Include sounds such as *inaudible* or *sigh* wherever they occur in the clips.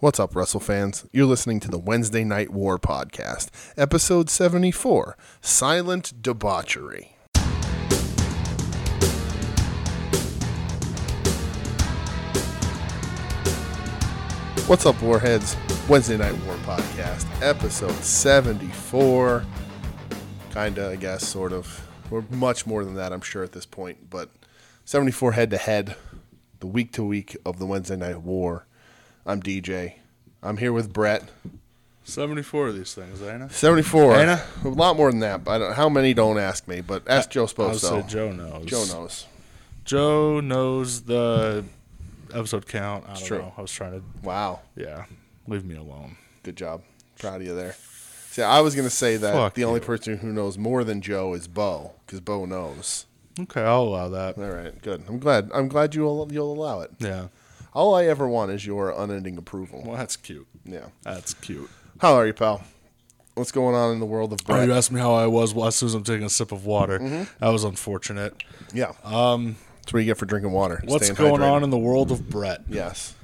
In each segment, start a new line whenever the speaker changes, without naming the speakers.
What's up, Russell fans? You're listening to the Wednesday Night War Podcast, episode 74 Silent Debauchery. What's up, Warheads? Wednesday Night War Podcast, episode 74. Kinda, I guess, sort of. We're much more than that, I'm sure, at this point, but 74 head to head, the week to week of the Wednesday Night War. I'm DJ. I'm here with Brett.
74 of these things, ain't it?
74.
Anna?
A lot more than that. But I don't, how many don't ask me, but ask Joe
I'll say
Sposo.
uh, Joe knows.
Joe knows.
Joe knows the episode count. I don't
true.
know. I was trying to,
Wow.
yeah, leave me alone.
Good job. Proud of you there. See, I was going to say that
Fuck
the only
you.
person who knows more than Joe is Bo, because Bo knows.
Okay, I'll allow that.
All right, good. I'm glad. I'm glad you'll you'll allow it.
Yeah.
All I ever want is your unending approval.
Well, that's cute.
Yeah.
That's cute.
How are you, pal? What's going on in the world of
Oh,
Brett?
you asked me how I was well, as soon as I'm taking a sip of water.
Mm-hmm.
That was unfortunate.
yeah. Um, that's what you get for drinking water.
What's
Staying
going
hydrated.
on in the world of Brett?
Yes.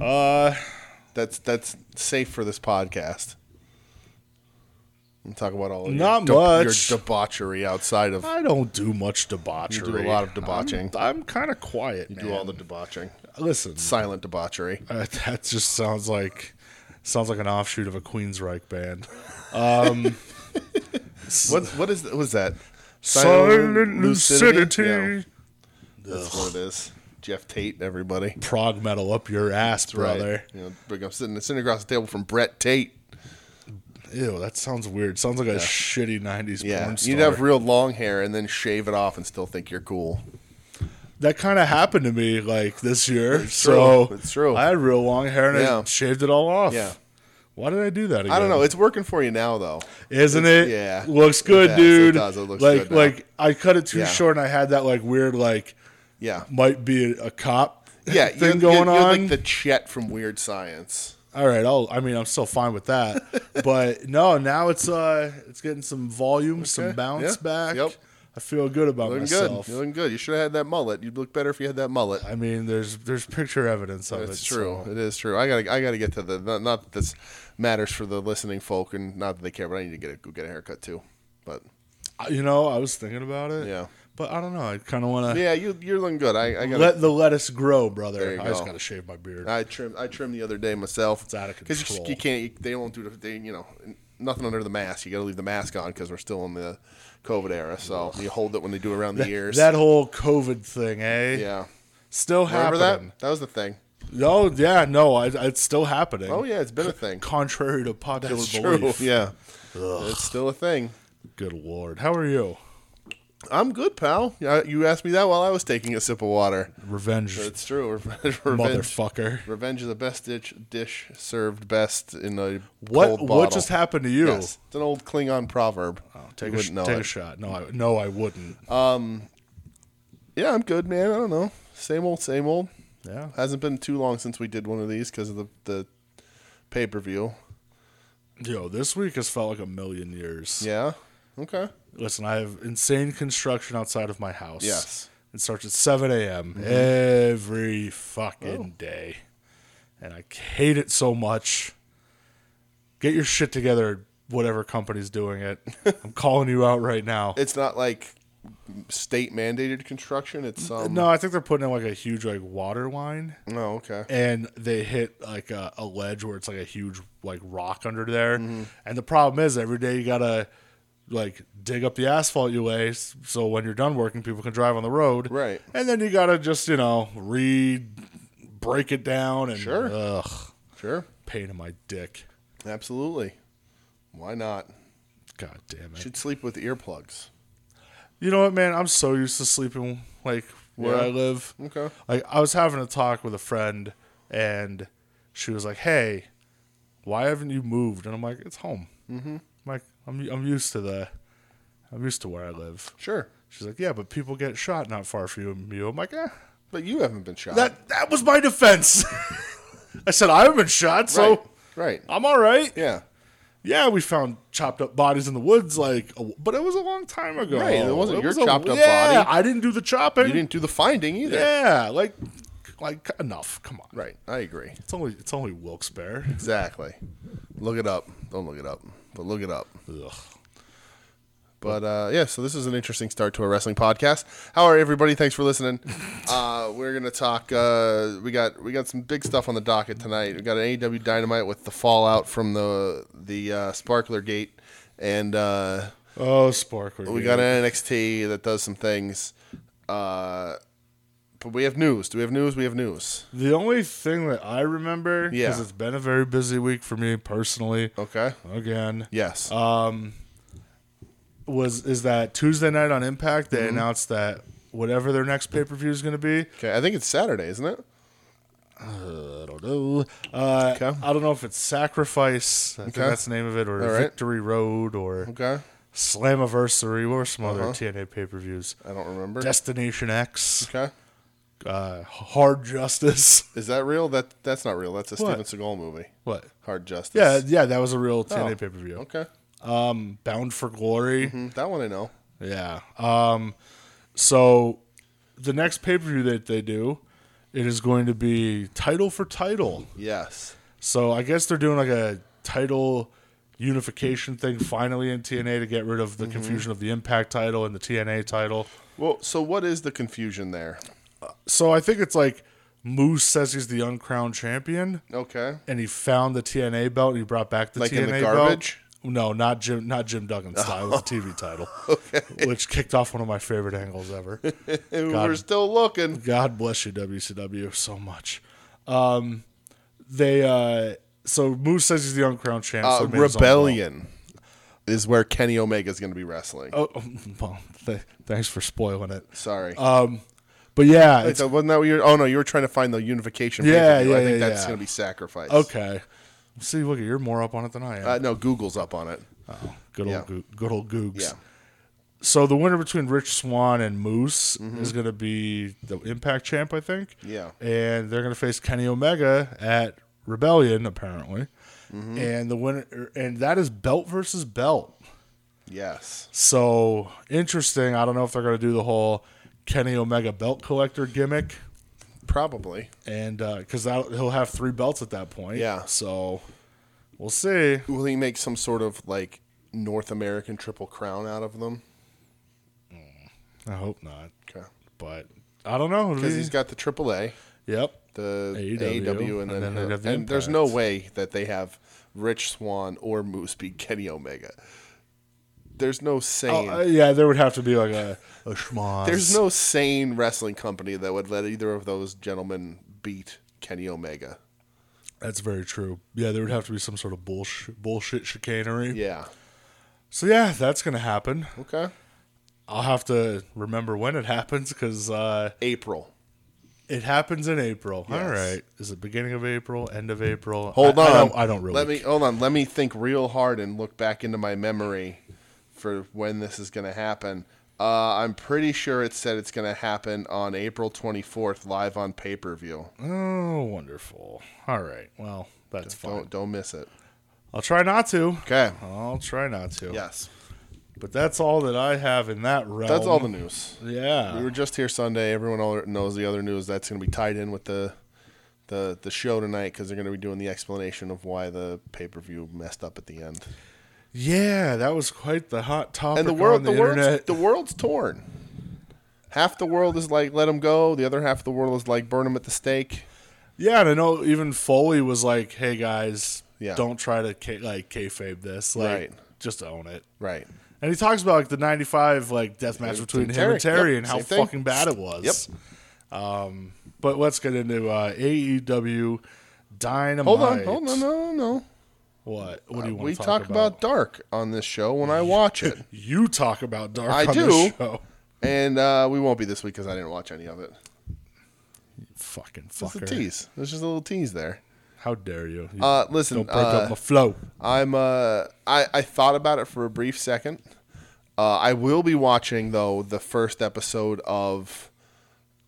Uh,
That's that's safe for this podcast. I'm talking about all of your,
Not
deb-
much.
your debauchery outside of
I don't do much debauchery.
You do a lot of debauching.
I'm, kind of quiet.
you do all the debauching,
listen.
silent debauchery.
Uh, *laughs* that just sounds like sounds like an offshoot of a Queensryche band.
What what is was that? Yeah, that's what it is. Jeff Tate, everybody.
Prog metal up your ass,
Right.
brother.
You know, big- I'm sitting, sitting across the table from Brett Tate.
Ew, that sounds weird. Sounds like a shitty '90s
Yeah,
porn star.
you'd have real long hair and then shave it off and still think you're cool.
that kind of happened to me like this year. so
true. It's true.
I had real long hair and
Yeah.
I shaved it all off.
Yeah.
Why did I do that? Again?
I don't know. It's working for you now, though.
Isn't it?
yeah.
looks
It
good,
does, it
dude.
does, it looks
like
good now.
like I cut it too
Yeah.
short and I had that like weird like *laughs*
Yeah,
might be a cop
yeah.
thing
you're,
going
you're,
on.
you're like the Chet from Weird Science.
All right, I'll, I mean, I'm still fine
*laughs*
with that, but no, now it's uh, it's getting some volume, some
Okay,
bounce
yeah,
back.
yep.
I feel good about
Looking
myself.
good. You're looking good. You should have had that mullet. You'd look better if you had that mullet.
I mean, there's there's picture evidence of it.
It's true. It is true. I gotta I gotta get to the not, not that this matters for the listening folk and not that they care, but I need to get a, go get a haircut too. But
so, you know, I was thinking about it.
Yeah.
but I don't know. I kind of want to
yeah, you you're looking good. I, I gotta
let the lettuce grow, brother.
There you
I just
go.
got to shave my beard.
I trim I trimmed the other day myself. It's
out of
You, just-
control.
you can't. You, they won't do the. They, you know nothing under the mask. You gotta leave the mask on because we're still in the COVID era. So you hold it when they do around the ears.
that whole COVID thing, eh?
yeah.
still
Remember
happening.
that? That was the thing.
No, yeah, no, I, it's still happening.
Oh yeah, it's been a thing.
contrary to popular
It's true. *laughs*
belief.
Yeah. It's still a thing.
Good lord, how are you?
I'm good, pal. Yeah, You asked me that while I was taking a sip of water.
Revenge,
It's true. *laughs* Revenge, revenge,
motherfucker.
revenge is the best dish, dish served best in a
What
cold
what
bottle.
just happened to you? Oh,
Yes, it's an old Klingon proverb.
Take,
You
a, sh-
wouldn't know
take a
it. Uh,
shot. No, I, no, I wouldn't.
Yeah, I'm good, man. I don't know. Same old, same old.
yeah,
Hasn't been too long since we did one of these because of the the pay per view.
yo, this week has felt like a million years.
Yeah. Okay.
Listen, I have insane construction outside of my house.
Yes. Mm-hmm.
it starts at seven a.m. every
Oh.
fucking day, and I hate it so much. Get your shit together, whatever company's doing
*laughs*
it. I'm calling you out right now.
It's not like state mandated construction. It's um.
no, I think they're putting in like a huge like water line.
No. Okay.
and they hit like a, a ledge where it's like a huge like rock under there.
Mm-hmm.
And the problem is every day you gotta like dig up the asphalt you lay s- so when you're done working people can drive on the road.
Right.
And then you gotta just, you know, re break it down and
Sure.
ugh
Sure.
pain in my dick.
Absolutely. Why not?
God damn it.
Should sleep with earplugs.
You know what, man? I'm so used to sleeping like where
Yeah.
I live.
Okay.
Like I was having a talk with a friend, and she was like, "Hey, why haven't you moved?" And I'm like, "It's home." Mm-hmm. I'm like I'm I'm used to the, I'm used to where I live.
Sure.
She's like, "Yeah, but people get shot not far from you." I'm like, "Eh,
But you haven't been shot.
that that was my defense." *laughs* I said, "I haven't been shot, so
right.
I'm all right."
Yeah.
Yeah, we found chopped up bodies in the woods, like, a- but it was a long time ago.
Right, it wasn't your
a-
chopped up
yeah,
body.
I didn't do the chopping.
You didn't do the finding either.
Yeah, like Like enough. Come on.
Right. I agree.
It's only it's only Wilkes Barre.
Exactly. Look it up. Don't look it up, but look it up.
Ugh.
But uh, yeah, so this is an interesting start to a wrestling podcast. How are everybody? Thanks for
*laughs*
listening. Uh, we're gonna talk. Uh, we got we got some big stuff on the docket tonight. We got an AEW Dynamite with the fallout from the the uh, Sparkler Gate, and uh,
Oh, Sparkler.
we got an NXT that does some things. Uh, but we have news. Do we have news? We have news.
The only thing that I remember, because
Yeah.
it's been a very busy week for me personally,
Okay.
again,
Yes.
Uh, was is that Tuesday night on Impact
Mm-hmm.
they announced that whatever their next pay per view is going to be,
okay. I think it's Saturday, isn't it?
I don't know. Uh,
Okay.
I don't know if it's Sacrifice, I think
Okay.
that's the name of it, or
All right.
Victory Road, or
Okay. Uh-huh.
Slammiversary, or some other TNA pay per views.
I don't remember.
Destination X,
okay.
uh, Hard Justice. *laughs*
Is that real? That that's not real. That's a
What?
Steven Seagal movie.
What?
Hard Justice.
Yeah, yeah, that was a real TNA
Oh.
pay per view.
Okay.
Um, Bound for Glory.
Mm, That one I know.
Yeah. Um, so the next pay per view that they do, it is going to be title for title.
Yes.
So I guess they're doing like a title unification thing finally in TNA to get rid of the
Mm-hmm.
confusion of the Impact title and the TNA title.
Well, so what is the confusion there?
So I think it's like Moose says he's the uncrowned champion,
Okay.
and he found the TNA belt and he brought back the
Like
TNA
in the
garbage.
garbage?
Belt. No, not Jim, not Jim Duggan
*laughs*
style. It was a TV title, which kicked off one of my favorite
*laughs*
angles ever.
We're still looking.
God bless you, WCW, so much. Um, they uh, so Moose says he's the uncrowned champ. so
Uh,
it made his own
Rebellion is where Kenny Omega is going to be wrestling.
belt. Oh, *laughs* well, th- thanks for spoiling it.
Sorry.
But yeah,
Wait,
uh, it's
so wasn't that what you were, oh no, you were trying to find the unification.
Yeah,
pay-per-view.
yeah,
I think
yeah,
that's
yeah.
going to be sacrifice.
okay. See, look, you're more up on it than I am. Oh,
Uh, no, Google's up on it.
good old,
yeah.
Goo- good old Googs.
Yeah.
So the winner between Rich Swan and Moose is going to be the Impact champ, I think.
Mm-hmm. Yeah.
and they're going to face Kenny Omega at Rebellion, apparently.
Mm-hmm.
And the winner, and that is belt versus belt.
Yes.
So interesting. I don't know if they're going to do the whole Kenny Omega belt collector gimmick,
Probably.
and because that he'll have three belts at that point.
Yeah.
So we'll see.
Will he make some sort of like North American triple crown out of them?
I hope not,
Okay.
but I don't know.
Because he's got the triple A.
yep.
the
AEW,
AEW,
E
and
and
then,
then they'd have the
and there's no
Impact.
way that they have Rich Swan or Moose beat Kenny Omega. There's no sane.
Oh, uh, yeah, there would have to be like a a schmoz.
there's no sane wrestling company that would let either of those gentlemen beat Kenny Omega.
That's very true. Yeah, there would have to be some sort of bullshit bullshit chicanery.
Yeah.
So yeah, that's gonna happen.
Okay.
I'll have to remember when it *laughs* happens because uh,
April.
it happens in April. All
Yes.
right, is it beginning of April? End of April?
Hold
I,
on.
I don't, I don't really.
Let me hold on. Let me think real hard and look back into my memory for when this is going to happen. Uh, I'm pretty sure it said it's going to happen on April 24th, live on pay per view.
Oh, wonderful. All right. Well, that's fine.
Don't don't miss it.
I'll try not to.
Okay.
I'll try not to.
Yes.
But that's all that I have in that realm.
That's all the news.
Yeah.
We were just here Sunday. Everyone all knows the other news. That's going to be tied in with the the the show tonight because they're going to be doing the explanation of why the pay per view messed up at the end.
yeah, that was quite the hot topic
And the world,
on the,
the, world's,
internet.
the world's torn. Half the world is like let him go. The other half of the world is like burn him at the stake.
Yeah, and I know even Foley was like, "Hey guys,
Yeah.
don't try to k- like kayfabe this. Like,
Right.
just own it."
Right.
And he talks about like the '95 like death match
Yeah,
between
and
him and
Terry.
Terry
Yep,
and how
same thing.
fucking bad it was.
Yep.
Um, but let's get into uh, AEW Dynamite.
Hold on. Hold on. No. No. no.
What? What do you want?
We
to
talk,
talk,
about? dark on this show when I watch
*laughs*
it,
You talk about Dark.
I
on
do.
This show.
and uh, we won't be this week because I didn't watch any of it.
Fucking
It's a
fucker.
tease. There's just a little tease there.
How dare you? You
Uh, listen,
don't break
uh,
up my flow.
I'm uh I, I thought about it for a brief second. Uh, I will be watching though the first episode of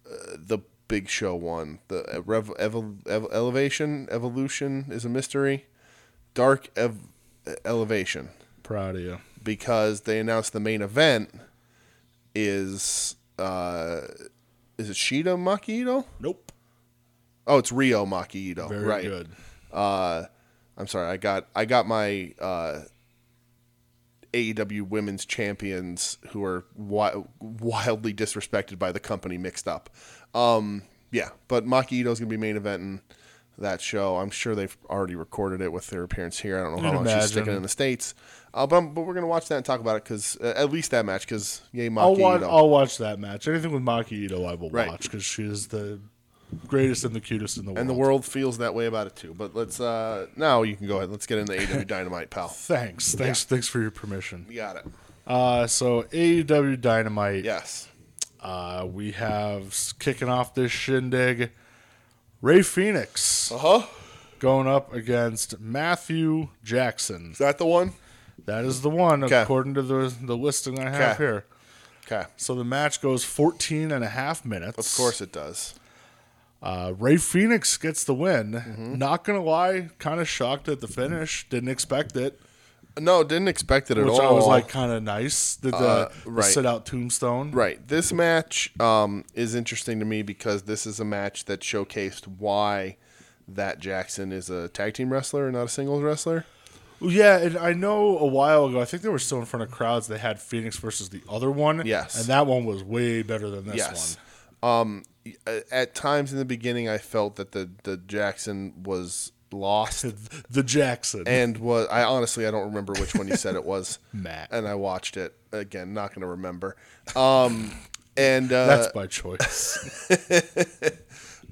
uh, the Big Show one. The uh, Rev- Evol Ev- Elevation Evolution is a mystery. Dark Ev- Elevation
Proud of you.
because they announced the main event is uh is it Shida Makito?
Nope.
Oh, it's Rio Maki Ito.
Very
right.
good.
Uh, I'm sorry. I got I got my uh, AEW Women's Champions who are wi- wildly disrespected by the company mixed up. Um, yeah, but Maki Ito's gonna be main eventing that show. I'm sure they've already recorded it with their appearance here. I don't know how long
I'd
she's sticking
imagine.
in the states. Uh, but, I'm- but we're gonna watch that and talk about it because uh, at least that match because yay Maki
I'll watch.
Ito.
I'll watch that match. Anything with Maki Ito, I will
Right.
watch because she is the greatest and the cutest in the world.
and the world feels that way about it too. But let's uh, now you can go ahead. Let's get into AEW Dynamite, pal.
Thanks, thanks, thanks for your permission.
You got it.
Uh, so AEW Dynamite.
Yes.
Uh, we have s- kicking off this shindig, Ray Phoenix
Uh huh.
going up against Matthew Jackson.
Is that the one?
That is the one,
'Kay.
according to the the listing I have
'Kay.
here.
Okay.
So the match goes 14 and a half minutes.
Of course it does.
Uh, Ray Phoenix gets the win.
Mm-hmm.
Not going to lie, kind of shocked at the finish. Didn't expect it,
No, didn't expect it at
which
all.
I was like kind of nice that the,
Uh, right.
sit out tombstone.
right. This match um, is interesting to me because this is a match that showcased why that Jackson is a tag team wrestler and not a singles wrestler.
Yeah, and I know a while ago, I think they were still in front of crowds. They had Phoenix versus the other one.
Yes.
And that one was way better than this
yes. Um, y- at times in the beginning, I felt that the the Jackson was
*laughs*
lost.
one. The Jackson.
and was I honestly I don't remember which one you said it was.
*laughs* Matt.
And I watched it again. Not going to remember. Um, and uh,
That's by choice.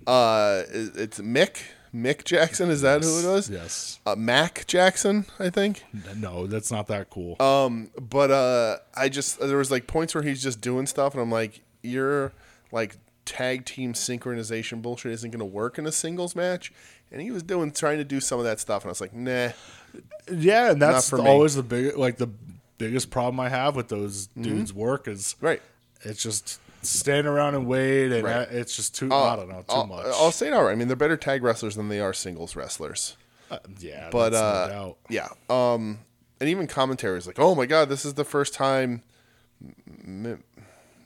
uh, it- it's Mick Mick Jackson. Is that *laughs* who it was?
yes.
Uh, Mac Jackson, I think.
No, that's not that cool.
Um, but uh, I just there was like points where he's just doing stuff, and I'm like, you're like tag team synchronization bullshit isn't going to work in a singles match. And he was doing trying to do some of that stuff, and I was like, nah.
Yeah, and that's
for
the-
me.
always the big like the biggest problem I have with those dudes' work is
Mm-hmm. Right.
It's just stand around and wait, and
Right. Uh,
I- it's just too I don't know too
I'll,
much.
I'll say it all right. I mean, they're better tag wrestlers than they are singles wrestlers.
Uh, yeah,
But
that's
uh,
no doubt.
yeah, um, and even commentary is like, oh my god, this is the first time M-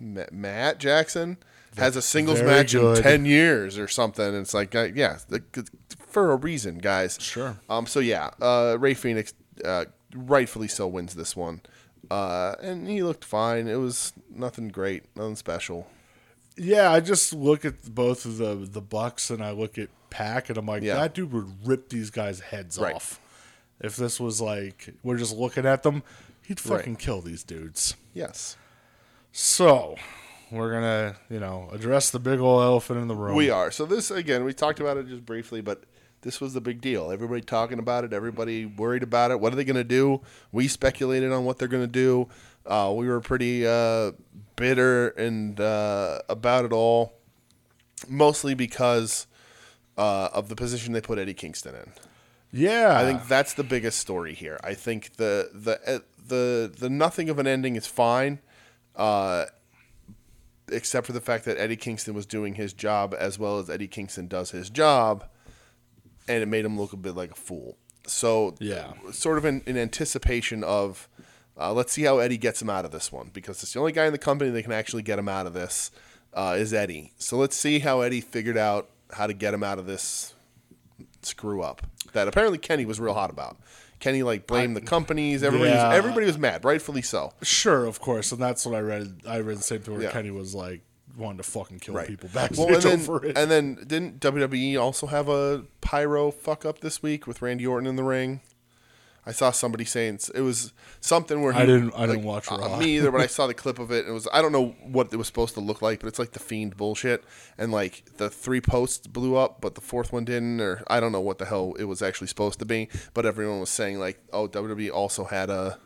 M- Matt Jackson has a singles
very
match in
good.
ten years or something. And it's like, uh, yeah, the- the- for a reason, guys.
Sure.
Um. So yeah, uh, Ray Phoenix, uh, rightfully so, wins this one. Uh, and he looked fine. It was nothing great, nothing special.
yeah, I just look at both of the the Bucks and I look at Pack, and I'm like,
Yeah.
that dude would rip these guys' heads
Right.
off. If this was like we're just looking at them, he'd fucking kill these dudes.
Yes,
So we're gonna you know address the big old elephant in the room.
we are. So this again, we talked about it just briefly, but this was the big deal. Everybody talking about it. Everybody worried about it. What are they going to do? We speculated on what they're going to do. Uh, we were pretty uh, bitter and uh, about it all, mostly because uh, of the position they put Eddie Kingston in.
Yeah,
I think that's the biggest story here. I think the the eh, the the nothing of an ending is fine, uh, except for the fact that Eddie Kingston was doing his job as well as Eddie Kingston does his job, and it made him look a bit like a fool. So
Yeah.
sort of in, in anticipation of. Uh, let's see how Eddie gets him out of this one because it's the only guy in the company that can actually get him out of this uh, is Eddie. So let's see how Eddie figured out how to get him out of this screw up that apparently Kenny was real hot about. Kenny like blamed the companies. Everybody,
Yeah.
was, everybody was mad, rightfully so.
Sure, of course, and that's what I read. I read the same thing where
Yeah.
Kenny was like wanting to fucking kill
Right.
people *laughs* backstage
Well, and then,
over it.
and then didn't WWE also have a pyro fuck up this week with Randy Orton in the ring? I saw somebody saying s- it was something where he,
I didn't- I didn't watch
uh,
Raw.
me either, but
*laughs*
I saw the clip of it. And it was I don't know what it was supposed to look like, but it's like the fiend bullshit. And like the three posts blew up, but the fourth one didn't, or I don't know what the hell it was actually supposed to be. But everyone was saying like, oh, WWE also had a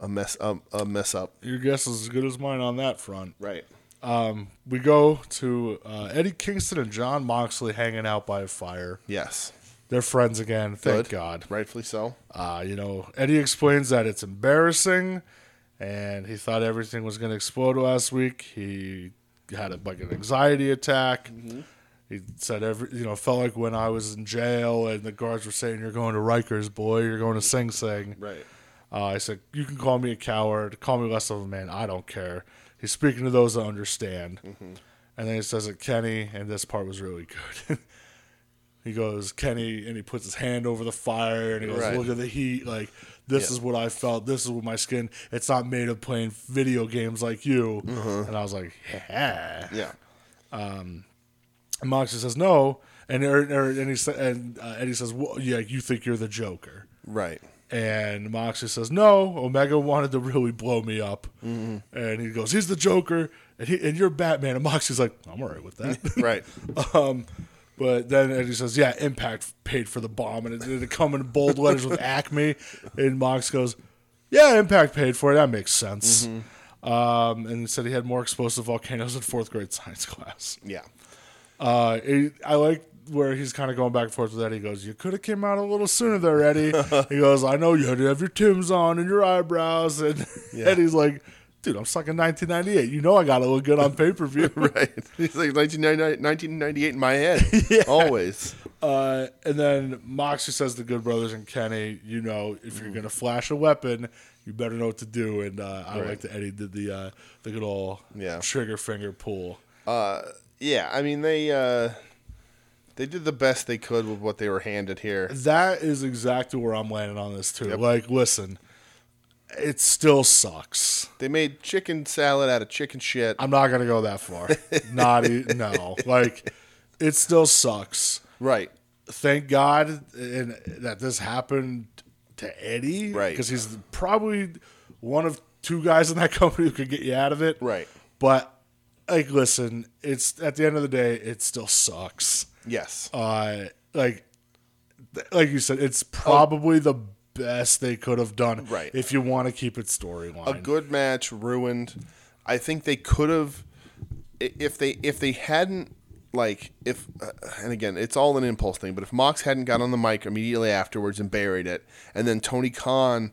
a mess a, a mess up.
Your guess is as good as mine on that front.
Right.
Um, we go to uh, Eddie Kingston and John Moxley hanging out by a fire.
Yes.
They're friends again. Thank
Good.
God.
Rightfully so.
Uh, you know, Eddie explains that it's embarrassing, and he thought everything was going to explode last week. He had a, like an anxiety attack. He said every, you know, felt like when I was in jail and the guards were saying, "You're going to Rikers, boy. You're going to Sing Sing."
Right.
Uh, I said, "You can call me a coward. Call me less of a man. I don't care." He's
Mm-hmm.
speaking to those that understand. And then he says it, Kenny, and this part was really good. *laughs* He goes, Kenny, and he puts his hand over the fire and he goes,
Right.
Look at the heat. Like, this
Yeah.
is what I felt. This is what my skin. It's not made of playing video games like you.
Mm-hmm.
And I was like, Yeah.
Yeah.
And Moxley says, No. And, er, er, and, he, sa- and uh, Eddie says, well, Yeah, you think you're the Joker.
*laughs* Right.
And Moxley says, "No, Omega wanted to really blow me up." And he goes, "He's the Joker, and, he, and you're Batman." And Moxley's like, "I'm all right
*laughs*
with that."
Right.
um, but then Eddie says, "Yeah, Impact paid for the bomb, and it did come in bold letters with Acme." And Mox goes, "Yeah, Impact paid for it. That makes sense." Um, and he said he had more explosive volcanoes in fourth grade science class.
Yeah.
Uh, it, I like where he's kind of going back and forth with that. He goes, "You could have came out a little sooner there,
*laughs*
Eddie." he goes, "I know you had to have your Tim's on and your eyebrows," and *laughs* Eddie's like, "Dude, I'm stuck in 1998. You know I got to look good on pay per view."
*laughs* Right. It's like 1999 1998 in my *laughs* head. Always.
*laughs* Uh, and then Moxie says to Good Brothers and Kenny, you know, if
Mm.
you're gonna flash a weapon, you better know what to do. And uh, I like that Eddie did the uh, the good old
Yeah.
trigger finger pull.
Uh, yeah. I mean, they uh, they did the best they could with what they were handed here.
That is exactly where I'm landing on this too. Like, listen, it still sucks.
They made chicken salad out of chicken shit.
I'm not gonna go that far. *laughs* not e- no. Like, it still sucks.
right.
thank God and that this happened to Eddie,
Right.
Because he's probably one of two guys in that *laughs* company who could get you out of it,
Right.
But like, listen, it's at the end of the day, it still sucks.
Yes.
Uh, like, th- like you said, it's probably the best they could have done,
Right.
If you want to keep it
a
storyline,
good match ruined. I think they could have i- if they if they hadn't like if uh, and again it's all an impulse thing, but if Mox hadn't got on the mic immediately afterwards and buried it, and then Tony Khan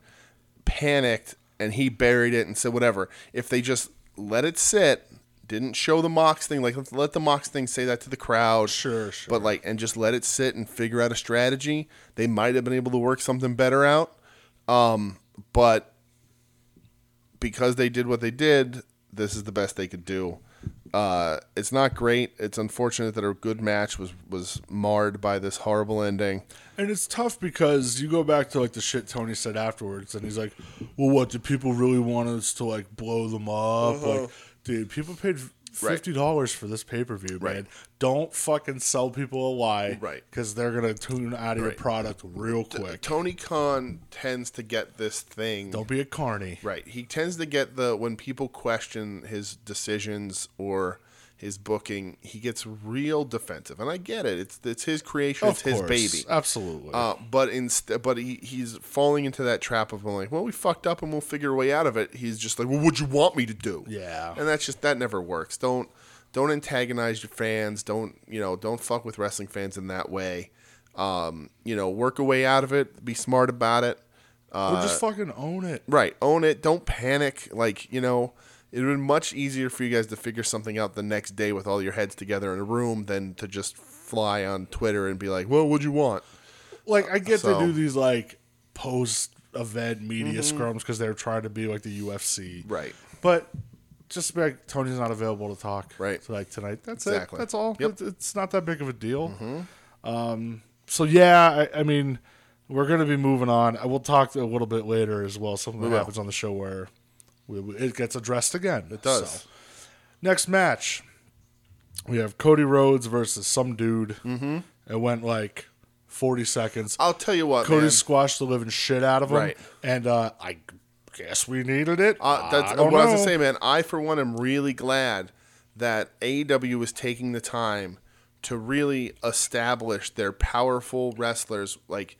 panicked and he buried it and said whatever. If they just let it sit, didn't show the Mox thing, like let let the Mox thing say that to the crowd,
Sure, sure.
but like and just let it sit and figure out a strategy, they might have been able to work something better out. Um, but because they did what they did, this is the best they could do. Uh, it's not great. It's unfortunate that a good match was was marred by this horrible ending.
and it's tough because you go back to like the shit Tony said afterwards, and he's like, "Well, what do people really want us to like blow them up?
Uh-huh.
Like, dude, people paid fifty dollars for this pay per view, man.
Right.
Don't fucking sell people a lie,
Right.
Because they're gonna tune out of your
Right.
product real quick.
Tony Khan tends to get this thing
Don't be a carny.
right. He tends to get the when people question his decisions or his booking, he gets real defensive, and I get it. It's it's his creation.
Of
it's his
course.
baby.
absolutely.
Uh, but instead, but he, he's falling into that trap of like, well, we fucked up and we'll figure a way out of it. He's just like, well, what'd you want me to do?
Yeah.
and that's just that never works. Don't don't antagonize your fans. Don't you know? Don't fuck with wrestling fans in that way. Um, you know, work a way out of it. Be smart about it. Uh,
Well, just fucking own it.
right, own it. Don't panic. Like you know, it would be much easier for you guys to figure something out the next day with all your heads together in a room than to just fly on Twitter and be like, well, what'd you want?
Like I get
So-
to do these like post event media scrums because they're trying to be like the UFC,
Right.
But just be like Tony's not available to talk,
Right.
So like tonight, that's
Exactly.
it. That's all.
Yep. Mm-hmm.
It's, it's not that big of a deal. Um. So yeah, I, I mean, we're gonna be moving on. I will talk a little bit later as well. Something that
will.
happens on the show where we, we- it gets addressed again. It
does.
Next match, we have Cody Rhodes versus some dude. Mm-hmm. It went like forty seconds.
I'll tell you what,
Cody
man.
squashed the living shit out of him,
Uh, Right.
and uh, I guess we needed it.
Uh, that's
I
what
don't
I was
know.
gonna say, man. I for one am really glad that AEW is taking the time to really establish their powerful wrestlers. Like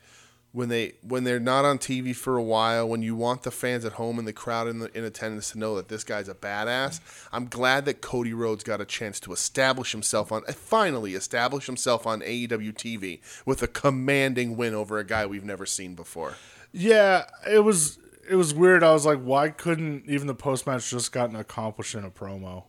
when they when they're not on TV for a while, when you want the fans at home and the crowd in, the, in attendance to know that this guy's a badass. I'm glad that Cody Rhodes got a chance to establish himself on finally establish himself on E AEW TV with a commanding win over a guy we've never seen before.
Yeah, it was it was weird. I was like, why couldn't even the post match just gotten accomplished in a promo?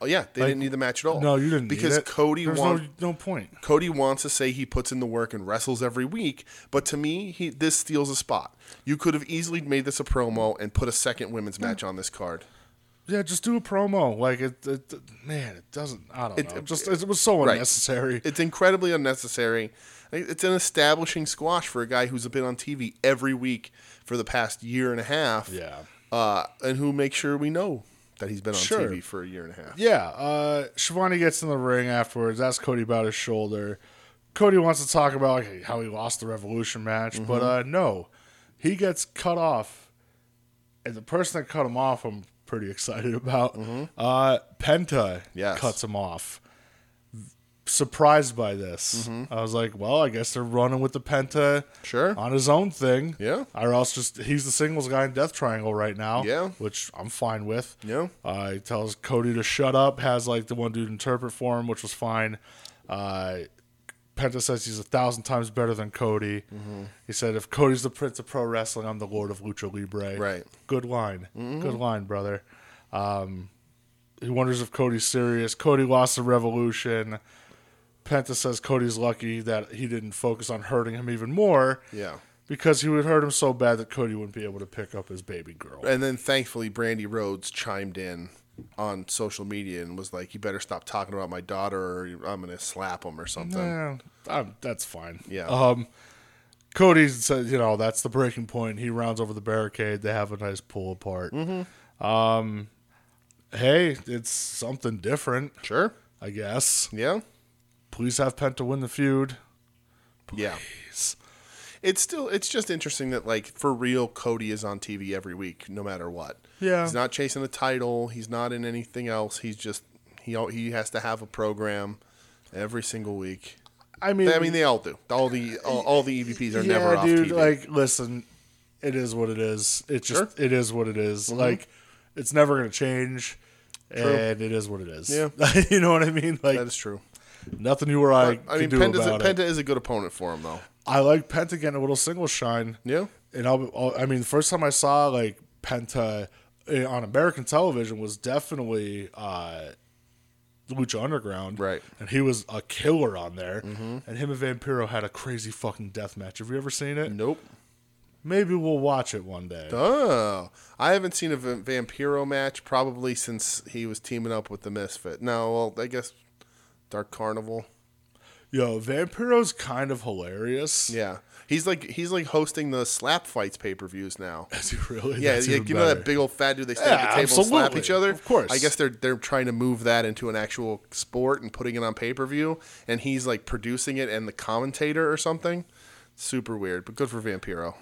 Oh yeah, they didn't need the match at all.
No, you didn't need
because
it.
Cody
There's
won.
no, no point.
Cody wants to say he puts in the work and wrestles every week, but to me, he this steals a spot. You could have easily made this a promo and put a second women's match on this card.
yeah, just do a promo. Like it, it man, it doesn't. I don't
It-
know. Just it was so
Right.
unnecessary.
It's incredibly unnecessary. I think It's an establishing squash for a guy who's been on TV every week for the past year and a half.
yeah.
Uh, and who makes sure we know that he's been on
Sure.
TV for a year and a half.
Yeah, uh, Shivani gets in the ring afterwards. Asks Cody about his shoulder. Cody wants to talk about like, how he lost the Revolution match,
Mm-hmm.
but uh, no, he gets cut off, and the person that cut him off, I'm pretty *laughs* excited about. Uh, Penta
Mm-hmm. Yes.
cuts him off. Surprised by this, I was like, "Well, I guess they're running with the Penta
Mm-hmm. Sure.
on his own thing."
Yeah.
or else just he's the singles guy in Death Triangle right now.
Yeah.
which I'm fine with.
Yeah.
Uh, he tells Cody to shut up, has like the one dude interpret for him, which was fine. Uh, Penta says he's a thousand times better than Cody.
Mm-hmm.
He said, if Cody's the prince of pro wrestling, I'm the lord of lucha libre.
Right. Mm-hmm.
Good line. Good line, brother. Um, he wonders if Cody's serious. Cody lost the revolution. Penta says Cody's lucky that he didn't focus on hurting him even more.
Yeah.
Because he would hurt him so bad that Cody wouldn't be able to pick up his baby girl.
And then thankfully, Brandy Rhodes chimed in on social media and was like, "You better stop talking about my daughter, or I'm gonna slap him or something."
Eh, I'm, that's fine.
Yeah.
Um, Cody says, you know, that's the breaking point. He rounds over the barricade. They have a nice pull apart. Um,
Mm-hmm.
hey, it's something different,
Sure.
I guess.
Yeah.
Please have Penta win the feud.
Yeah.
Please.
It's still. It's just interesting that like for real, Cody is on TV every week, no matter what.
Yeah.
He's not chasing a title. He's not in anything else. He's just he al- he has to have a program every single week.
I mean,
I mean, they all do. All the all, all the EVPs are
yeah,
never off
dude.
TV.
Like, listen, it is what it is. It just
Sure. Mm-hmm.
it is what it is. Like, it's never gonna change, and it is what it is.
Yeah.
*laughs* you know what I mean. Like,
that is true.
nothing you or I,
I,
can
mean,
do
Penta's
about
a,
it.
Penta is a good opponent for him, though.
I like Penta getting a little single shine.
Yeah.
And I'll, I'll, I mean, the first time I saw like Penta eh, on American television was definitely uh, Lucha Underground.
Right. Mm-hmm.
And he was a killer on there. And him and Vampiro had a crazy fucking death match. Have you ever seen it?
Nope.
Maybe we'll watch it one day.
Oh, I haven't seen a Vamp- Vampiro match probably since he was teaming up with the Misfit. No, well, I guess Dark Carnival.
Yo, Vampiro's kind of hilarious.
Yeah, he's like he's like hosting the slap fights pay per views now.
Is he really?
Yeah,
*laughs* *laughs* That's
yeah,
even
you know that
better.
big old fat dude they stand at the
Yeah,
table and slap
absolutely.
each other.
Of course.
I guess they're they're trying to move that into an actual sport and putting it on pay per view, and he's like producing it and the commentator or something. Super weird, but good for Vampiro.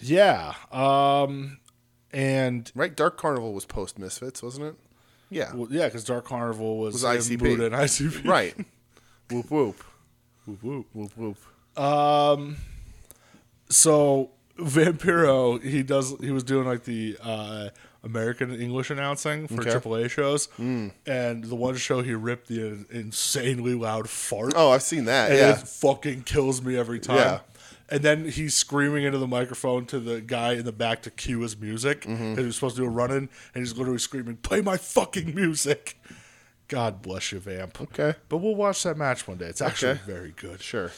Yeah. Um, and
Right, Dark Carnival was post Misfits, wasn't it? Yeah,
well, yeah, because Dark Carnival was,
Was ICP.
in Muda and ICP.
right. *laughs* whoop whoop.
Whoop, whoop.
Whoop whoop.
*laughs* so Vampiro, he does. He was doing like the uh, American English announcing for
Okay. Hmm.
AAA shows, and the one show he ripped the insanely loud fart.
Oh, I've seen that.
and
yeah.
it fucking kills me every time.
Yeah.
And then he's screaming into the microphone to the guy in the back to cue his music.
Mm-hmm.
And he was supposed to do a run in, and he's literally screaming, Play my fucking music. God bless you, Vamp.
Okay.
But we'll watch that match one day. It's actually
Okay.
very good.
Sure.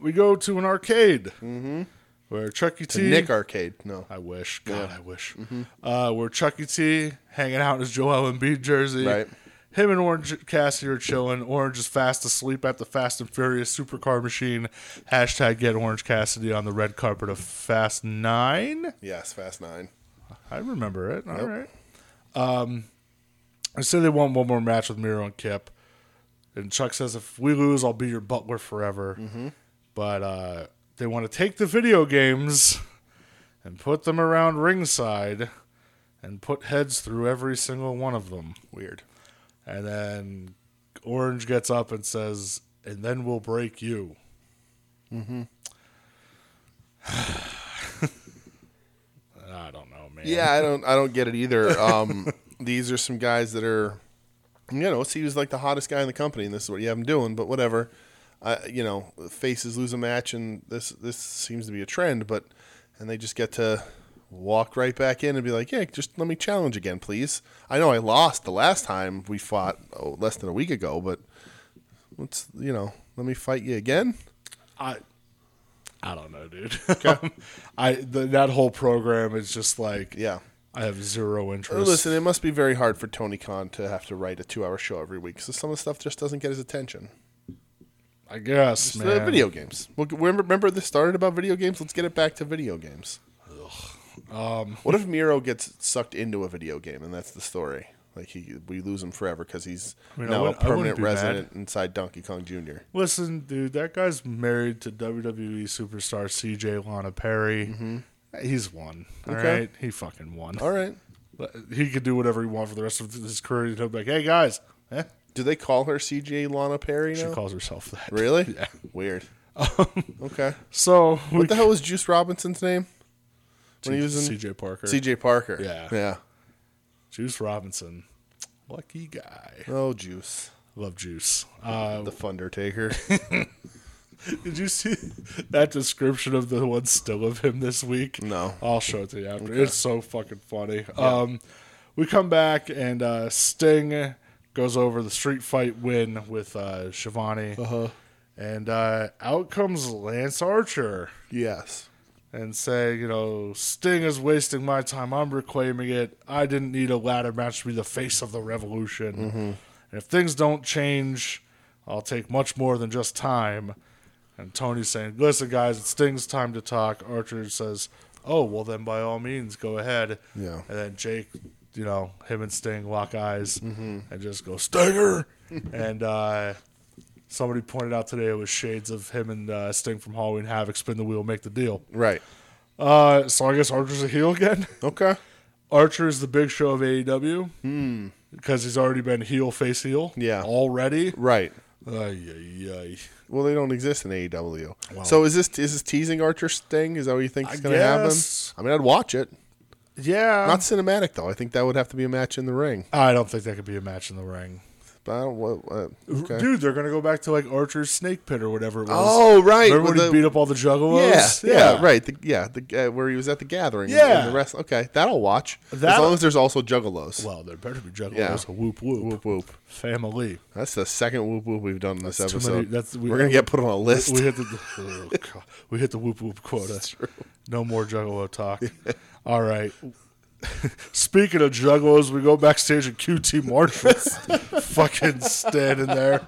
We go to an arcade
Mm-hmm.
where Chuck E. T.
Nick Arcade. No.
I wish. God, I wish. Uh, where Chuck E. T. hanging out in his Joel Embiid jersey.
Right.
Him and Orange Cassidy are chilling. Orange is fast asleep at the Fast and Furious supercar machine. Hashtag get Orange Cassidy on the red carpet of Fast Nine.
Yes, Fast Nine.
I remember it. All right. Um, I said they want one more match with Miro and Kip. And Chuck says, if we lose, I'll be your butler forever. But uh, they want to take the video games and put them around ringside and put heads through every single one of them.
Weird.
And then Orange gets up and says, and then we'll break you. Mm-hmm. *sighs* I don't know, man.
Yeah, I don't I don't get it either. Um *laughs* these are some guys that are you know, he was like the hottest guy in the company and this is what you have him doing, but whatever. Uh, you know, faces lose a match and this this seems to be a trend, but and they just get to walk right back in and be like, "Yeah, just let me challenge again, please." I know I lost the last time we fought oh, less than a week ago, but let's, you know, let me fight you again.
I *laughs* Um, I don't know, dude. I the, that whole program is just like
Yeah.
I have zero
Or
interest.
listen, it must be very hard for Tony Khan to have to write a two-hour show every week because some of the stuff just doesn't get his attention.
I guess,
So
man.
they're video games. Well, remember, remember this started about video games. Let's get it back to video games.
Um,
what if Miro gets sucked into a video game and that's the story? Like he, we lose him forever because he's
I mean, I
now a
wouldn't- I
permanent
wouldn't do that.
resident inside Donkey Kong Jr.
Listen, dude, that guy's married to WWE superstar CJ Lana Perry. He's won. all right.
Mm-hmm. Okay.
He fucking won.
All right.
But He could do whatever he wants for the rest of his career. He'll be like, hey, guys. Eh?
Do they call her CJ Lana Perry
She
now?
calls herself that.
really?
*laughs* Yeah. Um,
Weird. okay.
So, we
What the hell was Juice Robinson's name when he was in
CJ Parker.
CJ Parker?
Yeah.
Yeah.
Juice Robinson. Lucky guy.
Oh, Juice.
Love Juice. Uh,
The Fundertaker.
did you see that description of the one still of him this week?
No.
I'll show it to you after. It's so fucking funny. Um, we come back and uh, Sting goes over the street fight win with uh, Shivani. *laughs* Uh-huh. And uh, out comes Lance Archer
yes.
and say, you know, Sting is wasting my time. I'm reclaiming it. I didn't need a ladder match to be the face of the revolution. And if things don't change, I'll take much more than just time. And Tony's saying, listen, guys, it's Sting's time to talk. Archer says, oh, well, then by all means, go ahead.
Yeah.
And then Jake, you know, him and Sting lock eyes and just go, Stinger! *laughs* and, uh, Somebody pointed out today it was shades of him and uh, Sting from Halloween Havoc spin the wheel, make the deal.
Right.
Uh, so I guess Archer's a heel again. *laughs*
Okay.
Archer is the big show of AEW because he's already been heel face heel.
Hmm. Yeah.
already.
Right.
Ay, ay, ay.
Well, they don't exist in AEW. So is this is this teasing Archer's thing? Is that what you think
I
is going to happen?
guess. Um,
I mean, I'd watch it.
Yeah,
Not cinematic though. I think that would have to be a match in the ring.
I don't think that could be a match in the ring,
But I don't. What, what, okay.
dude. They're gonna go back to like Archer's snake pit or whatever it was.
Oh, right,
Remember when
with
he
the-
beat up all the
yeah,
juggalos?
yeah, right. The, yeah, the uh, where he was at the gathering.
Yeah.
and the rest. Okay, that'll watch. as
That'll-
long as there's also juggalos.
Well, there better be juggalos.
Yeah.
Whoop whoop
Whoop whoop.
Family.
That's the second whoop whoop we've done in this
That's too
episode.
many- that's- we-
we, are gonna get put on a list.
We hit the oh, God. we hit the whoop whoop quota. No more juggalo talk. All right. Speaking of juggalos, we go backstage and
*laughs*
QT Marshall's fucking standing there.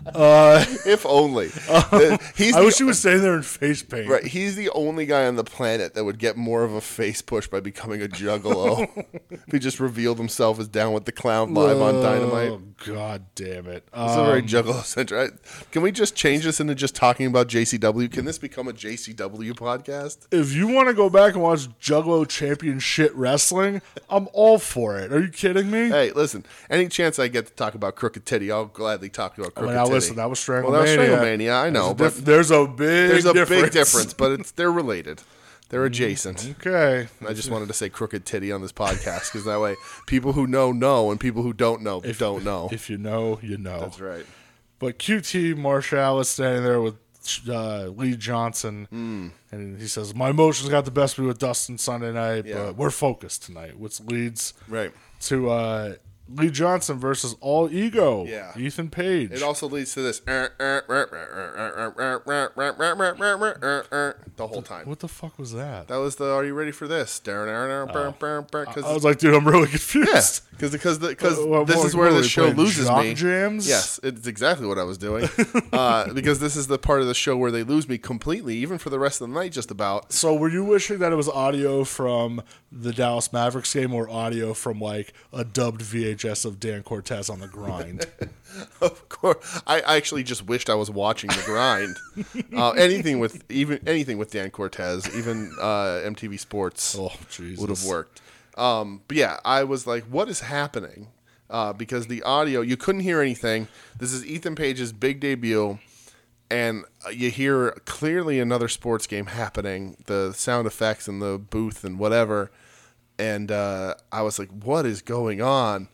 *laughs* if only.
*laughs*
The- he's
Uh, I
the
wish he was standing there in face paint.
Right, he's the only guy on the planet that would get more of a face push by becoming a
*laughs*
juggalo. if he just revealed himself as down with the clown live on Dynamite.
Oh god damn it!
This
Uh,
is a very juggalo centric. Can we just change this into just talking about JCW? Can this become a JCW
*laughs*
podcast?
if you want to go back and watch Juggalo Champion shit wrestling, I'm all for it. Are you kidding me?
Hey, listen. Any chance I get to talk about Crooked Titty, I'll gladly talk about
I
Crooked
mean, now
Titty.
listen, that was Stranglemania.
Well, that was Stranglemania, I know,
There's a,
but
diff- there's a big
there's a
difference. Mm-hmm.
big difference, but it's they're related.
*laughs*
They're adjacent.
Okay.
I just wanted to say crooked titty on this podcast because that way people who know know and people who don't know don't know.
If you know, you know.
That's right.
But QT Marshall is standing there with uh, Lee Johnson,
Hmm.
and he says, "My emotions got the best of me with Dustin Sunday night,
Yeah.
but we're focused tonight," which leads
Right.
to uh, Lee Johnson versus All Ego,
Yeah.
Ethan Page.
It also leads to this "Er, er, the whole time.
what the fuck was that?
That was the "Are you ready for this?"
Oh. I
Because
was like, dude, I'm really confused.
because because because
Uh, what-
this
what-
is where
what are
the
we
show
playing,
loses
Jock
me.
Jams?
Yes, it's exactly what I was
*laughs*
doing. Uh, because this is the part of the show where they lose me completely, even for the rest of the night. Just about
So, were you wishing that it was audio from the Dallas Mavericks game or audio from like a dubbed VHS of Dan Cortez on
*laughs*
the grind?
Of course, I I actually just wished I was watching the
*laughs*
grind. uh, anything with even anything with Dan Cortez, even uh, MTV Sports,
Oh, Jesus.
would have worked. Um, but yeah, I was like, "What is happening?" Uh, because the audio, you couldn't hear anything. This is Ethan Page's big debut, and uh, you hear clearly another sports game happening. The sound effects and the booth and whatever. And uh, I was like, "What is going on?"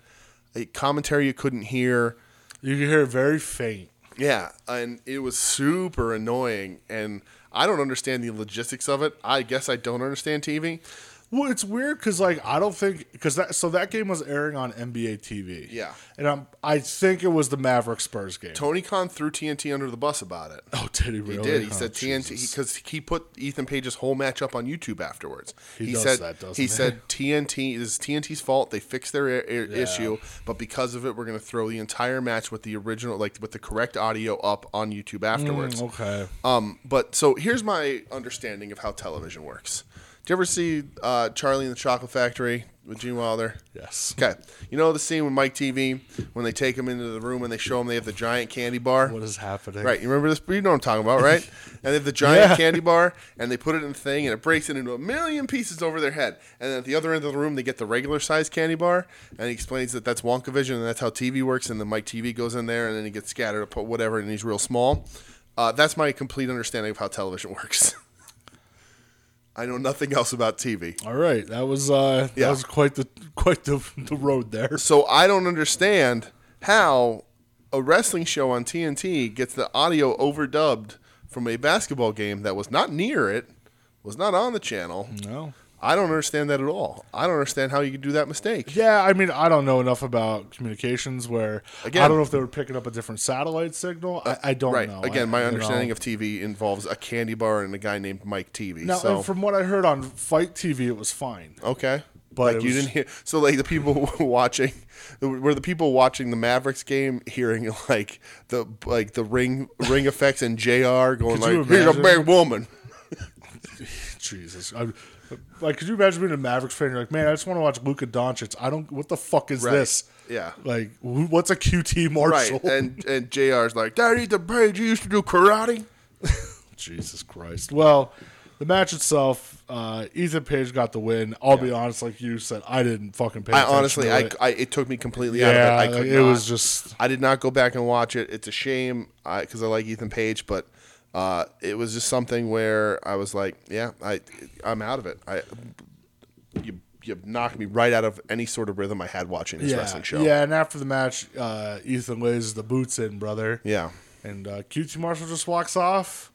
A commentary you couldn't hear.
You can hear it very faint.
Yeah, and it was super annoying, and I don't understand the logistics of it. I guess I don't understand TV.
Well, it's weird because like I don't think because that so that game was airing on NBA TV.
Yeah.
and I'm I think it was the Mavericks Spurs game.
Tony Khan threw TNT under the bus about it.
oh, did he really?
He did. He
Oh,
said TNT
Jesus.
because he put Ethan Page's whole match up on YouTube afterwards. He,
does
said
that, doesn't
he
he? *laughs*
said TNT is TNT's fault. They fixed their i- i- issue, but because of it, we're going to throw the entire match with the original, like with the correct audio, up on YouTube afterwards.
Mm, Okay.
Um, but so here's my understanding of how television works. Do you ever see uh, Charlie in the Chocolate Factory with Gene Wilder?
Yes.
Okay, you know the scene with Mike TV when they take him into the room and they show him they have the giant candy bar.
What is happening?
Right, you remember this? You know what I'm talking about, right? and they have the giant
Yeah.
candy bar, and they put it in the thing, and it breaks it into a million pieces over their head. And then at the other end of the room, they get the regular sized candy bar, and he explains that that's Wonka Vision, and that's how TV works. And the Mike TV goes in there, and then he gets scattered, up- whatever, and he's real small. Uh, that's my complete understanding of how television *laughs* works. I know nothing else about TV.
All right. That was uh
Yeah.
that was quite the quite the the road there.
So I don't understand how a wrestling show on TNT gets the audio overdubbed from a basketball game that was not near it, was not on the channel.
No.
I don't understand that at all. I don't understand how you could do that mistake.
Yeah, I mean, I don't know enough about communications. Where
Again-
I don't know if they were picking up a different satellite signal. I, I don't
Right.
know.
Again,
I-
my
you know.
understanding of TV involves a candy bar and a guy named Mike TV.
now,
so
and from what I heard on Fight TV, it was fine.
Okay.
But
like
it
you
was-
didn't hear, so like the people *laughs* watching, were the people watching the Mavericks game hearing *laughs* like the like the ring ring effects and Jr. going
you
like, "Here's a
imagine?
big woman."
Jesus, I, like, could you imagine being a Mavericks fan? You're like, man, I just want to watch Luka Doncic. I don't. What the fuck is
Right.
this?
Yeah.
Like, wh- what's a QT Marshall?
*laughs* Right. *laughs* And and JR's like, Daddy the Page, you used to do karate.
*laughs* Jesus Christ. Well, the match itself, uh, Ethan Page got the win. I'll be honest, like you said, I didn't fucking pay.
I
attention
honestly
to
I,
it.
I it took me completely out
yeah,
of it. I
like,
could
it
not-
was just
I did not go back and watch it. It's a shame because I, like Ethan Page, but uh, it was just something where I was like, yeah, I I'm out of it. I you you knocked me right out of any sort of rhythm I had watching this
yeah,
wrestling show.
Yeah, and after the match, uh, Ethan lays the boots in, brother.
Yeah.
And uh, QT Marshall just walks off,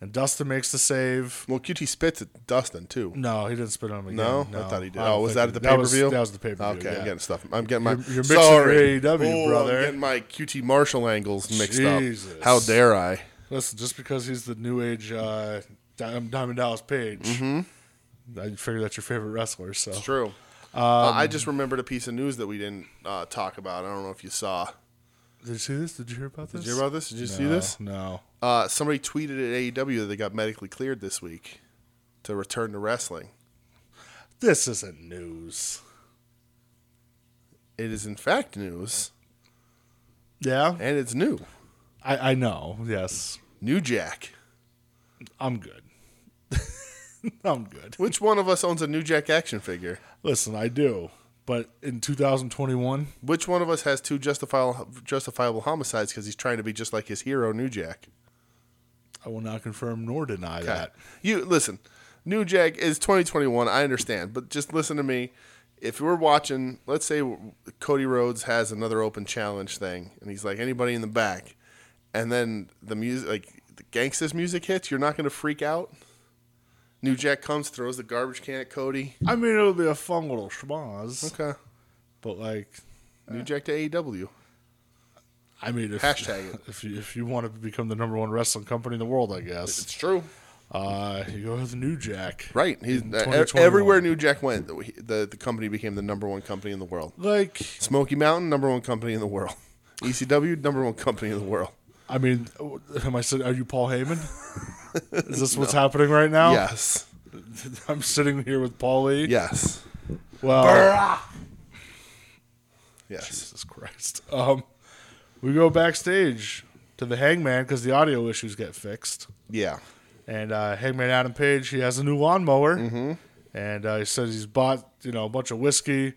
and Dustin makes the save.
Well, QT spits at Dustin too.
No, he didn't spit on him again.
No, I thought he did.
I
Oh,
don't
was
think
that at
he-
the pay per
was-
view?
That was the pay per view.
Okay,
yeah.
I'm getting stuff. I'm getting my
You're- you're mixing
sorry.
your AEW,
Oh,
brother.
I'm getting my QT Marshall angles mixed
Jesus.
up. How dare I?
Listen, just because he's the new age uh, Di- Diamond Dallas Page,
Mm-hmm.
I figured that's your favorite wrestler. So
True. Uh, I just remembered a piece of news that we didn't uh, talk about. I don't know if you saw.
did you see this? Did you hear about this?
Did you hear about this? Did you
no,
see this?
No.
Uh, somebody tweeted at AEW that they got medically cleared this week to return to wrestling.
This isn't news.
It is in fact news,
Yeah,
and it's new.
I, I know. Yes,
New Jack.
I'm good. *laughs* I'm good.
Which one of us owns a New Jack action figure?
Listen, I do. But in 2021,
Which one of us has two justifiable justifiable homicides because he's trying to be just like his hero, New Jack?
I will not confirm nor deny that.
You listen. New Jack is 2021. I understand, but just listen to me. If we're watching, let's say Cody Rhodes has another open challenge thing, and he's like, anybody in the back, and then the music, like the gangsters music hits, you're not going to freak out. New Jack comes, throws the garbage can at Cody.
I mean, it'll be a fun little schmoz,
Okay.
but like,
New Jack to E AEW.
I mean, if,
Hashtag it.
*laughs* If you, if you want to become the number one wrestling company in the world, I guess,
true.
uh, you go with New Jack.
Right. He's,
In
uh,
2021.
everywhere New Jack went, the, the, the company became the number one company in the world.
Like,
Smoky Mountain, number one company in the world. *laughs* ECW, number one company in the world.
I mean, uh, am I? sit- Are you Paul
*laughs*
Heyman? Is this what's happening right now?
Yes.
*laughs* I'm sitting here with Paul Lee.
Yes.
Well,
Yes.
Jesus Christ. Um, we go backstage to the Hangman because the audio issues get fixed.
Yeah.
And uh, Hangman Adam Page, he has a new lawnmower,
Mm-hmm.
and uh, he says he's bought you know a bunch of whiskey,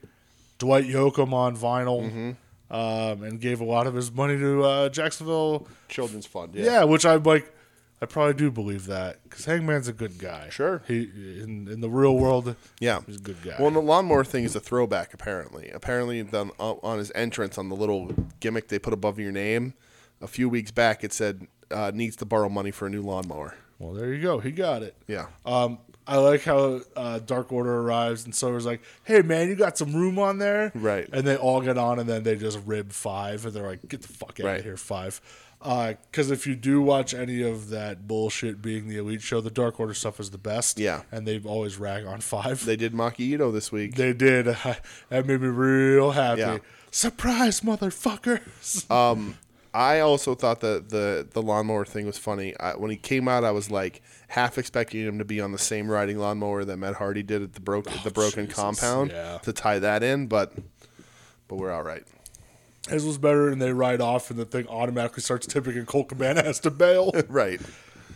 Dwight Yoakam on vinyl,
Mm-hmm.
um, and gave a lot of his money to uh, Jacksonville.
Children's Fund.
Yeah. which I'm like, I probably do believe that because Hangman's a good guy.
Sure.
he in in the real world,
Yeah.
he's a good guy.
Well, and the lawnmower thing is a throwback, apparently. Apparently, the, on his entrance, on the little gimmick they put above your name, a few weeks back, it said, uh, needs to borrow money for a new lawnmower.
well, there you go, he got it.
Yeah.
Um, I like how uh, Dark Order arrives, and Silver's like, "Hey, man, you got some room on there?"
Right.
And they all get on, and then they just rib Five, and they're like, "Get the fuck out
Right.
of here, Five. Because if you do watch any of that bullshit, being the Elite show, the Dark Order stuff is the best.
Yeah.
And they've always rag on *laughs* Five. They,
They did Maki Ito this week.
did. *laughs* that made me real happy.
Yeah. Uh,
Surprise, motherfuckers!
Um, I also thought that the the lawnmower thing was funny. I, when he came out, I was like half expecting him to be on the same riding lawnmower that Matt Hardy did at the broke at the broken
Oh, Jesus,
compound
yeah.
to tie that in, but but we're all right.
His was better, and they ride off, and the thing automatically starts tipping, and Cole Cabana has
*laughs*
to bail.
Right.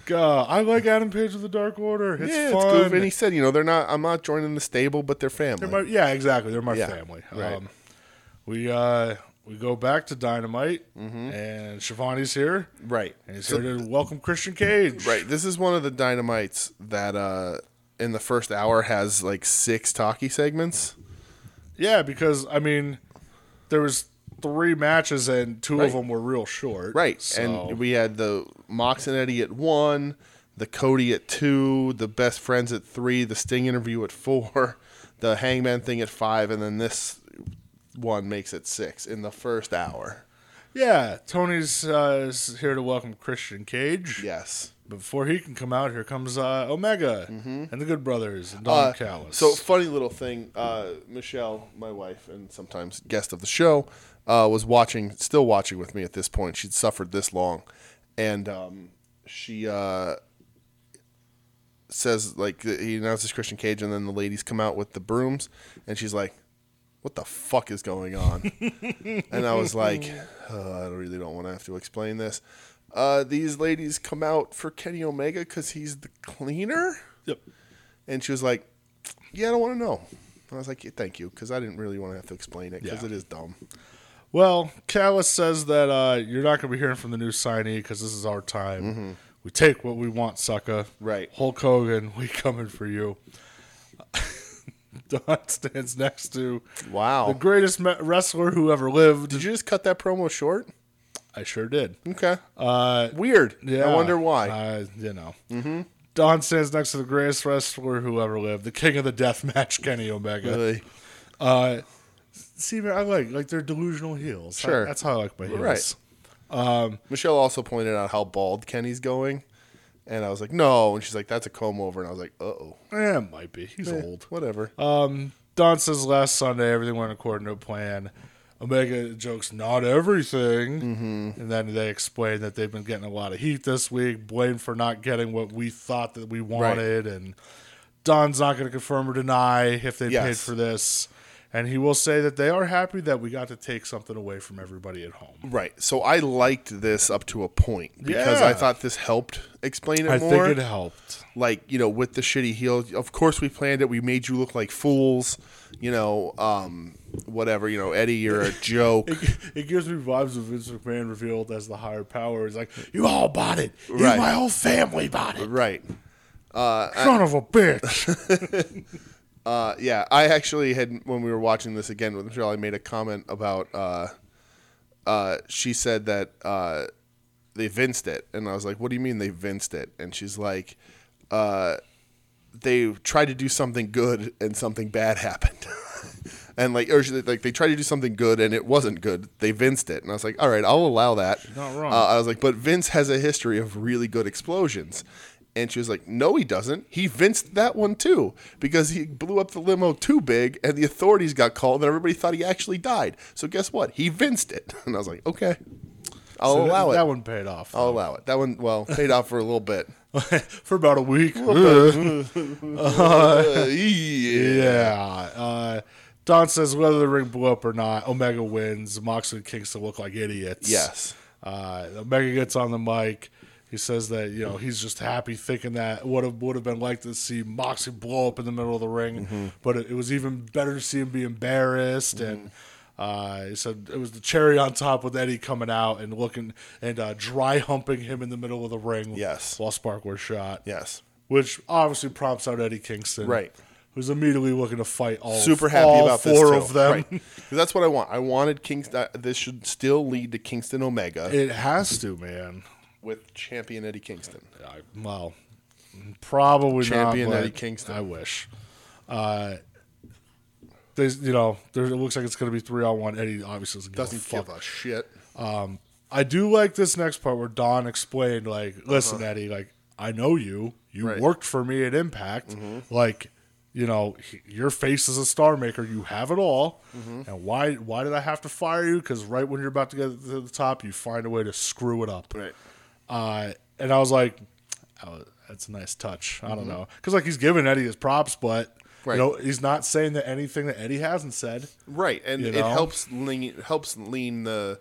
God, I like Adam Page of the Dark Order. It's
yeah,
fun.
it's goofy. And he said, you know, they're not. I'm not joining the stable, but they're family.
They're my- yeah, exactly. They're my
Yeah,
family.
right.
Um, we uh, we go back to Dynamite, and Shivani's here,
right.
and he's
Mm-hmm. So-
here to welcome Christian Cage.
right. This is one of the dynamites that uh, in the first hour has like six talkie segments.
Yeah, because I mean, there was three matches, and two
Right.
of them were real short.
Right.
So-
And we had the Mox and Eddie at one, the Cody at two, the best friends at three, the Sting interview at four, *laughs* the Hangman thing at five, and then this one makes it six in the first hour.
yeah, Tony's uh, is here to welcome Christian Cage.
Yes.
Before he can come out, here comes uh, Omega and the Good Brothers and Don
Mm-hmm. Uh,
Callis.
So funny little thing. Uh, Michelle, my wife, and sometimes guest of the show, uh, was watching, still watching with me at this point. She'd suffered this long, and um, she uh, says like he announces Christian Cage, and then the ladies come out with the brooms, and she's like, "What the fuck is going on?" and I was like, "Uh, I really don't want to have to explain this. Uh, these ladies come out for Kenny Omega because he's the cleaner.
Yep.
And she was like, "Yeah, I don't want to know." And I was like, yeah, "Thank you," because I didn't really want to have to explain it because
Yeah.
it is dumb.
Well, Callis says that uh, you're not going to be hearing from the new signee because this is our time. We take what we want, sucker.
Mm-hmm. Right.
Hulk Hogan, we coming for you. *laughs* Don stands next to
Wow.
the greatest me- wrestler who ever lived.
Did you just cut that promo short?
I sure did.
Okay.
Uh,
Weird.
yeah.
I wonder why.
Uh, you know. Mm-hmm. Don stands next to the greatest wrestler who ever lived, the king of the death match, *laughs* Kenny Omega.
Really.
Uh, see, man, I like like they're delusional heels. I-
Sure.
that's how I like my heels.
Right. Michelle also pointed out how bald Kenny's going, and I was like, "No," and she's like, "That's a comb over," and I was like, "Uh
*laughs*
oh."
Eh, it might be. He's old.
Whatever.
Um, Don says last Sunday everything went according to plan. Omega jokes not everything, mm-hmm. and then they explain that they've been getting a lot of heat this week, blamed for not getting what we thought that we wanted, and Don's not going to confirm or deny if they paid
Yes.
for this, and he will say that they are happy that we got to take something away from everybody at home.
right. So I liked this up to a point because
Yeah.
I thought this helped explain it
I
more.
think it helped. *laughs*
like you know with the shitty heel of course we planned it we made you look like fools you know um whatever you know eddie you're a joke
It gives me vibes of Vince McMahon revealed as the higher power. He's like, "You all bought it. You,
Right.
my whole family bought it.
right
Son of a bitch."
uh yeah i actually had when we were watching this again with michelle i made a comment about uh uh she said that uh they vinced it and i was like what do you mean they vinced it and she's like uh they tried to do something good and something bad happened. *laughs* and like or she- like they tried to do something good and it wasn't good. They vinced it. And I was like, "All right, I'll allow that."
not wrong.
Uh, I was like, "But Vince has a history of really good explosions." And she was like, "No, he doesn't. He vinced that one too because he blew up the limo too big and the authorities got called and everybody thought he actually died. So guess what? He vinced it." *laughs* And I was like, "Okay. I'll
So
allow
that,
it.
That one paid off
I'll allow it. That one well, paid off for a little bit.
*laughs*
*laughs*
for about a week. *laughs*
Uh, yeah.
yeah. Uh, Don says whether the ring blew up or not, Omega wins. Moxley kicks to look like idiots.
Yes.
Uh, Omega gets on the mic. He says that you know he's just happy thinking that would have would have been like to see Moxley blow up in the middle of the ring,
Mm-hmm.
but it, it was even better to see him be embarrassed. And uh, he said it was the cherry on top with Eddie coming out and looking and uh, dry humping him in the middle of the ring.
Yes.
while Spark was shot.
Yes.
which obviously prompts out Eddie Kingston,
Right.
Who's immediately looking to fight all
super happy
all
about
four
this too.
of them.
Right. 'Cause That's what I want. I wanted Kingston. This should still lead to Kingston Omega
It has to, man.
with champion Eddie Kingston.
I, well, Probably
Champion
not, but
Eddie Kingston.
I wish. Uh, there's, you know, there, it looks like it's going to be three on one. Eddie obviously doesn't,
Doesn't
give a fuck.
give a shit.
I do like this next part where Don explained, like, listen, Eddie, like, I know you. You
Uh-huh. Right. Mm-hmm.
worked for me at Impact. Like, you know, he- your face is a star maker. You have it all.
Mm-hmm.
And why why did I have to fire you? Because right when you're about to get to the top, you find a way to screw it up.
Right.
Uh, and I was like, oh, that's a nice touch. I don't know. Because, like, he's giving Eddie his props, but,
Mm-hmm. Right.
you know, he's not saying that anything that Eddie hasn't said.
Right, and
You
it
know?
helps lean helps lean the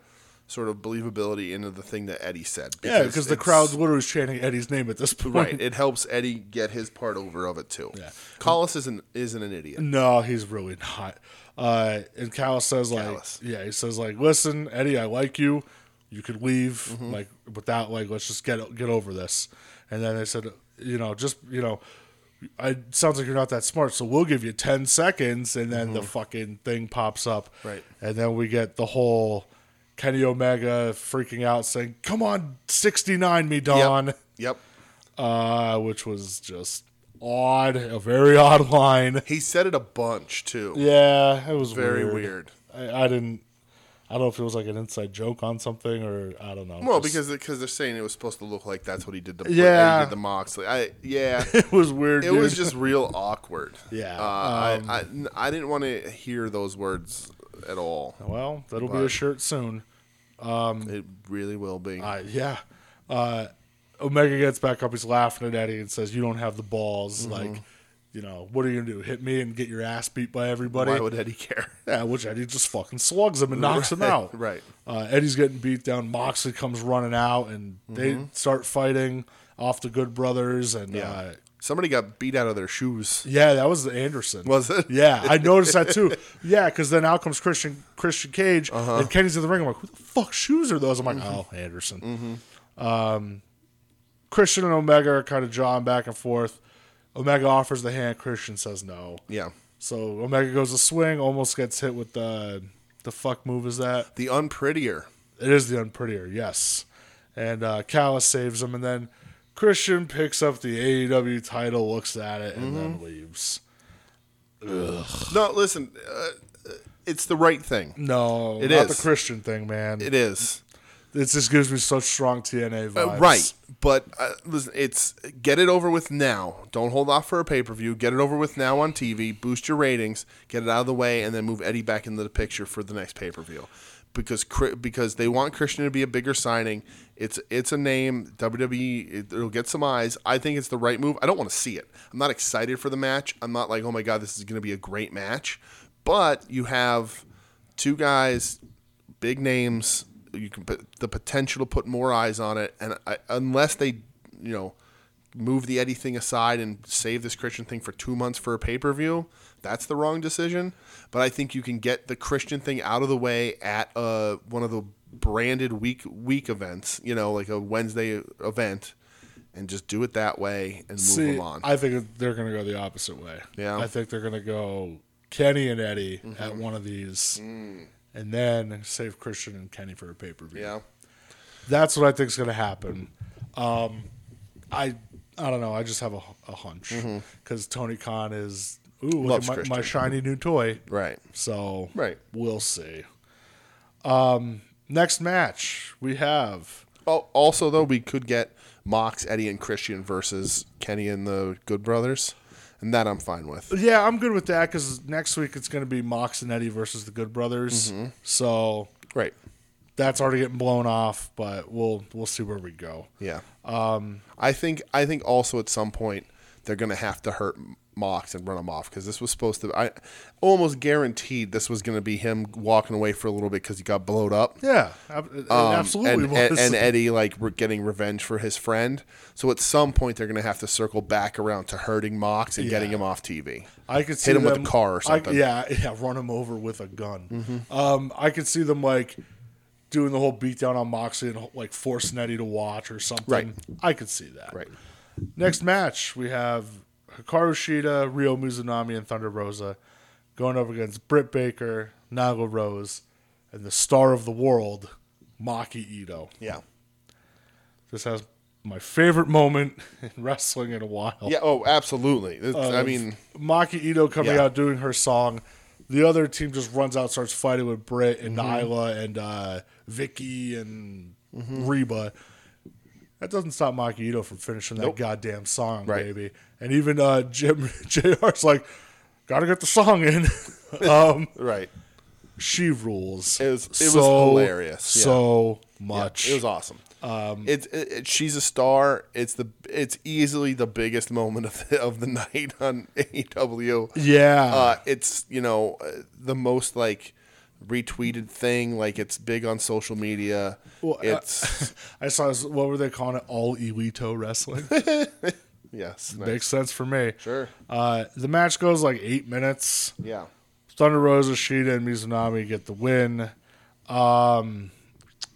sort of believability into the thing that Eddie said.
Yeah, because the
it's-
crowd's literally chanting Eddie's name at this point.
right. It helps Eddie get his part over of it too.
Yeah.
Collis isn't isn't an idiot.
No, he's really not. Uh, and Callis says like,
Callis.
yeah, he says like, listen, Eddie, I like you. You could leave
Mm-hmm.
like without like, let's just get get over this. And then they said, you know, just you know, I sounds like you're not that smart, so we'll give you ten seconds. And then the fucking thing pops up,
Mm-hmm. Right.
And then we get the whole Kenny Omega freaking out, saying, "Come on, sixty nine, me,
Yep.
Don,"
Yep.
uh, which was just odd, a very odd line.
He said it a bunch too.
Yeah, it was
Very
weird.
weird.
I, I didn't. I don't know if it was like an inside joke on something or I don't know.
Well,
Just-
because because they're saying it was supposed to look like that's what he did to what
Yeah.
Eddie did to Moxley. I
*laughs*
yeah.
it was weird.
It
dude.
was just real awkward.
*laughs* Yeah, um,
Uh, I, I I didn't want to hear those words at all.
well, that'll be a shirt soon.
It really will be.
Mm. I yeah. Uh, Omega gets back up. He's laughing at Eddie and says, "You don't have the balls."
Mm-hmm.
Like, you know, what are you gonna do? Hit me and get your ass beat by everybody?
Why would Eddie care? *laughs*
yeah, which Eddie just fucking slugs him and knocks him
Right, *laughs*
out.
right.
Uh, Eddie's getting beat down. Moxley comes running out, and
Mm-hmm.
they start fighting off the Good Brothers. And yeah, uh,
Somebody got beat out of their shoes.
yeah that was Anderson.
Was it?
Yeah, I noticed that too. Yeah, because then out comes Christian Christian Cage
Uh-huh.
and Kenny's in the ring. I'm like, who the fuck shoes are those? I'm like,
Mm-hmm.
oh, Anderson. Um, Christian and Omega are kind of jawing back and forth. Omega offers the hand. Christian says no.
Yeah.
So Omega goes to swing, almost gets hit with the the fuck move is that?
The unprettier.
It is the unprettier, yes. And uh, Callus saves him, and then Christian picks up the AEW title, looks at it,
Mm-hmm.
and then leaves.
No, listen. Uh, it's the right thing.
No,
It
not
is.
the Christian thing, man.
It is
It just gives me such strong TNA
Uh,
vibes.
right, but uh, listen. It's get it over with now. Don't hold off for a pay per view. Get it over with now on TV. Boost your ratings. Get it out of the way, and then move Eddie back into the picture for the next pay per view. Because Chri- because they want Christian to be a bigger signing. It's it's a name WWE. It, it'll get some eyes. I think it's the right move. I don't want to see it. I'm not excited for the match. I'm not like oh my god, this is going to be a great match. But you have two guys big names. You can put the potential to put more eyes on it, and I, unless they, you know, move the Eddie thing aside and save this Christian thing for two months for a pay per view, that's the wrong decision. But I think you can get the Christian thing out of the way at uh, one of the branded week week events, you know, like a Wednesday event, and just do it that way and move
See,
them on.
I think they're going to go the opposite way.
Yeah. Mm-hmm.
I think they're going to go Kenny and Eddie at one of these, and then save Christian and Kenny for a pay per view.
Mm. yeah,
That's what I think is going to happen. Um, I I don't know. I just have a, a hunch because Tony Khan is ooh look
Mm-hmm. Loves
at my, my
Christian.
shiny new toy.
right.
So
Right.
we'll see. Um, next match we have
Oh, also though, we could get Mox, Eddie, and Christian versus Kenny and the Good Brothers, and that I'm fine with.
Yeah, I'm good with that because next week it's going to be Mox and Eddie versus the Good Brothers.
Mm-hmm.
So
Right.
that's already getting blown off, but we'll we'll see where we go.
Yeah. Um, I think I think also at some point they're gonna have to hurt Mox and run him off because this was supposed to. I almost guaranteed this was gonna be him walking away for a little bit because he got blowed up.
Yeah, ab- it
Um,
absolutely.
and,
*laughs* was.
and, and Eddie like re- getting revenge for his friend. So at some point they're gonna have to circle back around to hurting Mox and getting him off TV.
I could see
him with a
them-
car or
I-
something. Mm-hmm.
yeah, yeah, run him over with a gun. Um, I could see them like doing the whole beatdown on Moxley and like forcing Eddie to watch or something.
Right.
I could see that.
Right.
Next match, we have Hikaru Shida, Ryo Mizunami, and Thunder Rosa going up against Britt Baker, Nago Rose, and the star of the world, Maki Ito.
Yeah.
This has my favorite moment *laughs* in wrestling in a while.
Yeah. Oh, absolutely. It's- I
of
mean,
Maki Ito coming
Yeah.
out doing her song. The other team just runs out, starts fighting with Britt and
Mm-hmm.
Nyla and uh, Vicky and Reba. That doesn't stop Maki Ito from finishing that goddamn song,
Right.
baby. And even uh, Jim *laughs* Jr's like, gotta get the song in.
*laughs*
um,
right.
she rules.
It was- it was hilarious, yeah.
So much. Um,
It was awesome. it's it, it- she's a star. It's the it's easily the biggest moment of the, *laughs* of the night on AEW.
yeah.
Uh, it's you know uh, the most like retweeted thing. Like it's big on social media.
Well, uh,
it's
*laughs* I saw this, what were they calling it? All
*laughs*
Iwito wrestling. *laughs*
yes, nice.
Makes sense for me.
Sure.
Uh, the match goes like eight minutes.
yeah.
Thunder Rosa, Sheeta, and Mizunami get the win. Um,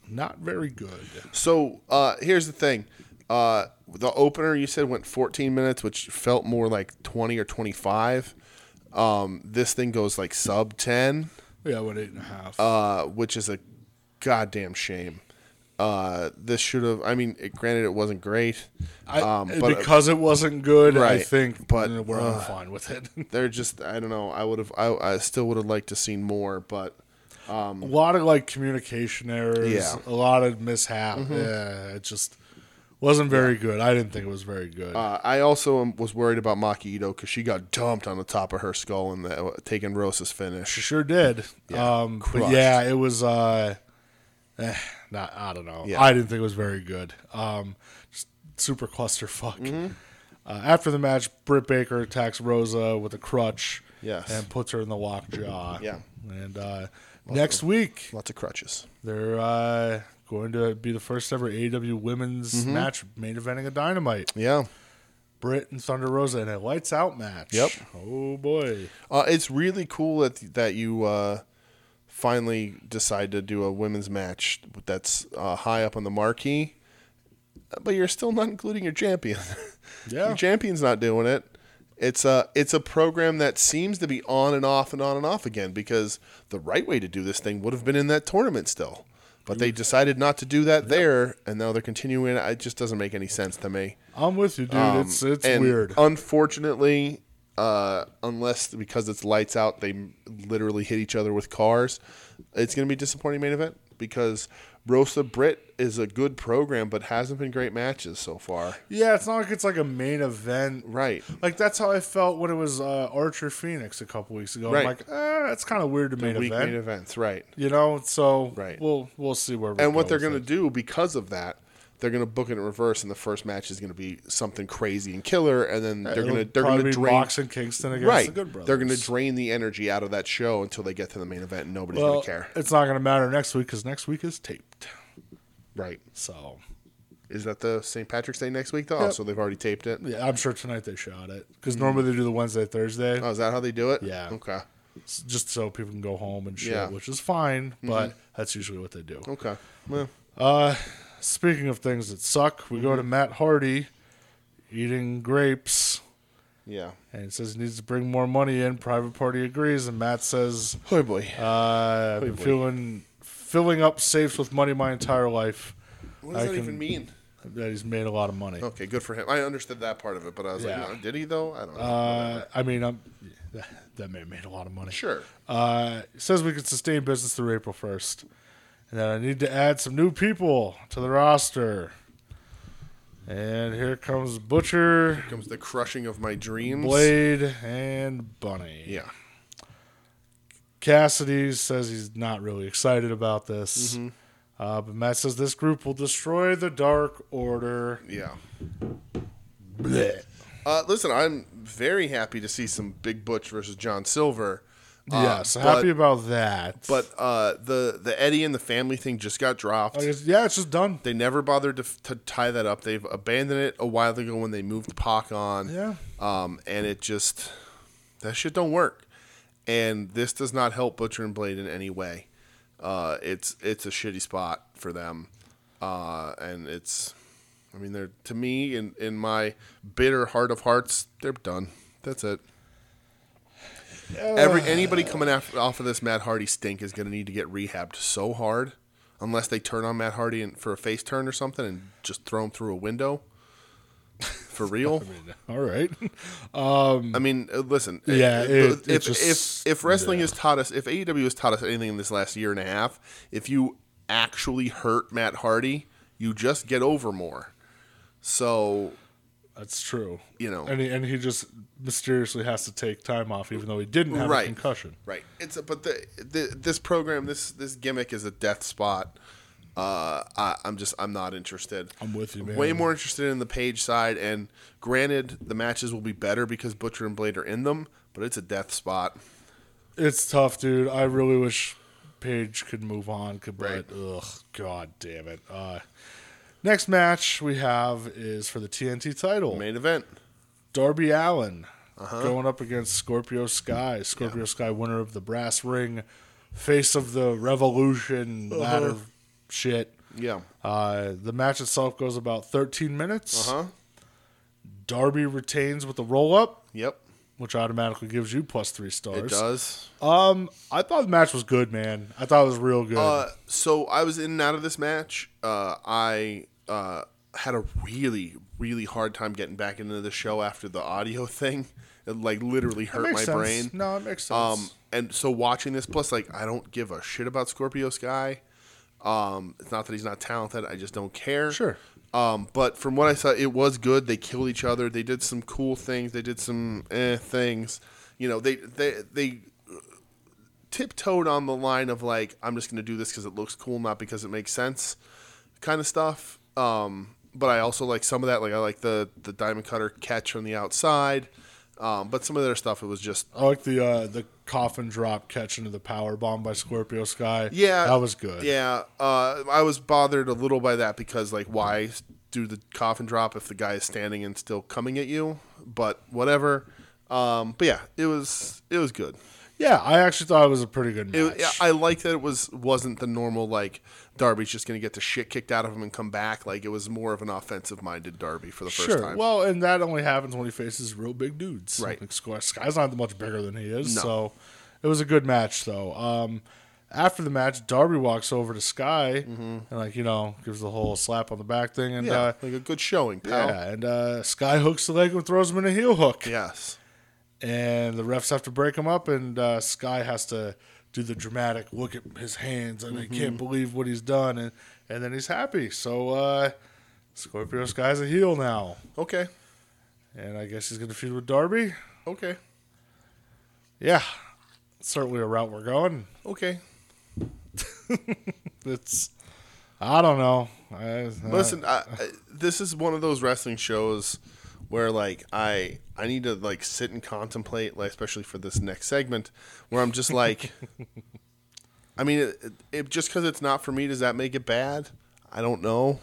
not very good.
So uh, here's the thing. Uh, the opener you said went 14 minutes, which felt more like 20 or 25. Um, this thing goes like sub 10.
Yeah, I went eight and a half.
uh, which is a goddamn shame. Uh, this should have. I mean, it, granted, it wasn't great.
I, uh,
um, but
because it wasn't good, I
Right,
think.
but,
But we're
uh,
all fine with it.
they're just. I don't know. I would have. I, I still would have liked to seen more, but
*laughs* a lot of like communication errors.
um, Yeah. Mm-hmm.
A lot of mishap. Yeah, it just wasn't very good. I didn't think it was very good.
uh, I also am, was worried about Maki Ito because she got dumped on the top of her skull and the, uh, taking Rosa's
She
finish.
sure did. um, but
crushed.
yeah, it was. Uh, eh, not I don't know.
Yeah.
I didn't think it was very good. Um, just super clusterfuck.
Mm-hmm.
Uh, after the match, Britt Baker attacks Rosa with a crutch.
Yes.
and puts her in the lock jaw.
Yeah.
and uh, next week
Lots of crutches.
they're uh, going to be the first ever AEW Women's
Mm-hmm.
match main eventing a Dynamite.
Yeah.
Britt and Thunder Rosa in a lights out match.
Yep.
Oh boy.
Uh, it's really cool that that you uh, finally decide to do a women's match that's uh, high up on the marquee, but you're still not including your champion. *laughs*
Yeah.
your champion's not doing it. It's a it's a program that seems to be on and off and on and off again because the right way to do this thing would have been in that tournament still, but they decided not to do that there, and now they're continuing. It just doesn't make any sense to me.
I'm with you, dude.
Um,
it's it's
and
weird.
Unfortunately, uh, unless because it's lights out, they m- literally hit each other with cars. It's going to be a disappointing main event because Rosa Britt is a good program, but hasn't been great matches so far.
Yeah, it's not like it's like a main event.
Right.
Like that's how I felt when it was uh, Archer Phoenix a couple weeks ago.
Right.
I'm like, eh, that's kind of weird to main
Weak
event.
main events, right?
You know, so
Right.
we'll we'll see where we
And what
go
they're
with
going to
it.
do because of that. They're gonna book it in reverse, and the first match is gonna be something crazy and killer, and then they're
It'll
gonna they're
probably
gonna
be
drain
Mox and Kingston against
right.
the Good Brothers.
they're gonna drain the energy out of that show until they get to the main event, and nobody's
well,
gonna care.
It's not gonna matter next week because next week is taped.
Right?
So
Is that the St. Patrick's Day next week though? Oh,
Yep.
so they've already taped it.
yeah, I'm sure tonight they shot it because
Mm.
normally they do the Wednesday Thursday
Oh, is that how they do it?
Yeah.
Okay.
s- just so people can go home and shit,
Yeah. Mm-hmm.
which is fine. But that's usually what they do.
Okay. Well,
Uh, speaking of things that suck, we go to Matt Hardy eating grapes,
yeah.
and he says he needs to bring more money in. Private party agrees, and Matt says,
Oh boy.
uh, "I've been
boy.
feeling filling up safes with money my entire life.
what does
I
that
can-
even mean?
That he's made a lot of money.
Okay, good for him. I understood that part of it, but I was
Yeah.
like, no, did he though? I don't know.
Uh, I mean, I'm." *laughs* That man made a lot of money.
sure.
Uh, he says we can sustain business through April 1st. And that I need to add some new people to the roster. And here comes Butcher,
Comes the crushing of my dreams.
Blade, and Bunny.
Yeah.
Cassidy says he's not really excited about this.
Mm-hmm.
Uh, but Matt says this group will destroy the Dark Order.
Yeah.
Blech.
Uh, listen, I'm very happy to see some Big Butch versus John Silver. Uh,
yeah, so
but-
happy about that.
But uh, the the Eddie and the family thing just got dropped.
I guess- yeah, it's just done. *laughs*
They never bothered to, to tie that up. They've abandoned it a while ago when they moved Pac on.
Yeah.
Um, and it just that shit don't work. And this does not help Butcher and Blade in any way. Uh, it's it's a shitty spot for them. Uh, and it's, I mean, they're to me in in my bitter heart of hearts, they're done. That's it. Every anybody coming af off of this Matt Hardy stink is going to need to get rehabbed so hard. unless they turn on Matt Hardy and, for a face turn or something and just throw him through a window. For
*laughs*
real,
All right.
I mean, uh, listen.
Yeah,
if,
it-
if,
it just-
if if wrestling has taught us, if AEW has taught us anything in this last year and a half, if you actually hurt Matt Hardy, you just get over more. So
That's true.
You know.
and he, and he just mysteriously has to take time off, even though he didn't have
Right.
a concussion.
Right. It's a, but the, the this program this this gimmick is a death spot. Uh, I, I'm just I'm not interested.
I'm with you, man.
Way more interested in the page side, and granted, the matches will be better because Butcher and Blade are in them. But it's a death spot.
It's tough, dude. I really wish Paige could move on, could- but ugh, god damn it. Uh, next match we have is for the TNT title.
Main event.
Darby Allen going up against Scorpio Sky. Scorpio Sky, winner of the Brass Ring, face of the Revolution ladder shit.
Yeah.
Uh, the match itself goes about 13 minutes.
Huh.
Darby retains with the roll up,
Yep.
which automatically gives you plus three
It
stars.
does.
Um, I thought the match was good, man. I thought it was real good.
Uh, so I was in and out of this match. Uh, I uh, had a really, really hard time getting back into the show after the audio *laughs* thing. It like literally hurt my
Makes sense.
brain.
No, it makes sense.
Um, and so watching this, plus like I don't give a shit about Scorpio Sky. Um, it's not that he's not talented. I just don't care.
Sure.
Um, but from what I saw, it was good. They killed each other. They did some cool things. They did some eh, things. You know, they they they tiptoed on the line of like I'm just gonna do this because it looks cool, not because it makes sense, kind of stuff. Um, but I also like some of that. Like I like the the diamond cutter catch from the outside. Um, but some of their stuff, it was just
I like the uh, the coffin drop catch into the power bomb by Scorpio Sky.
Yeah,
that was good.
Yeah, uh, I was bothered a little by that because like, why do the coffin drop if the guy is standing and still coming at you? But whatever. Um, but yeah, it was it was good.
Yeah, I actually thought it was a pretty good match.
It, I like that it was wasn't the normal like Darby's just gonna get the shit kicked out of him and come back. Like it was more of an offensive minded Darby for the first
sure.
time.
Well, and that only happens when he faces real big dudes.
Right.
Like Sky- Sky's not much bigger than he is,
No.
so it was a good match though. Um, after the match, Darby walks over to Sky and like you know gives the whole slap on the back thing, and
Mm-hmm. yeah,
uh,
like a good showing, pal.
yeah, and uh, Sky hooks the leg and throws him in a heel hook.
Yes.
and the refs have to break him up, and uh, Sky has to do the dramatic look at his hands, and
Mm-hmm.
he can't believe what he's done, and, and then he's happy. So uh, Scorpio Sky's a heel now,
Okay.
and I guess he's gonna feud with Darby.
Okay.
Yeah, certainly a route we're going.
Okay.
It's I don't know. I, uh,
Listen, I, I, this is one of those wrestling shows where like I I need to like sit and contemplate, like especially for this next segment, where I'm just like, I mean, it, it, it, just because it's not for me, does that make it bad? I don't know.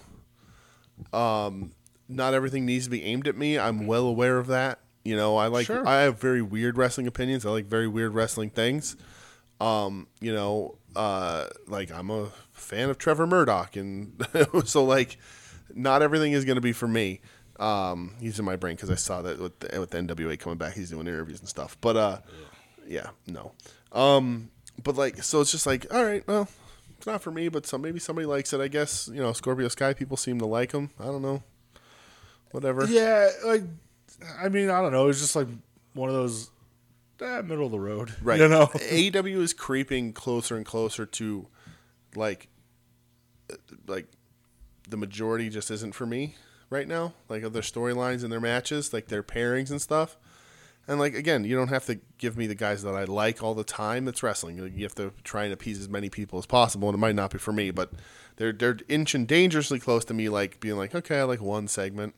Um, not everything needs to be aimed at me. I'm well aware of that. You know, I like
Sure.
I have very weird wrestling opinions. I like very weird wrestling things um, you know, uh, like I'm a fan of Trevor Murdoch, and *laughs* so like, not everything is going to be for me. Um, he's in my brain because I saw that with the, with the NWA coming back, he's doing interviews and stuff. But uh, yeah, no. Um, but like, so it's just like, all right, well, it's not for me, but some maybe somebody likes it. I guess you know, Scorpio Sky people seem to like him. I don't know, whatever.
yeah, like I mean, I don't know. It's just like one of those eh, middle of the road,
Right. Eh.
You know,
AEW is creeping closer and closer to like uh, like the majority just isn't for me right now. Like of their storylines and their matches, like their pairings and stuff. And like again, you don't have to give me the guys that I like all the time. That's wrestling. You- You have to try and appease as many people as possible, and it might not be for me, but they're they're inching dangerously close to me, like being like, okay, I like one segment.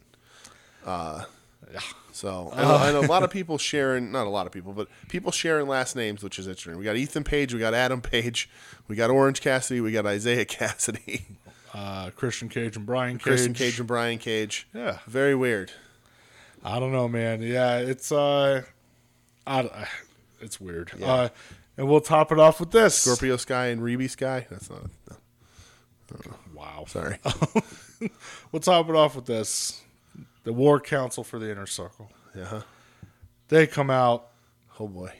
So and, and a lot of people sharing, not a lot of people, but people sharing last names, which is interesting. We got Ethan Page, we got Adam Page, we got Orange Cassidy, we got Isaiah *laughs* Cassidy,
uh, Christian Cage and Brian Cage.
Christian Cage, and Brian Cage.
Yeah.
very weird.
I don't know, man. Yeah, it's uh, I, *sighs* don't- it's weird. Uh, and we'll top it off with this.
Scorpio Sky and Reby Sky. That's not. No,
Wow.
sorry.
*laughs* We'll top it off with this. The War Council for the Inner Circle.
Yeah.
They come out.
Oh boy.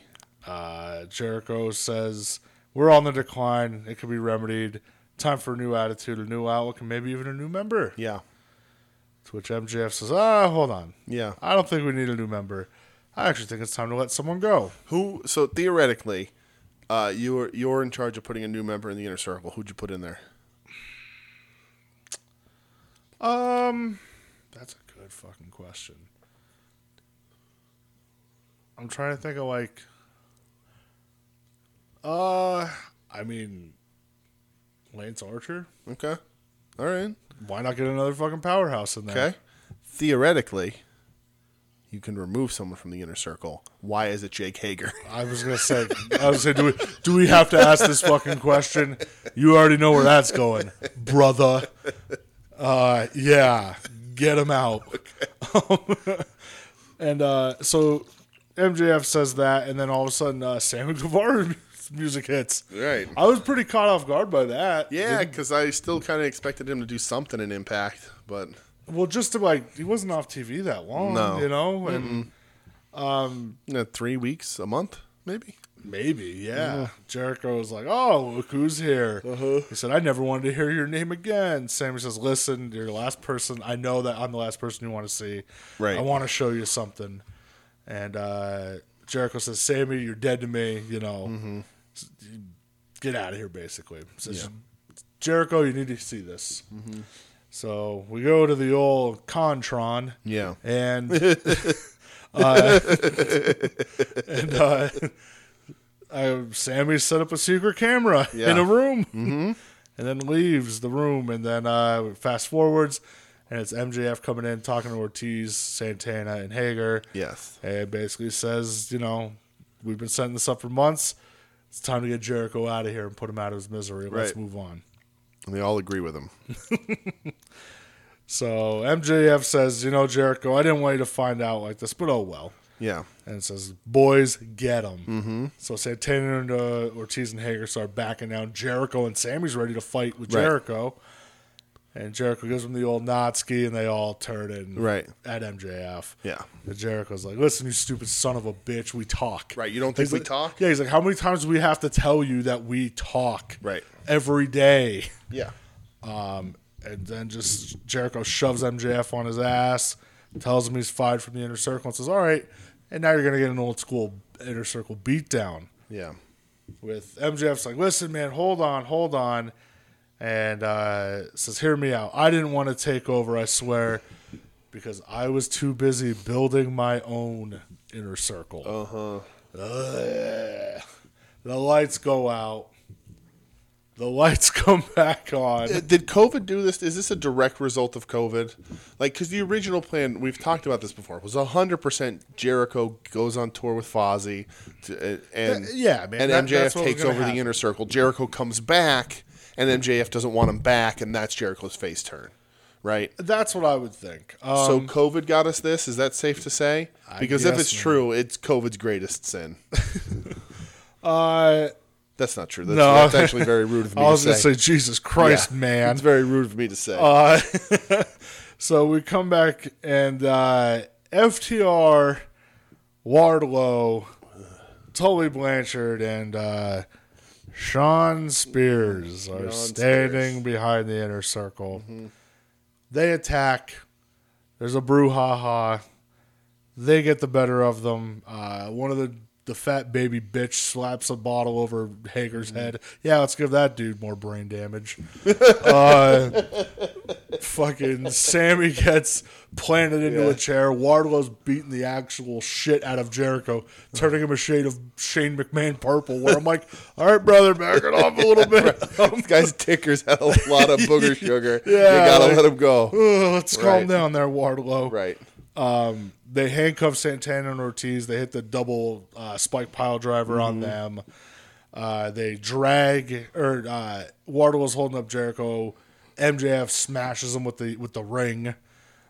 Uh, Jericho says we're on the decline. It could be remedied. Time for a new attitude, a new outlook, and maybe even a new member.
Yeah.
To which MJF says, ah, hold on.
Yeah.
I don't think we need a new member. I actually think it's time to let someone go.
Who? So theoretically, uh, you're you're in charge of putting a new member in the inner circle. Who'd you put in there?
Um, that's a good fucking question. I'm trying to think of like, uh, I mean, Lance Archer.
Okay. All right.
Why not get another fucking powerhouse in there?
Okay. Theoretically, you can remove someone from the inner circle. Why is it Jake *laughs* Hager?
I was gonna say, I was gonna do we, do we have to ask this fucking question? You already know where that's going, brother. Uh, yeah, get him out. *laughs* and uh, so MJF says that, and then all of a sudden, uh, Sammy Guevara *laughs* music hits.
Right.
I was pretty caught off guard by that.
Yeah, because I still kind of expected him to do something in Impact, but
Well, just to like, he wasn't off TV that long,
No.
you know, and
you know, three weeks, a month, maybe.
Maybe, yeah. Jericho was like, "Oh, look who's here." He said, "I never wanted to hear your name again." Sammy says, "Listen, you're the last person. I know that I'm the last person you want to see.
Right.
I want to show you something." And uh, Jericho says, "Sammy, you're dead to me. You know, S- get out of here." Basically, says, Jericho, you need to see this. So we go to the old Contron.
Yeah. *laughs*
And uh, and uh, I, Sammy set up a secret camera
Yeah. Mm-hmm.
in a room, *laughs* and then leaves the room, and then uh, fast forwards, and it's MJF coming in talking to Ortiz, Santana, and Hager,
Yes.
and basically says, you know, we've been setting this up for months. It's time to get Jericho out of here and put him out of his misery. Let's
Right.
move on.
And they all agree with him.
So MJF says, you know, Jericho, I didn't want you to find out like this, but oh well.
Yeah.
and it says, "Boys, get them." Mm-hmm. So Santana and uh, Ortiz and Hager start backing down. Jericho and Sammy's ready to fight with
Right.
Jericho, and Jericho gives him the old Natsuki, and they all turn in
Right.
at MJF.
Yeah.
and Jericho's like, "Listen, you stupid son of a bitch, we talk."
Right, you don't think
He's
we
like-
talk?
Yeah, he's like, "How many times do we have to tell you that we talk?"
Right.
every day.
Yeah.
Um, and then just Jericho shoves MJF on his ass, tells him he's fired from the inner circle, and says, "All right, and now you're gonna get an old school inner circle beatdown."
Yeah.
With MJF's like, "Listen, man, hold on, hold on," and uh, says, "Hear me out. I didn't want to take over. I swear." Because I was too busy building my own inner circle.
Uh-huh.
Ugh. The lights go out. The lights *laughs* come back on.
Uh, Did COVID do this? Is this a direct result of COVID? Like, because the original plan, we've talked about this before, was 100% Jericho goes on tour with Fozzy to, uh, and,
Th- yeah, man,
and
that- that's
MJF
what was
takes
gonna
over
happen.
the inner circle. Jericho comes back, and MJF doesn't want him back, and that's Jericho's face turn, right?
That's what I would think. Um,
so COVID got us this. Is that safe to say? Because if
guess,
it's
man.
true, it's COVID's greatest sin. *laughs*
uh,
That's not true. That's,
No.
that's actually very rude
*laughs*
of me
I was
to
going
say.
to say, Jesus Christ,
Yeah.
man.
It's very rude of me to say.
*laughs* Uh, *laughs* so we come back and uh, FTR, Wardlow, Tully Blanchard, and uh, Sean Spears are standing behind the inner circle.
Mm-hmm.
They attack. There's a brouhaha. They get the better of them. Uh, one of the the fat baby bitch slaps a bottle over Hager's head. Yeah, let's give that dude more brain damage Uh, fucking Sammy gets planted into a chair. Wardlow's beating the actual shit out of Jericho, turning him a shade of Shane McMahon purple. Where I'm like, all right, brother, back it off a little bit. Um,
This
*laughs*
guy's ticker's had a lot of booger sugar.
Yeah,
you gotta
like-
let him go.
ugh, let's calm
Right.
down there, Wardlow.
Right.
Um, they handcuff Santana and Ortiz. They hit the double uh, spike pile driver on
Mm-hmm.
them. Uh, they drag or uh, Wardlow's holding up Jericho. MJF smashes him with the with the ring,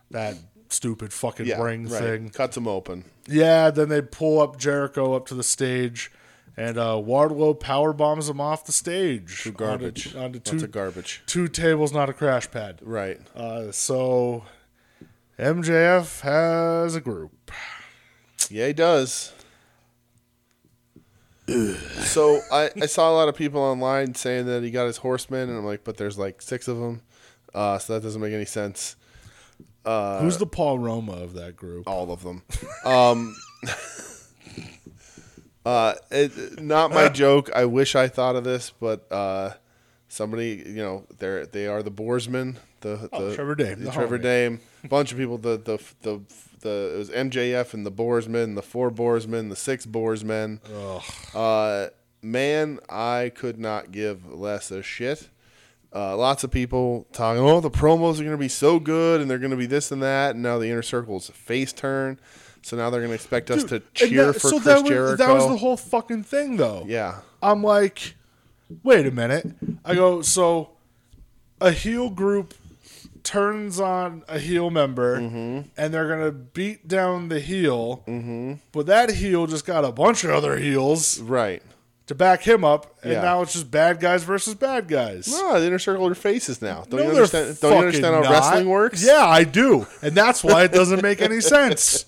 that stupid fucking
Yeah.
ring
right.
thing.
Cuts him open.
Yeah, then they pull up Jericho up to the stage, and uh, Wardlow power bombs him off the stage. Through
Garbage.
onto, onto
Lots
two
of garbage.
two tables, not a crash pad.
Right.
Uh, so MJF has a group. *sighs*
Yeah, he does. So I, I saw a lot of people online saying that he got his horsemen, and I'm like, but there's like six of them, uh, so that doesn't make any sense. Uh,
Who's the Paul Roma of that group?
All of them. Um, *laughs* uh, it, not
*laughs*
my joke. I wish I thought of this, but uh, somebody, you know, they're they are the Boersmen, the, the
Oh, Trevor Dame,
the
the
Trevor
homie.
Dame, bunch of people. The the the the it was MJF and the Boersmen, the four Boersmen, the six Boersmen.
Oh,
Uh, man, I could not give less a shit. Uh, lots of people talking, oh, the promos are going to be so good and they're going to be this and that. And now the inner circle's face turn. So now they're going to expect us to
And
cheer
that-
for
so
Chris
that was,
Jericho.
That was the whole fucking thing, though.
yeah.
I'm like, wait a minute. I go, so a heel group turns on a heel member
Mm-hmm.
and they're going to beat down the heel. Mm-hmm. But that heel just got a bunch of other heels
Right.
to back him up. And
Yeah.
now it's just bad guys versus bad guys.
No, Ah, the inner circle are faces now. Don't
No,
you
they're
understand? Don't you understand how
fucking not.
wrestling works?
Yeah, I do, and that's why it doesn't make
*laughs*
any sense.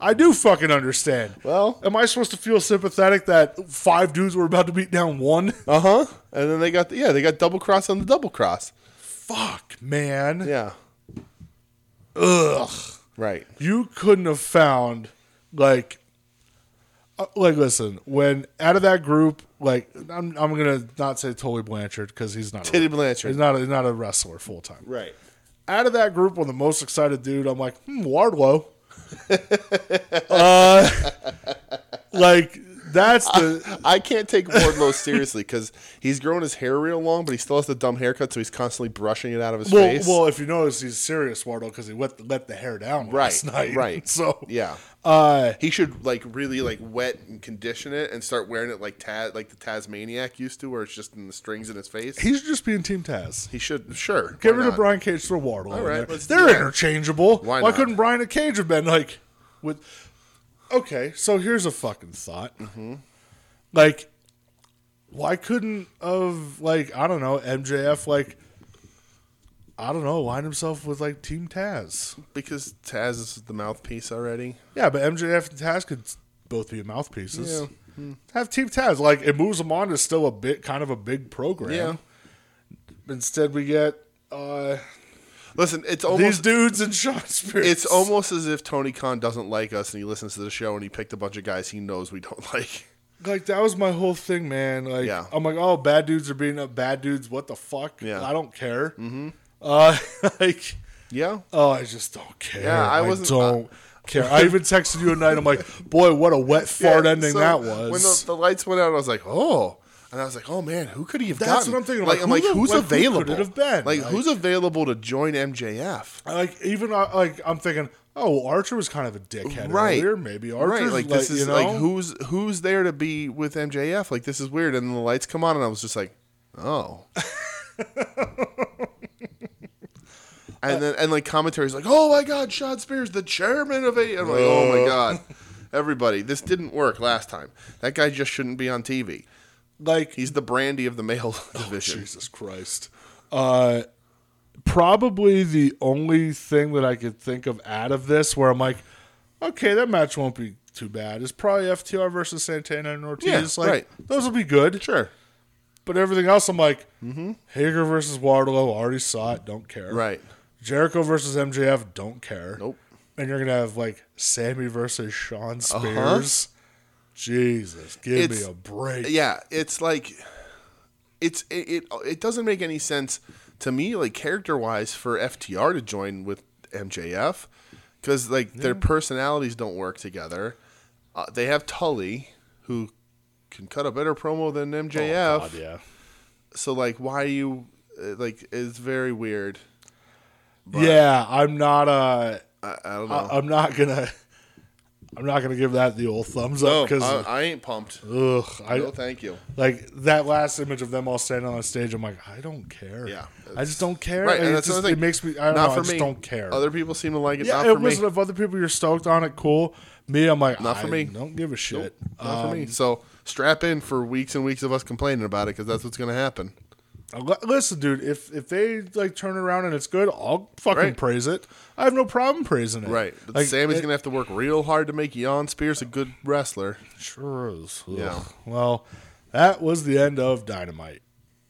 I do fucking understand.
Well-
am I supposed to feel sympathetic that five dudes were about to beat down one?
Uh huh. And then they got the, yeah they got double cross on the double cross.
Fuck, man.
Yeah.
Ugh.
Right.
You couldn't have found like, uh, like listen, when out of that group, like I'm, I'm gonna not say Tully Blanchard because he's not
Teddy
a,
Blanchard.
He's not a, he's not a wrestler full time.
Right.
out of that group, one of the most excited dude. I'm like, hmm, Wardlow. uh, like that's the
I can't take Wardlow seriously because he's grown his hair real long, but he still has the dumb haircut, so he's constantly brushing it out of his
well,
face.
well. If you notice, he's serious Wardlow because he let the, let the hair down
Right,
last night.
right.
*laughs* So
yeah,
uh,
he should like really like wet and condition it and start wearing it like Taz, like the Tasmaniac used to, where it's just in the strings in his face. He,
he should just be in Team Taz.
should sure
Get
why
rid of
not?
Brian Cage for Wardlow. in
right,
there.
let's do
They're
that.
interchangeable.
Why not?
couldn't Brian and Cage have been like with? Okay, so here's a fucking thought.
Mm-hmm.
Like, why couldn't of like I don't know MJF like I don't know line himself with like Team Taz?
because Taz is the mouthpiece already.
Yeah, but MJF and Taz could both be mouthpieces.
hmm.
Have Team Taz like it moves them on to still a bit kind of a big program.
Yeah.
Instead, we get. uh
Listen, it's almost
these dudes in Sean Spears.
it's almost as if Tony Khan doesn't like us and he listens to the show and he picked a bunch of guys he knows we don't *laughs* like.
like that was my whole thing, man. Like
Yeah.
I'm like, oh, bad dudes are beating up bad dudes. What the fuck?
Yeah.
I don't care. Mm-hmm. Uh, *laughs* like,
Yeah,
oh, I just don't care.
Yeah, I
I,
wasn't-
don't care. I even texted you at night.
*laughs*
I'm like, boy, what a wet fart
Yeah,
ending
so
that
When
was.
the, the lights went out, I was like, oh. And I was like, oh man, who could he have
That's
gotten?
what I'm thinking. I'm
Like,
like,
I'm like,
who the-
who's
like, who could it
available?
have been?
Like,
Like-
who's available to join MJF?
like even uh, like I'm thinking, oh, well, Archer was kind of a dickhead
Right.
earlier. Maybe Archer's
right. Like, this is
you know?
like who's who's there to be with MJF? Like this is weird. And then the lights come on and I was just like,
*laughs*
oh. and then and like commentaries like, oh my god, Sean Spears, the chairman of a I'm like, oh my god. Everybody, this didn't work last time. That guy just shouldn't be on TV.
like
He's the brandy of the *laughs* male division.
Jesus Christ. Uh, probably the only thing that I could think of out of this where I'm like, okay, that match won't be too bad is probably FTR versus Santana and Ortiz.
Yeah,
like,
right.
those will be good.
Sure. Mm-hmm.
But everything else, I'm like, Hager versus Wardlow, already saw it, don't care.
Right.
Jericho versus MJF, don't care.
Nope.
And you're going to have like Sammy versus Sean Spears. Jesus, give
Uh-huh. It's- E
me a break.
Yeah, it's like it's it, it it doesn't make any sense to me like character-wise for FTR to join with MJF cuz like their personalities don't work together. Uh, they have Tully who can cut a better promo than
Oh,
MJF.
God, yeah.
So like why are you uh, like it's very weird.
yeah, I'm not uh
I, I don't know.
I, I'm not gonna. I'm not gonna give that the old thumbs
no,
up because
I, I ain't pumped.
ugh, I
No, thank you.
like that last image of them all standing on a stage. I'm like, I don't care.
Yeah,
I just don't care.
Right,
Like,
and
it
that's
just-
another thing.
It makes me. I don't
not
know,
for
I just
me.
don't care.
Other people seem to like it.
yeah,
not
it
for me. Um,
wasn't if other people you're stoked on it. Cool. Me, I'm like,
Not for
I
me.
Don't give a shit. Uh,
Not for me. So strap in for weeks and weeks of us complaining about it because that's what's going to happen.
I'll- Listen, dude, if if they like turn around and it's good, I'll fucking
Right.
praise it. I have no problem praising it.
Right. But
Like,
Sammy's
it-
going to have to work real hard to make Jan Spears a good wrestler.
Sure is.
Yeah.
Yeah. Well, that was the end of Dynamite.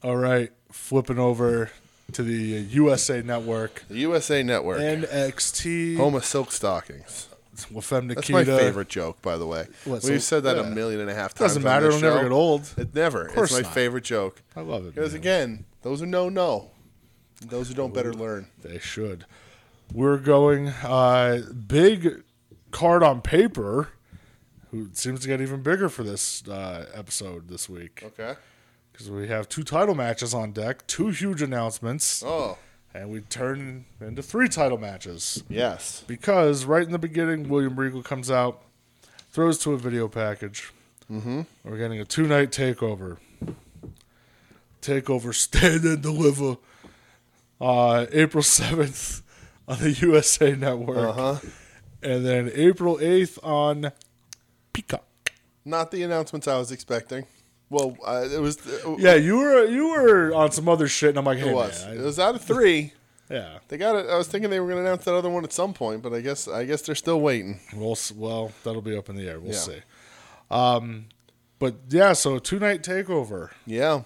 All right, flipping over to the USA Network,
The USA Network.
NXT.
Home of Silk Stockings.
Wafem
That's
Nikita.
my favorite joke, by the way.
What,
We've
so-
said that
yeah.
a million and a half times.
Doesn't
on
matter.
this
It'll never
show.
get old.
It never.
course
It's my
not.
favorite joke.
I love it.
Because
man.
again, those who know know. Those who don't better learn.
They should. We're going uh, big card on paper. Who seems to get even bigger for this uh, episode this week
Okay.
because we have two title matches on deck, two huge announcements,
Oh
and we turn into three title matches.
yes.
because right in the beginning, William Regal comes out, throws to a video package. Mm-hmm. We're getting a two night takeover. Takeover, stand and deliver. Uh, April *laughs* 7th on the USA Network.
Uh-huh.
And then April 8th on Peacock.
Not the announcements I was expecting. Well, uh, it was. uh,
Yeah, you were you were on some other shit, and I'm like, hey,
it was.
man, I-
It was out of three.
yeah.
They got it. I was thinking they were going to announce that other one at some point, but I guess I guess they're still waiting.
We'll s- well, that'll be up in the air. We'll
Yeah.
see. Um, but yeah, so two night takeover.
Yeah.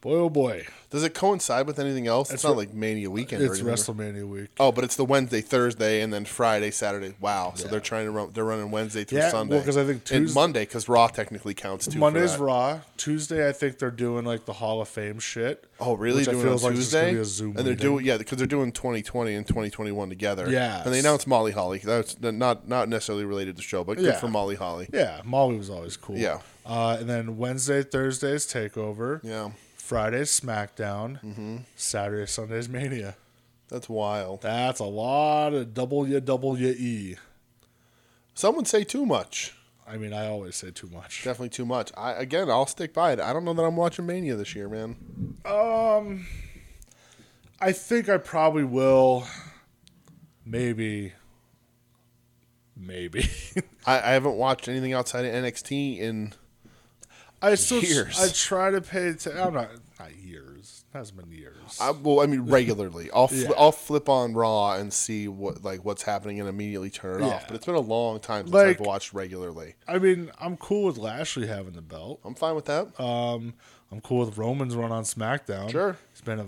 Boy, oh boy.
Does it coincide with anything else? It's,
It's
not
re-
like Mania weekend. or
It's
anything.
WrestleMania week.
Oh, but it's the Wednesday, Thursday, and then Friday, Saturday. Wow! So they're trying to run. They're running Wednesday through
Yeah,
Sunday.
well, 'cause I think
and
Tues-
Monday because Raw technically counts too.
Monday's
for that.
Raw. Tuesday, I think they're doing like the Hall of Fame shit.
Oh, really?
Which I
doing
feel
it
is
on
like it's just gonna
Tuesday,
be a Zoom
and they're
meeting.
doing yeah because they're doing 2020 and 2021 together.
Yes.
and they announced Molly Holly. That's not not necessarily related to the show, but good
Yeah.
for Molly Holly.
Yeah, Molly was always cool.
Yeah.
Uh, and then Wednesday, Thursday's Takeover.
Yeah,
Friday's SmackDown. Mm-hmm. Saturday, Sunday's Mania.
that's wild.
That's a lot of WWE.
Some would say too much.
I mean, I always say too much.
Definitely too much. I again, I'll stick by it. I don't know that I'm watching Mania this year, man.
I think I probably will. Maybe. Maybe. *laughs*
I, I haven't watched anything outside of NXT in
I still
Years.
I try to pay attention. I'm not not years. It hasn't been years.
I, well, I mean, regularly. I'll fl-
Yeah.
I'll flip on Raw and see what like what's happening and immediately turn it
Yeah.
off. But it's been a long time since I've
Like-
watched regularly.
I mean, I'm cool with Lashley having the belt.
I'm fine with that.
Um, I'm cool with Roman's run on SmackDown.
Sure.
it's been a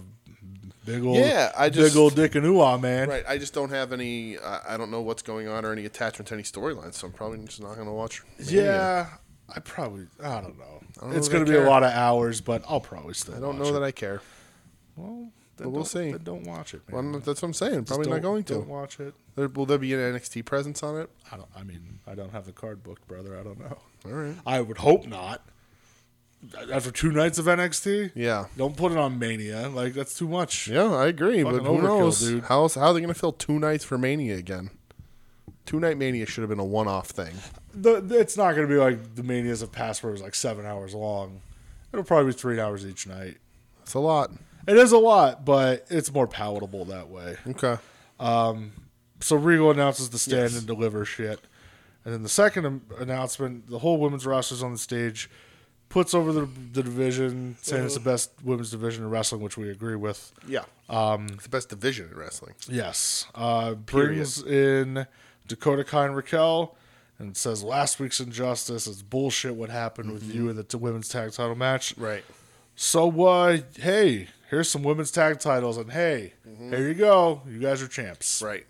big old
Yeah, I just-
big old dick and ooh man.
right. I just don't have any. I I don't know what's going on or any attachment to any storylines, so I'm probably just not going to watch. Mania.
Yeah, I probably I don't know.
don't know
it's
that I
gonna be a
care.
lot of hours, but I'll probably still.
I don't know that I care.
Well,
but we'll see.
Then don't watch it. Man.
Well, I'm not- that's what I'm saying.
Just
Probably not
don't-
going
Don't
to.
watch it.
There, will there be an NXT presence on it?
I don't. I mean, I don't have the card booked, brother. I don't know.
All right.
I would hope not. After two nights of NXT,
Yeah.
don't put it on Mania. Like that's too much.
Yeah, I agree.
Fucking
but who
overkill,
knows?
dude.
How else, how are they going to fill two nights for Mania again? Two night Mania should have been a one off thing.
The, the- it's not going to be like the Manias of past where it was like seven hours long. It'll probably be three hours each night.
It's a lot.
It is a lot, but it's more palatable that way.
Okay.
So Regal announces the stand
Yes.
and deliver shit, and then the second am- announcement, the whole women's roster's on the stage, puts over the, the division, saying it's the best women's division in wrestling, which we agree with.
Yeah. Um, it's the best division in wrestling.
Yes. Uh, brings in Dakota Kai and Raquel and says last week's injustice is bullshit what happened with you in the t- women's tag title match.
Right.
So, uh, hey, here's some women's tag titles. And hey, here you go. You guys are champs.
Right.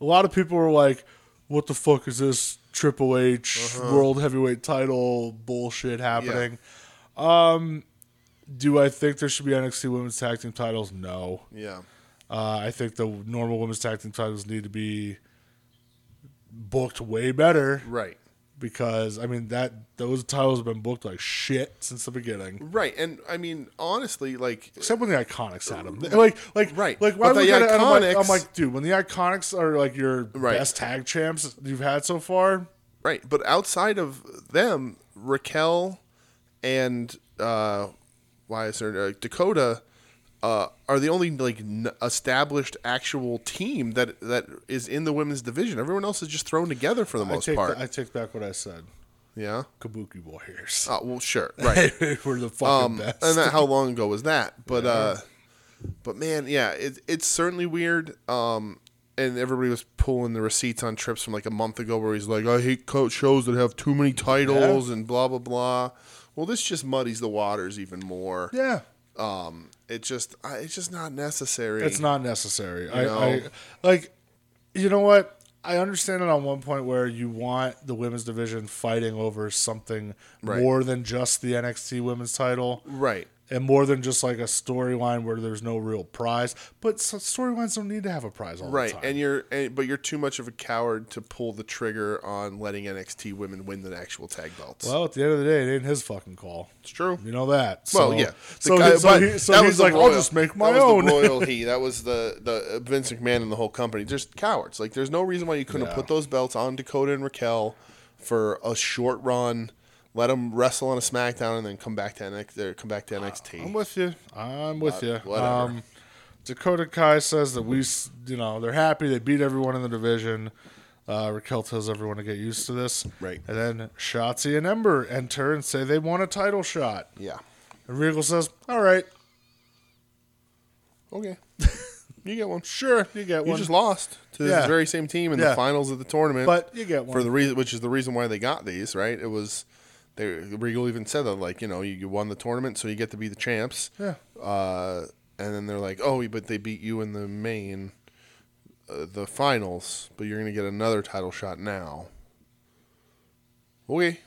A lot of people were like, what the fuck is this Triple H world heavyweight title bullshit happening? Um, do I think there should be NXT women's tag team titles? No.
Yeah.
Uh, I think the normal women's tag team titles need to be booked way better
Right.
because I mean that those titles have been booked like shit since the beginning.
Right. And I mean, honestly, like,
Except when the Iconics had them, like like
Right.
like why
But
would
the
you gotta- I'm like,
Iconics-
I'm like, dude, when the Iconics are like your
Right.
best tag champs you've had so far,
right. But outside of them, Raquel and uh, why is there uh, Dakota uh, are the only like n- established actual team that that is in the women's division. Everyone else is just thrown together for the
I
most
take
part.
I take back what I said.
Yeah.
Kabuki Warriors.
Oh well, sure,
*laughs*
right.
they were the fucking
um,
best.
and that, how long ago was that? But uh, but man, yeah, it, it's certainly weird. Um, and everybody was pulling the receipts on trips from like a month ago, where he's like, "I hate coach shows that have too many titles and blah blah blah." Well, this just muddies the waters even more.
yeah,
Um, it just I, it's just not necessary.
it's not necessary. I,
know?
I like, you know what? I understand it on one point where you want the women's division fighting over something
Right.
more than just the NXT women's title.
right.
and more than just like a storyline where there's no real prize. But so- storylines don't need to have a prize all
Right,
the time.
and you're, and, but you're too much of a coward to pull the trigger on letting NXT women win the actual tag belts.
well, at the end of the day, it ain't his fucking call.
it's true.
You know that. So,
Well, yeah.
So,
The guy-
he- so,
but
he, so
that
he's
was the
like, I'll
royal-
just make my
that was
own.
The
*laughs*
royal he. That was the the uh, Vince McMahon and the whole company. Just cowards. Like, there's no reason why you couldn't
Yeah.
have put those belts on Dakota and Raquel for a short run. Let them wrestle on a SmackDown and then come back to NXT. Or come back to
Uh, I'm
NXT.
with you. I'm with you.
Uh, whatever.
Um, Dakota Kai says that we, s- you know, they're happy they beat everyone in the division. Uh, Raquel tells everyone to get used to this.
Right.
And then Shotzi and Ember enter and say they want a title shot.
yeah.
And Regal says, all right,
Okay. *laughs* you get one.
sure, you get
You
one.
just lost to
Yeah.
the very same team in
Yeah.
the finals of the tournament.
But you get one.
for the reason, which is the reason why they got these, right? It was they Regal even said that, like you know, you, you won the tournament, so you get to be the champs.
Yeah.
Uh, and then they're like, oh, but they beat you in the main, uh, the finals, but you're gonna get another title shot now. Okay.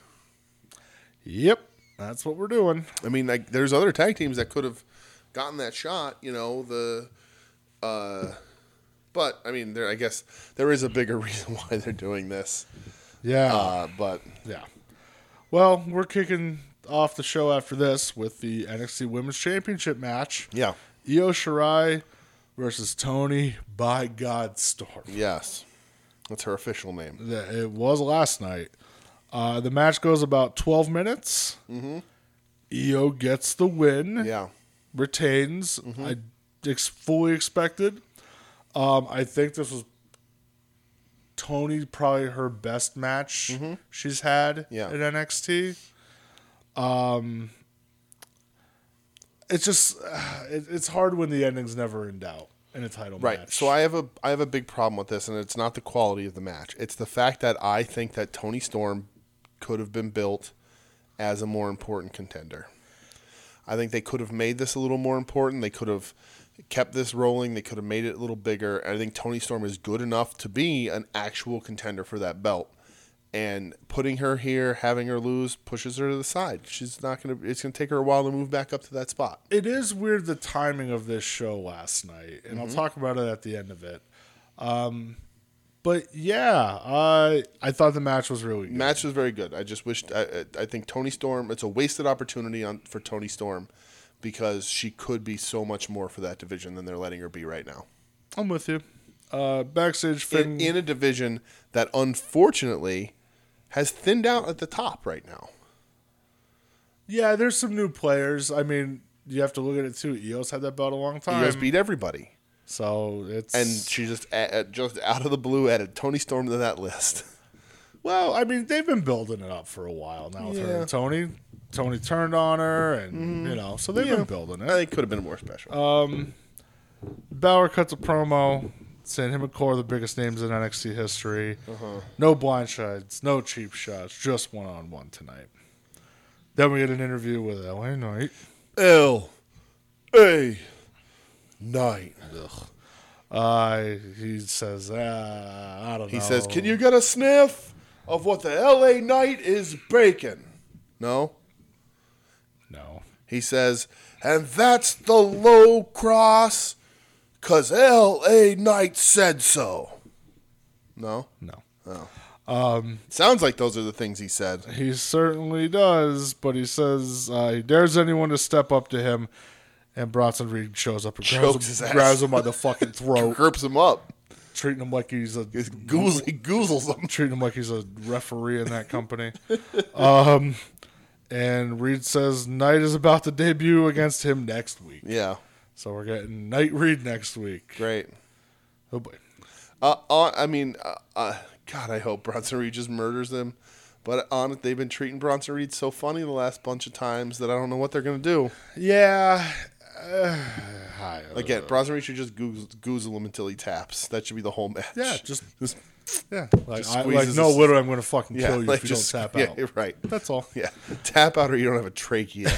Yep, that's what we're doing.
I mean, like there's other tag teams that could have gotten that shot. You know the. Uh, but I mean, there. I guess there is a bigger *laughs* reason why they're doing this.
Yeah,
Uh, but
yeah. Well, we're kicking off the show after this with the NXT Women's Championship match.
yeah,
Io Shirai versus Tony by God Storm.
yes, that's her official name.
That- It was last night. Uh, the match goes about 12 minutes. Mm-hmm. Io gets the win.
Yeah, Mm-hmm.
retains. I ex- fully expected. Um, I think this was Tony probably her best match she's had
Mm-hmm. Yeah.
at NXT. Um, it's just *sighs* uh, it, it's hard when the ending's never in doubt in a title
right.
match.
So I have a I have a big problem with this, and it's not the quality of the match. It's the fact that I think that Tony Storm could have been built as a more important contender. I think they could have made this a little more important. They could have kept this rolling. They could have made it a little bigger. I think Tony Storm is good enough to be an actual contender for that belt. And putting her here, having her lose, pushes her to the side. She's not gonna. It's gonna take her a while to move back up to that spot.
it is weird the timing of this show last night, and I'll talk about it at the end of it. Um, but yeah, I I thought the match was really good.
match was very good. I just wished I, I- I think Tony Storm. It's a wasted opportunity on for Tony Storm because she could be so much more for that division than they're letting her be right now.
I'm with you. Uh, backstage, Finn.
In, in a division that unfortunately has thinned out at the top right now.
yeah, there's some new players. I mean, you have to look at it too. Eos had that belt a long
She
time,
has beat everybody,
so it's
and she just a- a- just out of the blue added Tony Storm to that list.
well, I mean, they've been building it up for a while now with her
Yeah. Mm-hmm.
and Tony. Tony turned on her, and you know, so they've been building
I
it.
think could have been more special.
Bauer cuts a promo saying him and Core are the biggest names in NXT history.
Uh-huh.
No blind shots, no cheap shots, just one on one tonight. Then we get an interview with LA Knight.
L A nine.
Uh, he says, uh, I don't know.
He says, "Can you get a sniff of what the L.A. night is baking?" No.
No.
He says, "And that's the low cross, 'cause L.A. night said so." No.
No.
Sounds like those are the things he said.
He certainly does, but he says uh, he dares anyone to step up to him, and Bronson Reed shows up and
Chokes
grabs
his
him,
ass.
grabs him by
*laughs*
the fucking throat,
Grips him up.
treating him like he's a
He goozles, he goozles him.
treating him like he's a referee in that company. *laughs* um, and Reed says Knight is about to debut against him next week,
*laughs* Yeah.
so we're getting Knight Reed next week.
Great.
Oh boy.
Uh, uh, I mean, uh, uh, God, I hope Bronson Reed just murders them. But on it, they've been treating Bronson Reed so funny the last bunch of times that I don't know what they're gonna do.
Yeah. Uh, I-
Again, Bronson Reed should just goose- goozle him until he taps. That should be the whole match. *laughs*
Yeah, just
Just-
yeah. Like,
Just
I, like
squeezes
no,
his-
literally, I'm going to fucking
yeah,
kill you
like,
if you
just-
don't tap
*laughs* yeah,
out.
you're right.
That's all.
Yeah, tap out or you don't have a
*laughs*
trachea.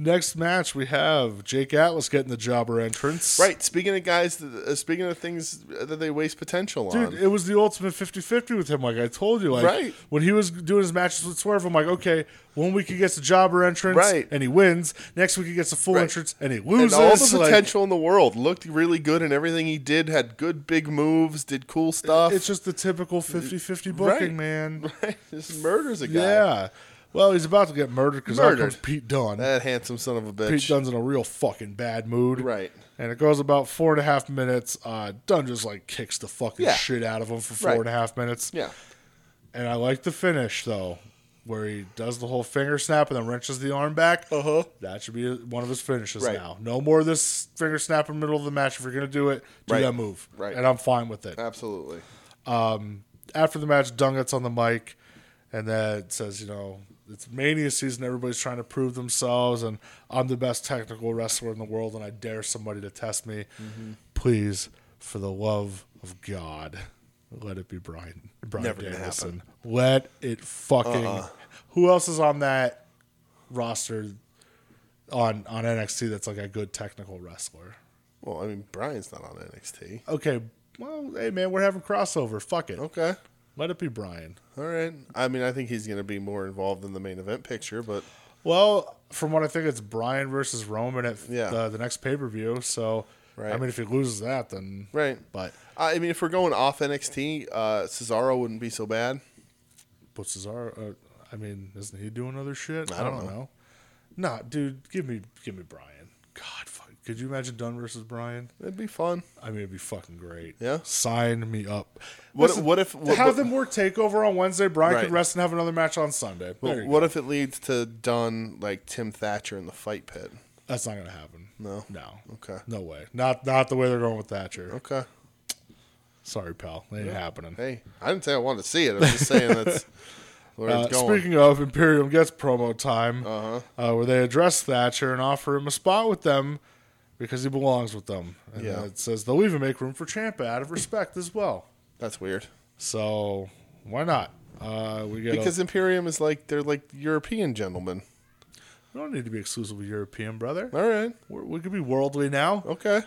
Next match, we have Jake Atlas getting the jobber entrance.
right. Speaking of guys, th- uh, speaking of things that they waste potential
Dude,
on.
it was the ultimate 50-50 with him. Like I told you, like
Right.
when he was doing his matches with Swerve, I'm like, okay, one week he gets a jobber entrance,
Right.
and he wins. Next week he gets a full
Right.
entrance, and he
and
loses.
all the
Like,
potential in the world looked really good, and everything he did had good big moves, did cool stuff.
it's just the typical 50-50 booking,
Right.
man.
*laughs* just murders a guy.
Yeah. Well, he's about to get murdered because out
Murdered.
comes Pete Dunne.
That handsome son of a
Pete
bitch.
Dunne's in a real fucking bad mood.
Right.
And it goes about four and a half minutes. Uh, Dunn just like kicks the fucking
Yeah.
shit out of him for four
Right.
and a half minutes.
Yeah.
And I like the finish though, where he does the whole finger snap and then wrenches the arm back. Uh huh. That should be one of his finishes
Uh-huh. Right.
now. No more of this finger snap in the middle of the match. If you're gonna do it, do
Right.
that move.
Right.
And I'm fine with it.
Absolutely.
After the match, Dunn gets on the mic, and then says, you know. It's mania season. Everybody's trying to prove themselves, and I'm the best technical wrestler in the world, and I dare somebody to test me.
Mm-hmm.
Please, for the love of God, let it be Brian. Brian
Never gonna Uh-uh.
Danielson. Let it fucking. Who else is on that roster on on NXT that's like a good technical wrestler?
Well, I mean, Brian's not on NXT.
Okay, well, hey man, we're having crossover. Fuck it.
Okay.
Let it be Brian.
All right. I mean, I think he's going to be more involved in the main event picture, but
Well, from what I think, it's Brian versus Roman at
Yeah.
the, the next pay per view. So, I
Right.
mean, if he loses that, then
right.
But
I mean, if we're going off NXT, uh, Cesaro wouldn't be so bad.
but Cesaro, uh, I mean, isn't he doing other shit?
I don't know.
Nah, dude, give me give me Brian. God, fuck. could you imagine Dunn versus Brian?
It'd be fun.
I mean, it'd be fucking great.
Yeah.
Sign me up.
What-
Listen,
what if- what-
have
what-
them work takeover on Wednesday? Brian
Right.
could rest and have another match on Sunday. There you
what
go.
if it leads to Dunn like Tim Thatcher in the fight pit?
That's not gonna happen.
No.
No.
Okay.
No way. Not not the way they're going with Thatcher.
Okay.
Sorry, pal. Ain't happening.
Hey, I didn't say I wanted to see it. I'm just
*laughs*
saying that's where
Uh,
it's going. Uh-huh.
speaking of, Imperium gets promo time, uh where they address Thatcher and offer him a spot with them because he belongs with them. And
Yeah.
then it says they'll even make room for Champa out of respect as well.
that's weird.
So why not? Uh, we get a-
Because Imperium is like they're like European gentlemen.
we don't need to be exclusively European, brother.
All right.
We're, we could be worldly now.
Okay.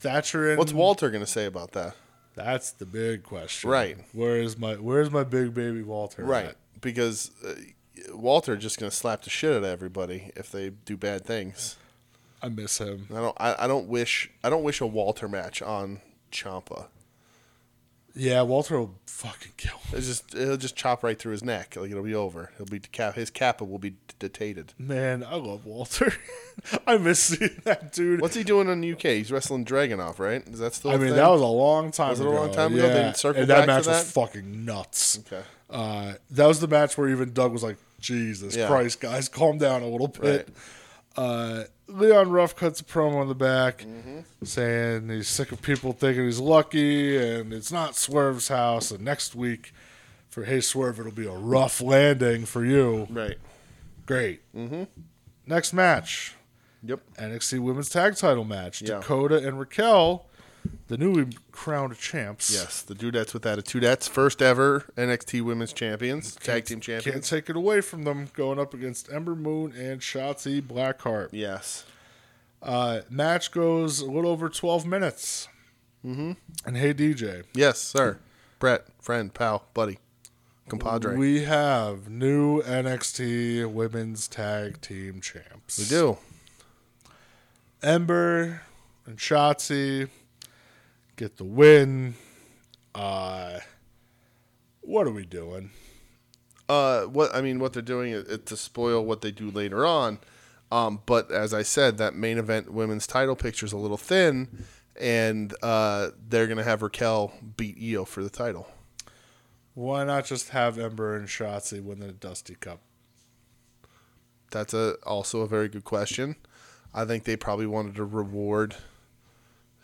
Thatcher and
What's Walter going to say about that?
That's the big question,
Right.
Where is my Where's my big baby Walter?
Right.
at?
Because uh, Walter just going to slap the shit out of everybody if they do bad things.
I miss him.
I don't. I, I don't wish. I don't wish a Walter match on Champa.
Yeah, Walter will fucking kill him.
It's just he'll just chop right through his neck. Like it'll be over. He'll be deca- his kappa will be detated.
Man, I love Walter. *laughs* I miss *laughs* seeing that dude.
What's he doing in the UK? He's wrestling Dragonoff, right? Is that still?
I
a
mean,
thing?
that was a long time.
Was it a
ago.
long time ago? They
Yeah.
didn't circle
and that
back
match
to
was
that?
fucking nuts.
Okay.
Uh, that was the match where even Doug was like, "Jesus
Yeah.
Christ, guys, calm down a little bit." Uh, Leon Ruff cuts a promo on the back,
Mm-hmm.
saying he's sick of people thinking he's lucky, and it's not Swerve's house. And next week, for Hey Swerve, it'll be a rough landing for you.
right.
Great. Mm-hmm. Next match,
Yep.
NXT Women's Tag Title match.
Yeah.
Dakota and Raquel, the newly crowned champs.
Yes, the Dudettes with attitudettes, first ever NXT Women's Champions, Tag Team
Can't
Champions.
take it away from them going up against Ember Moon and Shotzi Blackheart.
Yes.
Uh, match goes a little over 12 minutes. Mm-hmm. And hey, DJ,
Yes, sir. Brett, friend, pal, buddy, compadre. We,
we have new NXT Women's Tag Team Champs.
do.
Ember and Shotzi get the win. Uh, what are we doing?
Uh, what I mean, what they're doing is, is to spoil what they do later on. Um, but as I said, that main event women's title picture is a little thin, and uh, they're gonna have Raquel beat Io for the title.
Why not just have Ember and Shotzi win the Dusty Cup?
That's a also a very good question. I think they probably wanted to reward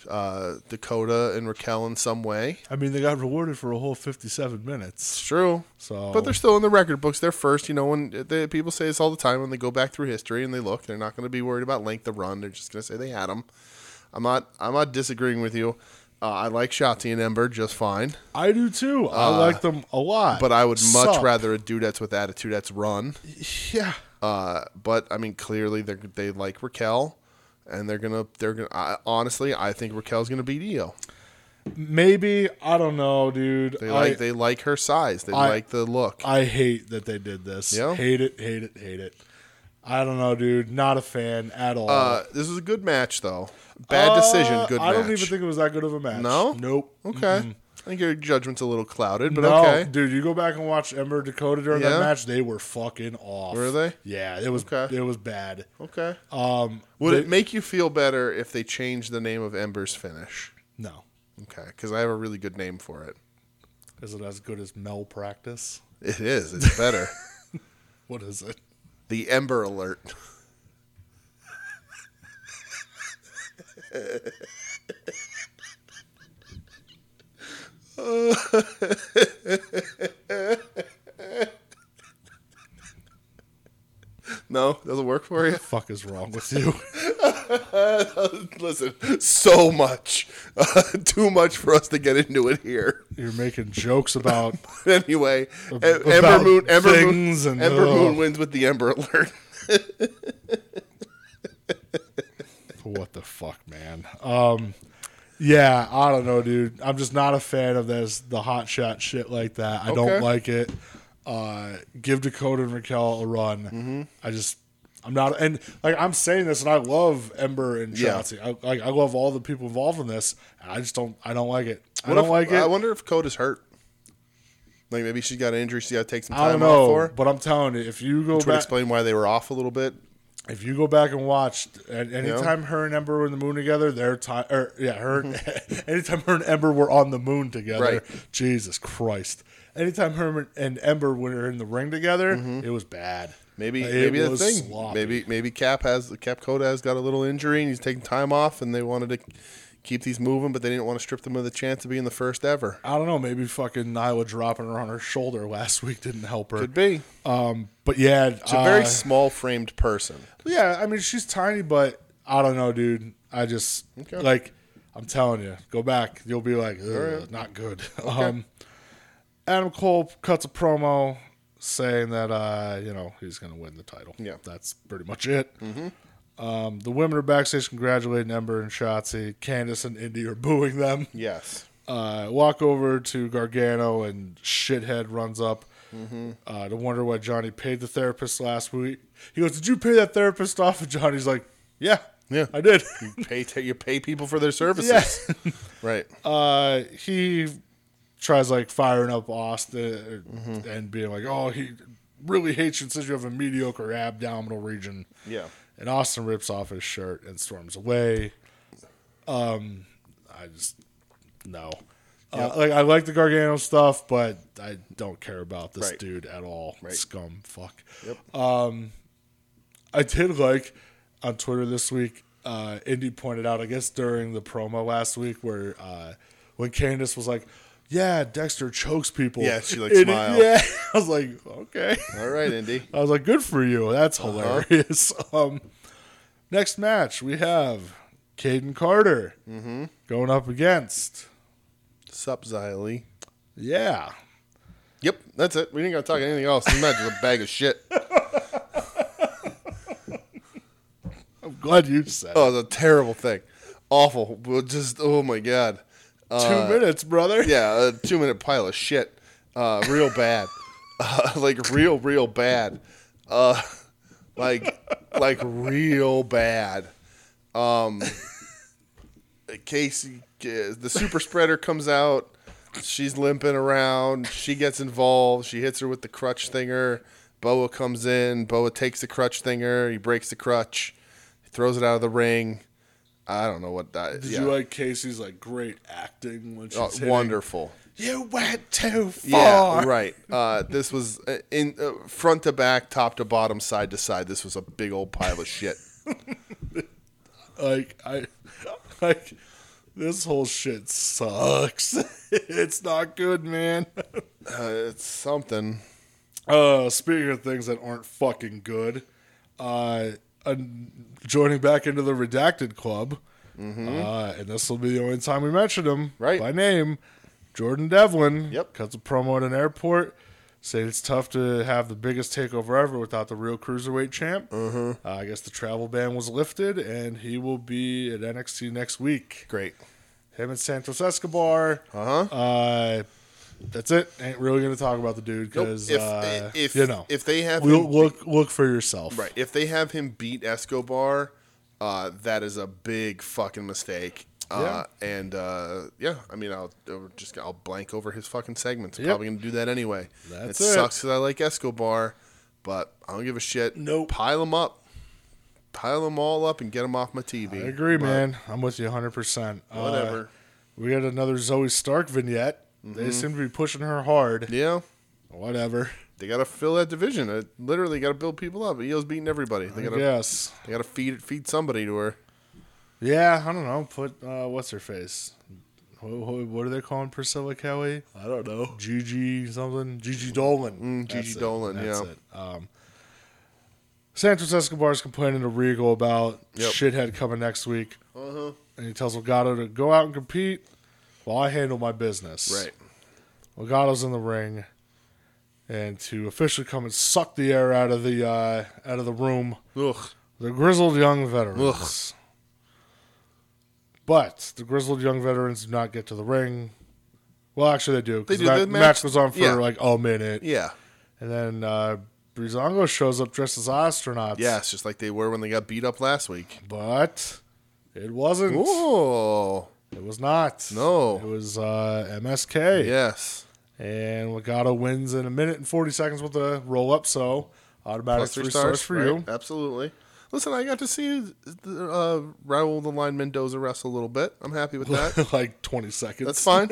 uh, Dakota and Raquel in some way.
I mean, they got rewarded for a whole 57 minutes.
It's true.
So,
But they're still in the record books. They're first, you know. When they, people say this all the time, when they go back through history and they look, they're not going to be worried about length of run. They're just going to say they had them. I'm not. I'm not disagreeing with you. Uh, I like Shotzi and Ember just fine,
I do too. I like them a lot.
Uh, but I would much
Sup.
rather a dudettes with attitude that's run.
Yeah.
Uh, but I mean, clearly they they like Raquel, and they're gonna they're gonna. I, honestly, I think Raquel's gonna beat Io.
Maybe. I don't know, dude.
They
I,
like they like her size. They
I-
like the look.
I hate that they did this.
Yeah?
Hate it, hate it, hate it. I don't know, dude. Not a fan at all.
uh, this was a good match though. Bad decision.
Uh,
Good.
I
match.
don't even think it was that good of a match.
No?
Nope.
Okay. I think your judgment's a little clouded, but
no,
okay.
dude, you go back and watch Ember Dakota during
Yeah?
that match. They were fucking off.
Were they?
Yeah, it was.
Okay.
It was bad.
Okay.
Um,
Would it make you feel better if they changed the name of Ember's finish?
no,
Okay, because I have a really good name for it.
is it as good as malpractice?
It is. It's better.
What is *laughs* it?
the Ember Alert. *laughs* no, doesn't work for you.
Fuck is wrong with you?
*laughs* Listen, so much, *laughs* uh, too much for us to get into it here.
*laughs*
*laughs*
You're making jokes *laughs* about.
anyway, Em- Ember
about
Moon, Ember
things
Moon,
and-
Ember Moon
ugh.
wins with the Ember Alert.
What the fuck, man? Um, yeah, I don't know, dude. I'm just not a fan of this the hot shot shit like that. I
Okay.
don't like it. Uh, give Dakota and Raquel a run.
Mm-hmm.
I just. I'm not, and like I'm saying this, and I love Ember and
Yeah.
Shotzi. I, like I love all the people involved in this. And I just don't, I don't like it. I
What
don't
if-
like it.
I wonder if Coda's hurt. Like maybe she's got an injury. She got to take some
I
time
don't
off
know,
for. Which
but I'm telling you, if you go
would
back,
explain why they were off a little bit.
if you go back and watch, and anytime her and Ember were in the moon together, their time, or yeah, her, *laughs* anytime her and Ember were on the moon together,
Mm-hmm. Right.
Jesus Christ, anytime her and Ember were in the ring together, it was bad.
Mm-hmm. Maybe
It
maybe the
was
thing.
sloppy.
Maybe maybe Cap has Cap Coda has got a little injury and he's taking time off and they wanted to keep these moving, but they didn't want to strip them of the chance of being the first ever.
I don't know. Maybe fucking Nyla dropping her on her shoulder last *laughs* week didn't help her.
Could be.
Um, but yeah,
It's a very
uh,
small framed person.
Yeah, I mean she's tiny, but I don't know, dude. I just
Okay.
like I'm telling you, go back. You'll be like, "Ugh, not good. *laughs* Um, Adam Cole cuts a promo saying that uh, you know he's going to win the title.
Yeah. Mm-hmm.
that's pretty much it. Um, the women are backstage congratulating Ember and Shotzi. Candice and Indy are *laughs* booing them
Yes.
uh, walk over to Gargano and shithead runs up uh, to wonder why Johnny paid the therapist last week. He goes, "Did you pay that therapist off?" And Johnny's like, "Yeah,
Yeah.
I did." *laughs*
You pay you pay people for their services.
yeah.
Right.
Uh, he tries like firing up Austin uh, and being like, "Oh, he really hates you and says you have a mediocre abdominal region."
Yeah.
And Austin rips off his shirt and storms away. Um, I just no. Uh, like I like the Gargano stuff, but I don't care about this
Right.
dude at all. Scum, fuck.
Yep.
Um, I did like on Twitter this week. Uh, Indy pointed out, I guess during the promo last week, where uh, when Candace was like, "Yeah, Dexter chokes people."
Yeah, she,
*laughs*
like,
Indy-
smiled.
Yeah, I was like, okay.
*laughs* all right, Indy.
I was like, good for you. That's
Uh-huh.
hilarious. *laughs* Um, next match, we have Caden Carter
Mm-hmm.
going up against.
Sup, Xylee.
Yeah.
Yep, that's it. We didn't gotta talk anything else. This match is a bag of shit.
I'm glad you said
*laughs*
it.
Oh, it's a terrible thing. Awful. Well, Just oh my god.
Two
Uh,
minutes, brother.
yeah, a two minute pile of shit. Uh, real bad. *laughs* Uh, like real, real bad. Uh, like like real bad. Um, Casey, uh, the super spreader comes out. She's limping around. She gets involved. She hits her with the crutch thinger. Boa comes in. Boa takes the crutch thinger. He breaks the crutch. He throws it out of the ring. I don't know what that.
Did
yeah.
you like Casey's like great acting when she's
Oh,
hitting?
wonderful.
You went too
Yeah,
far.
right. Uh, this was uh, in uh, front to back, top to bottom, side to side. This was a big old pile of shit.
*laughs* Like I, like This whole shit sucks. *laughs* it's not good, man.
Uh, it's something.
Uh, speaking of things that aren't fucking good, uh, an- joining back into the redacted club, uh, and this will be the only time we mention him
Mm-hmm. Right.
by name. Jordan Devlin
Yep.
cuts a promo at an airport. Say it's tough to have the biggest takeover ever without the real cruiserweight champ. Uh,
Mm-hmm.
I guess the travel ban was lifted, and he will be at NXT next week.
Great.
Him and Santos Escobar.
Uh-huh.
Uh, that's it. Ain't really going to talk about the dude because
Nope. If-
uh,
if-
you know
if they have
We'll-
him-
look look for yourself.
Right. If they have him beat Escobar, uh, that is a big fucking mistake. Uh, And uh, yeah, I mean, I'll, I'll just I'll blank over his fucking segments. I'm
Yep.
Probably gonna do that anyway.
That's
it,
it.
sucks because I like Escobar, but I don't give a shit.
Nope.
Pile them up, pile them all up, and get them off my TV.
I agree,
But
man. I'm with you 100. percent Uh,
Whatever. Mm-hmm.
we had another Zoe Stark vignette. They seem to be pushing her hard.
yeah,
Whatever.
they gotta fill that division. It, literally, gotta build people up. EO's beating everybody. They
I
gotta
guess.
they gotta feed feed somebody to her.
Yeah, I don't know. Put uh, what's her face. Who- who- What are they calling Priscilla Kelly? I don't know. Gigi something. Gigi Dolan.
Mm, Gigi
That's it.
Dolan, yeah.
it. Um, Santos Escobar's complaining to Regal about
Yep.
shithead coming next week,
Uh huh.
and he tells Legato to go out and compete while I handle my business.
Right.
Legato's in the ring, and to officially come and suck the air out of the uh, out of the room,
Ugh.
the grizzled young veterans. But the grizzled young veterans do not get to the ring. Well, actually, they do. 'cause
They do.
The, ma-
The
the
match-
match, goes on for
yeah.
like a minute,
Yeah.
and then uh, Brizongo shows up dressed as astronauts.
Yes, just like they were when they got beat up last week.
but it wasn't.
Oh,
It was not.
No.
it was uh, MSK.
yes.
And Legato wins in a minute and 40 seconds with a roll up, so automatic
Plus
three, stars, for
right?
you.
Absolutely. Listen, I got to see the, uh, Raul the Line Mendoza wrestle a little bit. I'm happy with
*laughs*
that.
like 20 seconds.
That's
*laughs*
fine.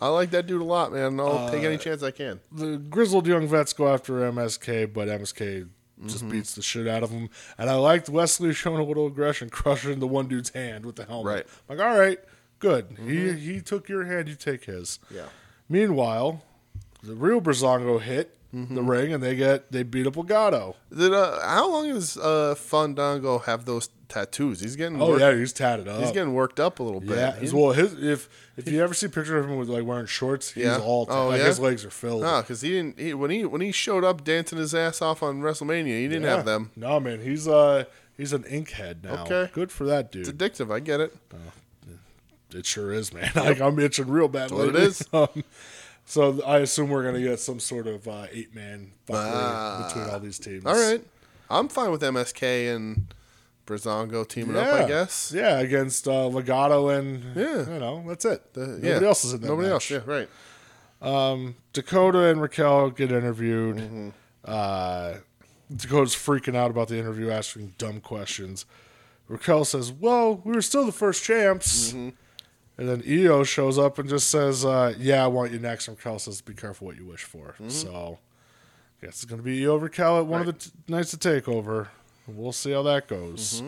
I like that dude a lot, man. I'll
Uh,
take any chance I can.
The grizzled young vets go after MSK, but MSK just
Mm-hmm.
beats the shit out of him. And I liked Wesley *laughs* showing a little aggression, crushing the one dude's hand with the helmet. Right. Like, all right, good. He, he took your hand, you take his.
Mm-hmm. Yeah.
Meanwhile, the real Brazongo hit the
Mm-hmm.
ring and they get they beat up Legato.
Did, uh, how long does uh, Fandango have those tattoos? He's getting
Oh,
worked,
yeah, he's tatted up.
he's getting worked up a little bit.
Yeah,
He's-
as well. His if if you ever see a picture of him with like wearing shorts, he's
Yeah.
all
Oh,
like
yeah?
his legs are filled.
Nah, because he didn't. He, when he when he showed up dancing his ass off on WrestleMania, he didn't
Yeah.
have them.
No man, he's uh he's an ink head now.
Okay.
good for that
It's
dude.
addictive. I get it.
It sure is, man. *laughs* Like I'm itching real bad.
what it
lately.
is.
*laughs* Um, so I assume we're gonna get some sort of uh, eight man
Ah.
between all these teams.
All right. I'm fine with MSK and Brazongo teaming
Yeah.
up, I guess.
Yeah, against uh, Legato and
Yeah.
you know that's it.
Uh,
Nobody
yeah.
else is in that
Nobody
match.
else, yeah, right.
Dakota and Raquel get interviewed.
Mm-hmm.
Uh, Dakota's freaking out about the interview, asking dumb questions. Raquel says, "Well, we were still the first champs."
Mm-hmm.
And then EO shows up and just says, uh, "Yeah, I want you next." And Raquel says, "Be careful what you wish for." So, I guess it's going to be EO Raquel at one of the t- nights of Takeover. We'll see how that goes.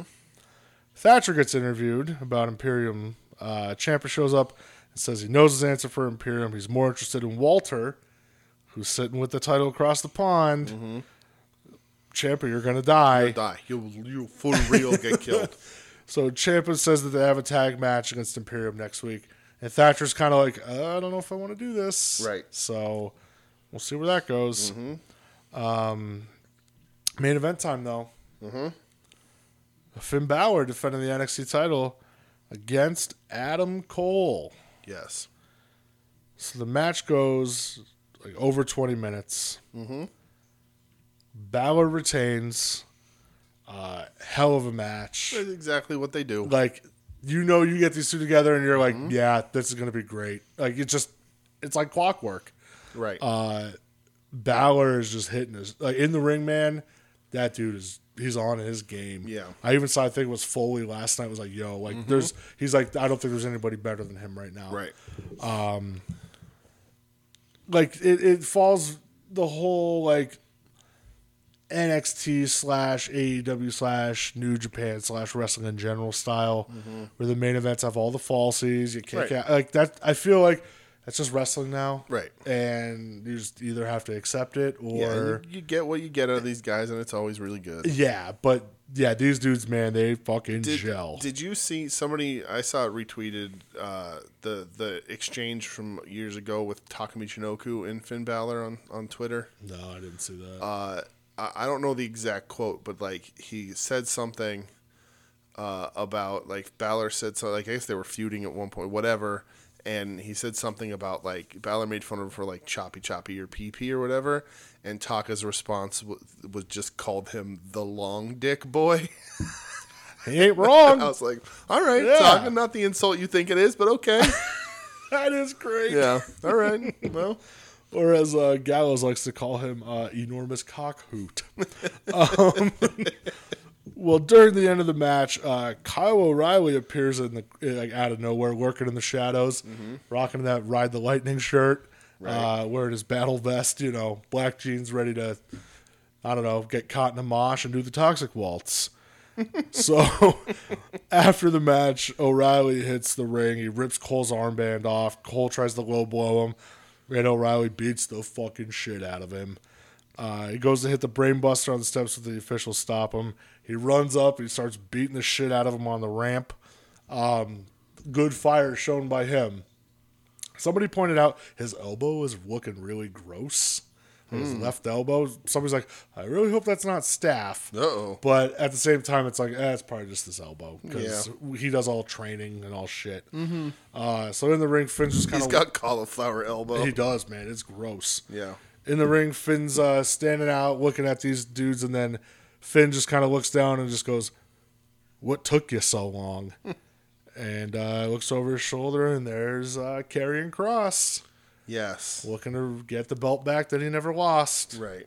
Thatcher gets interviewed about Imperium. Uh, Champa shows up and says he knows his answer for Imperium. He's more interested in Walter, who's sitting with the title across the pond. Champa, you're gonna die.
Die. You you for real get
*laughs*
killed.
So Champa says that they have a tag match against Imperium next week, and Thatcher's kind of like, uh, I don't know if I want to do this.
Right.
So we'll see where that goes. Um,
Mm-hmm.
main event time though. Mm-hmm. Finn Balor defending the NXT title against Adam Cole.
Yes.
So the match goes like over 20 minutes. Mm-hmm. Balor retains. Uh, hell of a match
That's exactly what they do.
like you know you get these two together and you're like yeah this is gonna be great like it's just it's like clockwork
Right.
uh Balor is just hitting his like in the ring man that dude is he's on his game
Yeah.
I even saw I think it was Foley last night was like yo like there's he's like I don't think there's anybody better than him right now
right.
like it, it falls the whole like NXT slash AEW slash New Japan slash wrestling in general style, where the main events have all the falsies. You
Mm-hmm.
kick
Right.
out like that. I feel like that's just wrestling now,
Right.
And you just either have to accept it
Yeah,
or
and you, you get what you get out of these guys, and it's always really good.
Yeah, but yeah, these dudes, man, they fucking gel.
Did you see somebody? I saw it retweeted uh, the the exchange from years ago with Takumi Chinoku and Finn Balor on on Twitter.
no, I didn't see that.
Uh, I, I don't know the exact quote, but like he said something uh, about like Balor said so. Like I guess they were feuding at one point, whatever. And he said something about like Balor made fun of him for like choppy choppy or PP or whatever. And Taka's response w- was just called him the long dick boy. *laughs*
he ain't
I
wrong.
was like, all right,
Yeah.
Taka, not the insult you think it is, but
*laughs*
okay.
that is great.
yeah. All right. Well,
Or as uh, Gallows likes to call him, uh, enormous cock hoot. *laughs* um, *laughs* well, during the end of the match, uh, Kyle O'Reilly appears in the eh, like out of nowhere, working in the shadows, rocking that ride the lightning shirt, uh, wearing his battle vest, you know, black jeans, ready to, I don't know, get caught in a mosh and do the toxic waltz. So *laughs* after the match, O'Reilly hits the ring. He rips Cole's armband off. Cole tries to low blow him, and O'Reilly beats the fucking shit out of him. Uh, he goes to hit the brainbuster on the steps, but the officials stop him. He runs up. He starts beating the shit out of him on the ramp. Um, good fire shown by him. Somebody pointed out his elbow is looking really gross. His left elbow. Somebody's like, I really hope that's not staff.
Uh-oh.
But at the same time, it's like, eh, it's probably just his elbow because
Yeah.
he does all training and all shit. Mm-hmm. Uh, so in the ring, Finn's just kind
he's
of
got cauliflower elbow.
he does, man. It's gross.
Yeah.
In the ring, Finn's uh, standing out looking at these dudes, and then Finn just kind of looks down and just goes, What took you
*laughs*
so long? and uh, looks over his shoulder, and there's uh, Karrion Cross
Yes.
looking to get the belt back that he never lost.
Right.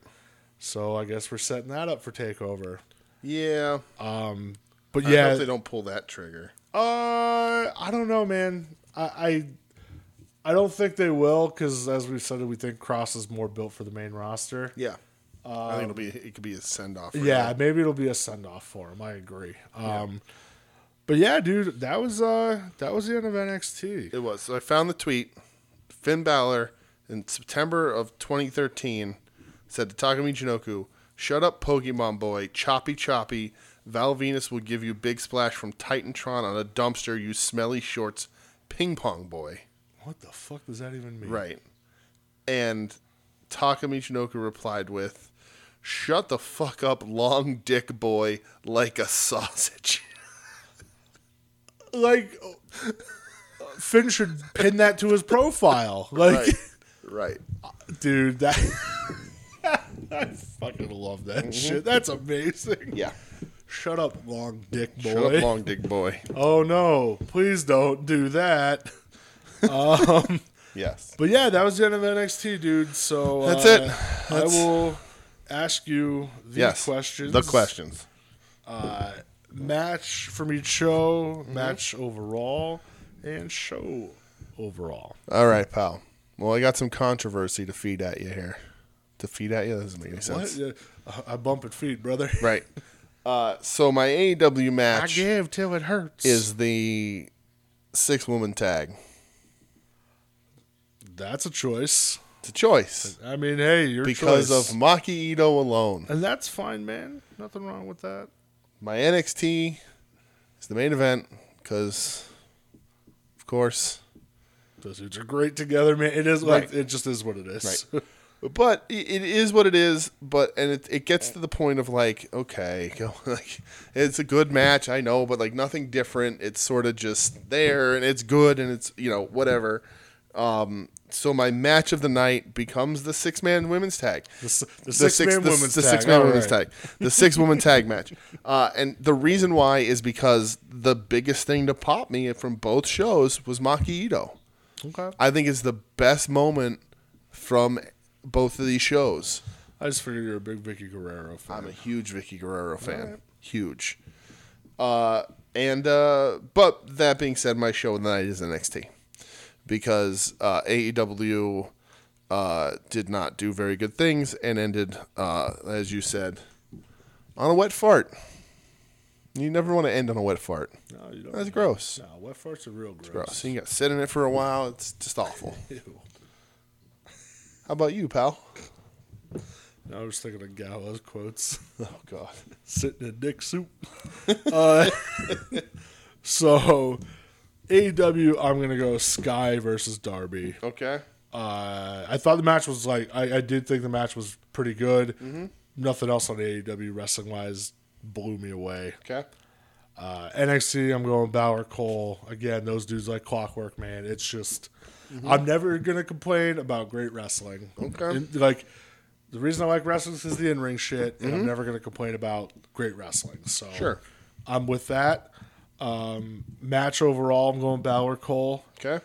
So I guess we're setting that up for TakeOver.
Yeah.
But
I
yeah.
hope they don't pull that trigger.
Uh, I don't know, man. I I, I don't think they will because, as we said, we think Cross is more built for the main roster.
Yeah. I think it'll be it could be a send off.
Yeah, maybe it'll be a send off for him. I agree. Um, but yeah, dude, that was uh, that was the end of NXT.
It was. So I found the tweet. Finn Balor in September of 2013 said to Takumi Jinoku, "Shut up, Pokemon boy. Choppy choppy. Val Venus will give you big splash from Titantron on a dumpster. You smelly shorts, ping pong boy."
What the fuck does that even mean?
Right. And Takumi Chinoku replied with, Shut the fuck up, long dick boy, like a sausage.
Like, uh, Finn should pin that to
*laughs*
his profile. Like,
right. Right.
dude, that. *laughs* I fucking love that shit. That's amazing.
Mm-hmm. Yeah.
Shut up, long dick boy.
Shut up, long dick boy.
Oh no, please don't do that. Um,
Yes.
But yeah, that was the end of NXT, dude. So uh,
That's it.
I
That's-
will ask you the
Yes.
questions.
The questions.
Uh, match from each show,
Mm-hmm.
match overall, and show overall.
All right, pal. Well, I got some controversy to feed at you here. To feed at you? That doesn't make any sense.
What? Yeah, I- I bump at feet, brother.
Right. Uh, so, my AEW
*laughs* I
match
give till it hurts.
is the six woman tag.
that's a choice?
It's a choice
I mean, hey, your
because
choice.
of Maki Ito alone.
and that's fine, man. Nothing wrong with that.
my NXT is the main event because, of course,
Those dudes are great together, man. It is like
Right.
it just is what it is.
but i- it is what it is. But and it it gets to the point of like, okay, *laughs* you know, like it's a good match, I know, but like nothing different. It's sort of just there, and it's good, and it's you know whatever. Um, so my match of the night becomes the six man women's tag.
*laughs* The, s- the six man
the,
women's
the
tag.
six man
All
women's
right.
tag the six woman tag
*laughs*
match uh, and the reason why is because the biggest thing to pop me from both shows was Maki Ito
Okay.
I think it's the best moment from both of these shows
I just figured you're a big Vicky Guerrero fan.
I'm a huge Vicky Guerrero fan huge uh, and uh, but that being said my show of the night is NXT because uh, AEW uh, did not do very good things and ended uh, as you said on a wet fart. You never want to end on a wet fart.
No, you don't.
That's gross.
No, wet farts are real gross.
Gross. You got to sit in it for a while. It's just awful.
Ew.
How about you, pal? *laughs*
Now I was thinking of Gallows quotes. *laughs*
Oh God.
Sitting in dick soup. *laughs* uh, *laughs* so, AEW, I'm going to go Sky versus Darby.
Okay.
Uh, I thought the match was like, I, I did think the match was pretty good.
Mm-hmm.
Nothing else on AEW wrestling wise blew me away.
Okay.
Uh, NXT, I'm going Balor Cole. Again, those dudes like clockwork, man. It's just, I'm never going to complain about great wrestling.
Mm-hmm. Okay.
And, like, the reason I like wrestling is 'cause the in ring shit, and I'm never going to complain about great wrestling. So,
Mm-hmm. Sure.
I'm with that. Um, match overall, I'm going Balor Cole
Okay.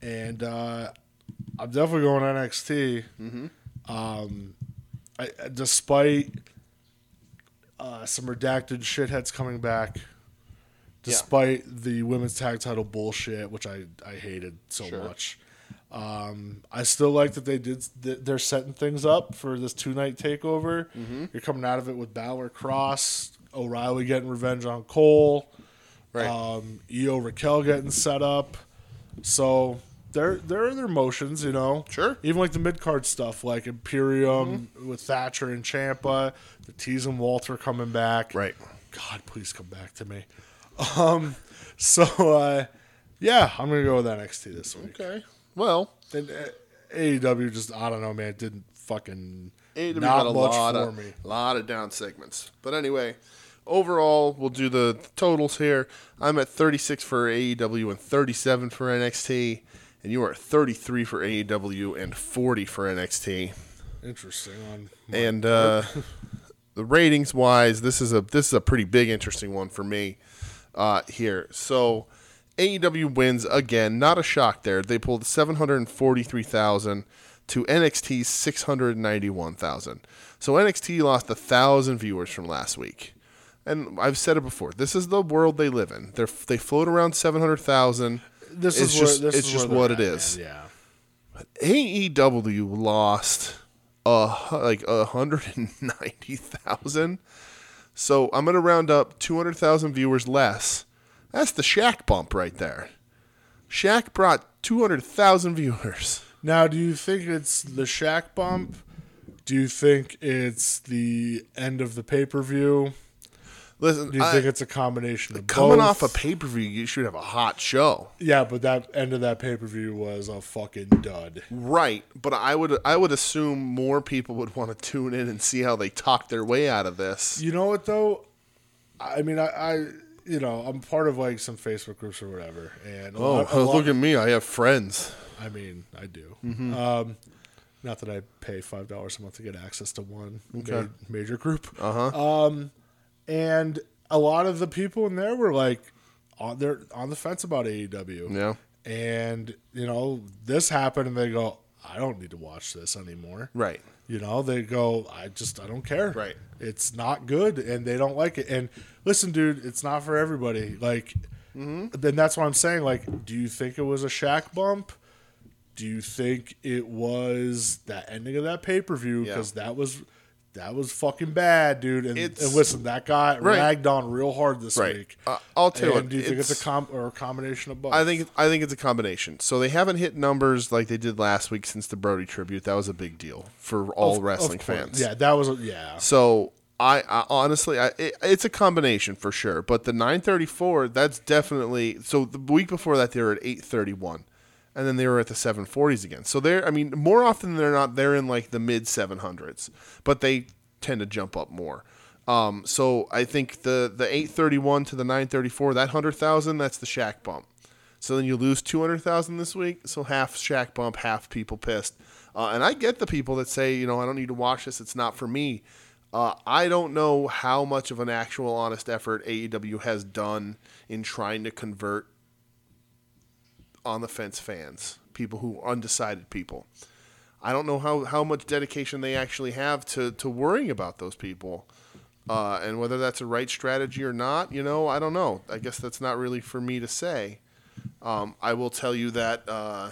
and uh, I'm definitely going NXT. Um, I, I- despite uh, some redacted shitheads coming back, despite the women's tag title bullshit, which I, I hated so
Sure.
much. Um, I still like that they did. that They're setting things up for this two night takeover. You're coming out of it with Balor Cross, O'Reilly getting revenge on Cole.
Right.
Um, Io Raquel getting set up. So there there are their motions, you know.
Sure. Mm-hmm.
Even like the mid card stuff, like Imperium with Thatcher and Champa, the Tease and Walter coming back.
Right.
God, please come back to me. Um. So uh, yeah, I'm gonna go with NXT this week.
Okay. Well,
And uh, AEW just I don't know, man. It didn't fucking
AEW
not
got a
much
lot
for
of
me.
lot of down segments. But anyway, overall, we'll do the totals here. I'm at 36 for AEW and 37 for NXT, and you are at 33 for AEW and 40 for NXT.
Interesting. On
And uh,
*laughs*
the ratings wise, this is a this is a pretty big interesting one for me uh, here. So AEW wins again. Not a shock there. They pulled seven hundred forty three thousand to NXT's six hundred ninety one thousand. So NXT lost a thousand viewers from last week. And I've said it before. This is the world they live in. They they float around seven hundred thousand.
this
it's
is
just
where, this
it's
is
just
where
what
they're
it
at,
is.
man. Yeah.
AEW E lost uh hu- like a hundred and ninety thousand. So I'm gonna round up two hundred thousand viewers less. That's the Shaq bump right there. Shaq brought two hundred thousand viewers.
Now, do you think it's the Shack bump? Do you think it's the end of the pay per view?
Listen,
Do you
I-
think it's a combination of
coming off
both?
a pay per view, you should have a hot show,
yeah, but that end of that pay per view was a fucking dud.
right? But I would I would assume more people would want to tune in and see how they talk their way out of this.
You know what though? I mean, I, I you know I'm part of like some Facebook groups or whatever, and a
Oh, *laughs*
lot- a lot-
at me! I have friends.
I mean, I do. Um, not that I pay five dollars a month to get access to one ma- major group. Uh huh. Um, and a lot of the people in there were like on they're on the fence about AEW.
Yeah.
And you know this happened, and they go, "I don't need to watch this anymore."
Right.
You know, they go, I just, I don't care.
Right.
It's not good, and they don't like it. And listen, dude, it's not for everybody. Like,
Mm-hmm.
then that's what I'm saying. Like, do you think it was a Shack bump? Do you think it was that ending of that pay per view?
Yeah.
Because that was that was fucking bad, dude. And,
It's-
and listen, that got
Right.
ragged on real hard this
Right.
week.
Uh, I'll tell you
And
what,
do you think it's
it's-
a com or a combination of both?
I think I think it's a combination. So they haven't hit numbers like they did last week since the Brody tribute. That was a big deal for all
Of
wrestling
course.
fans.
Yeah, that was a- yeah.
So I, I honestly, I it, it's a combination for sure. But the 934, that's definitely so. The week before that, they were at 831, and then they were at the 740s again. So they're, I mean, more often than they're not, they're in like the mid 700s, but they tend to jump up more. Um, so I think the the 831 to the 934, that hundred thousand, that's the Shack bump. So then you lose two hundred thousand this week. So half Shack bump, half people pissed. Uh, and I get the people that say, you know, I don't need to watch this. It's not for me. Uh, I don't know how much of an actual honest effort AEW has done in trying to convert on the fence fans, people who are undecided people. I don't know how, how much dedication they actually have to, to worrying about those people. Uh, and whether that's a right strategy or not, you know, I don't know. I guess that's not really for me to say. Um, I will tell you that, uh,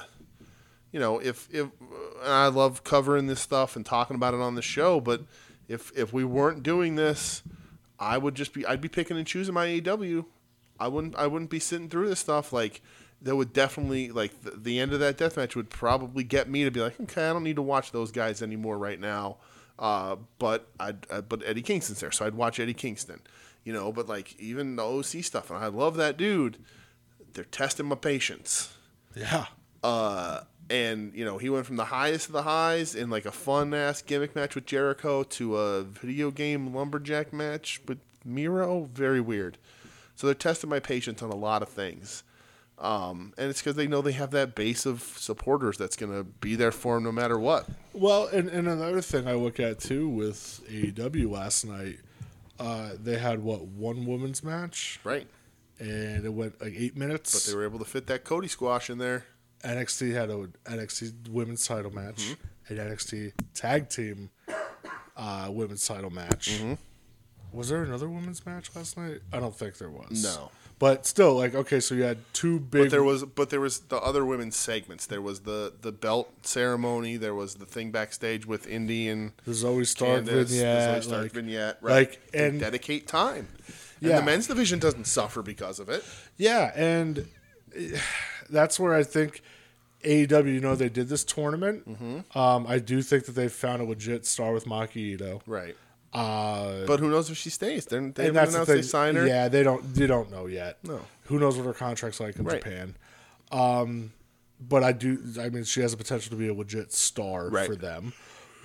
you know, if, if and I love covering this stuff and talking about it on the show, but if, if we weren't doing this, I would just be I'd be picking and choosing my AEW. I wouldn't I wouldn't be sitting through this stuff like that would definitely like the, the end of that death match would probably get me to be like okay I don't need to watch those guys anymore right now. Uh, but I uh, but Eddie Kingston's there, so I'd watch Eddie Kingston. You know, but like even the OC stuff, and I love that dude. They're testing my patience
Yeah.
uh, and you know he went from the highest of the highs in like a fun ass gimmick match with Jericho to a video game lumberjack match with Miro. Very weird. So they're testing my patience on a lot of things, um, and it's because they know they have that base of supporters that's gonna be there for them no matter what.
Well, and, and another thing I look at too with AEW last night, uh, they had what one women's match,
Right.
and it went like eight
But
minutes.
they were able to fit that Cody squash in there.
NXT had a NXT women's title
Mm-hmm.
match, an NXT tag team uh, women's title match.
Mm-hmm.
Was there another women's match last night? I don't think there was.
No.
but still, like okay, so you had two big.
But there was but there was the other women's segments. There was the the belt ceremony. There was the thing backstage with Indy and
there's always Stark
Candace,
Vineyard.
there's always Stark
like-
vignette, right?
like,
They
and-
dedicate time. And
Yeah.
the men's division doesn't suffer because of it.
Yeah, and eh, that's where I think AEW, you know, they did this tournament. Um, I do think that they found a legit star with Maki Ito.
Right.
Uh,
But who knows if she stays? They're, they
and
haven't
that's the
announced they
thing.
sign her.
Yeah, they don't. They don't know yet.
No.
Who knows what her contract's like in
Right.
Japan? Um, but I do. I mean, she has the potential to be a legit star
Right.
for them.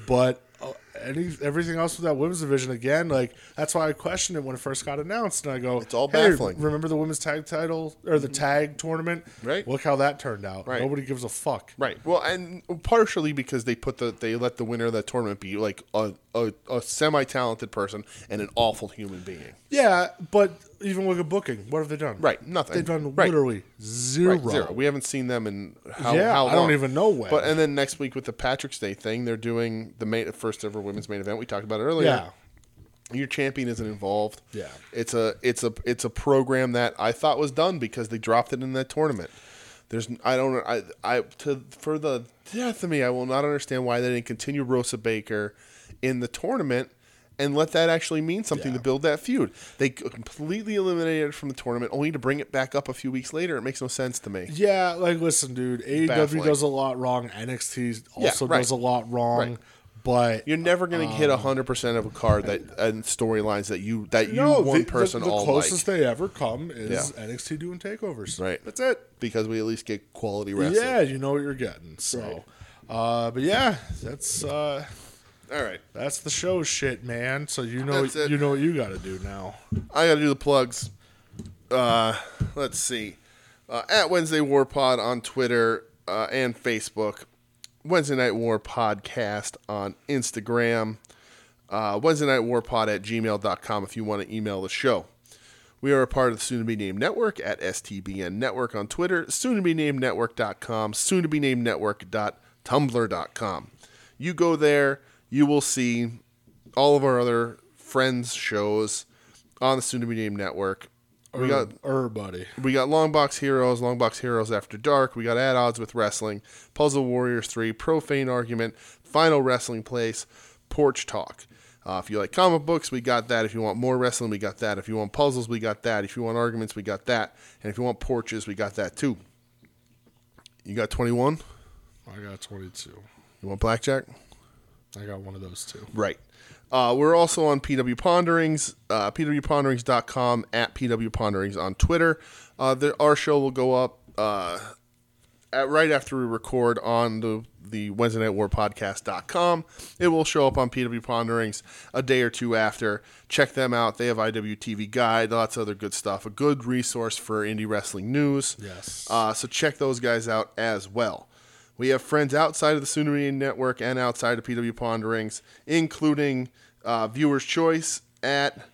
But uh, any everything else with that women's division again, like that's why I questioned it when it first got announced, and I go, it's
all baffling." Mm-hmm.
Remember the women's tag title or the tag tournament?
Right.
Look how that turned out.
Right.
Nobody gives a fuck.
Right. Well, and partially because they put the they let the winner of that tournament be like a, a, a semi talented person and an awful human being.
Yeah, but even look at booking. What have they done?
Right, nothing.
They've done
Right.
literally zero.
Right, zero. We haven't seen them in how,
Yeah,
how
I don't
long.
even know when.
But and then next week with the Patrick's Day thing, they're doing the main, first ever women's main event. We talked about it earlier.
Yeah.
Your champion isn't involved.
Yeah.
It's a it's a it's a program that I thought was done because they dropped it in that tournament. There's I don't I I to for the death of me I will not understand why they didn't continue Rosa Baker in the tournament and let that actually mean something
Yeah.
to build that feud. They completely eliminated it from the tournament only to bring it back up a few weeks later. It makes no sense to me.
Yeah, like listen, dude. AEW
baffling.
does a lot wrong. NXT also
Yeah, right.
does a lot wrong.
Right.
But
You're never going to hit
Um,
hit hundred percent of a card that and storylines that you that you
no,
one
the, the-
person
the,
all
closest
like.
they ever come is
Yeah.
NXT doing takeovers.
Right.
That's it.
because we at least get quality wrestling.
Yeah, you know what you're getting. So, uh, but yeah, that's uh,
All right,
that's the show, shit, man. So you know
That's it.
you know what you got to do now.
I got to do the plugs. Uh, let's see. Uh, at Wednesday War Pod on Twitter uh, and Facebook. Wednesday Night War Podcast on Instagram. Uh, Wednesday Night War Pod at gmail.com if you want to email the show. We are a part of the Soon to Be Named Network at STBN Network on Twitter, soon to be named network.com, soon to be named network.tumblr.com. You go there, you will see all of our other friends' shows on the Soon to Be Named Network. We got
everybody.
we got Long Box Heroes, Long Box Heroes After Dark. We got At Odds with Wrestling, Puzzle Warriors 3, Profane Argument, Final Wrestling Place, Porch Talk. Uh, if you like comic books, we got that. If you want more wrestling, we got that. If you want puzzles, we got that. If you want arguments, we got that. And if you want porches, we got that too. You got 21?
I got 22.
You want blackjack?
I got one of those two.
Right. Uh, we're also on PW Ponderings, uh, pwponderings.com, at PW Ponderings on Twitter. Uh, the, our show will go up uh, at, uh, right after we record on the, the Wednesday Night War Podcast.com. It will show up on PW Ponderings a day or two after. Check them out. They have IWTV Guide, lots of other good stuff. A good resource for indie wrestling news.
Yes.
Uh, so check those guys out as well. We have friends outside of the Soonery Network and outside of PW Ponderings, including uh, Viewers Choice at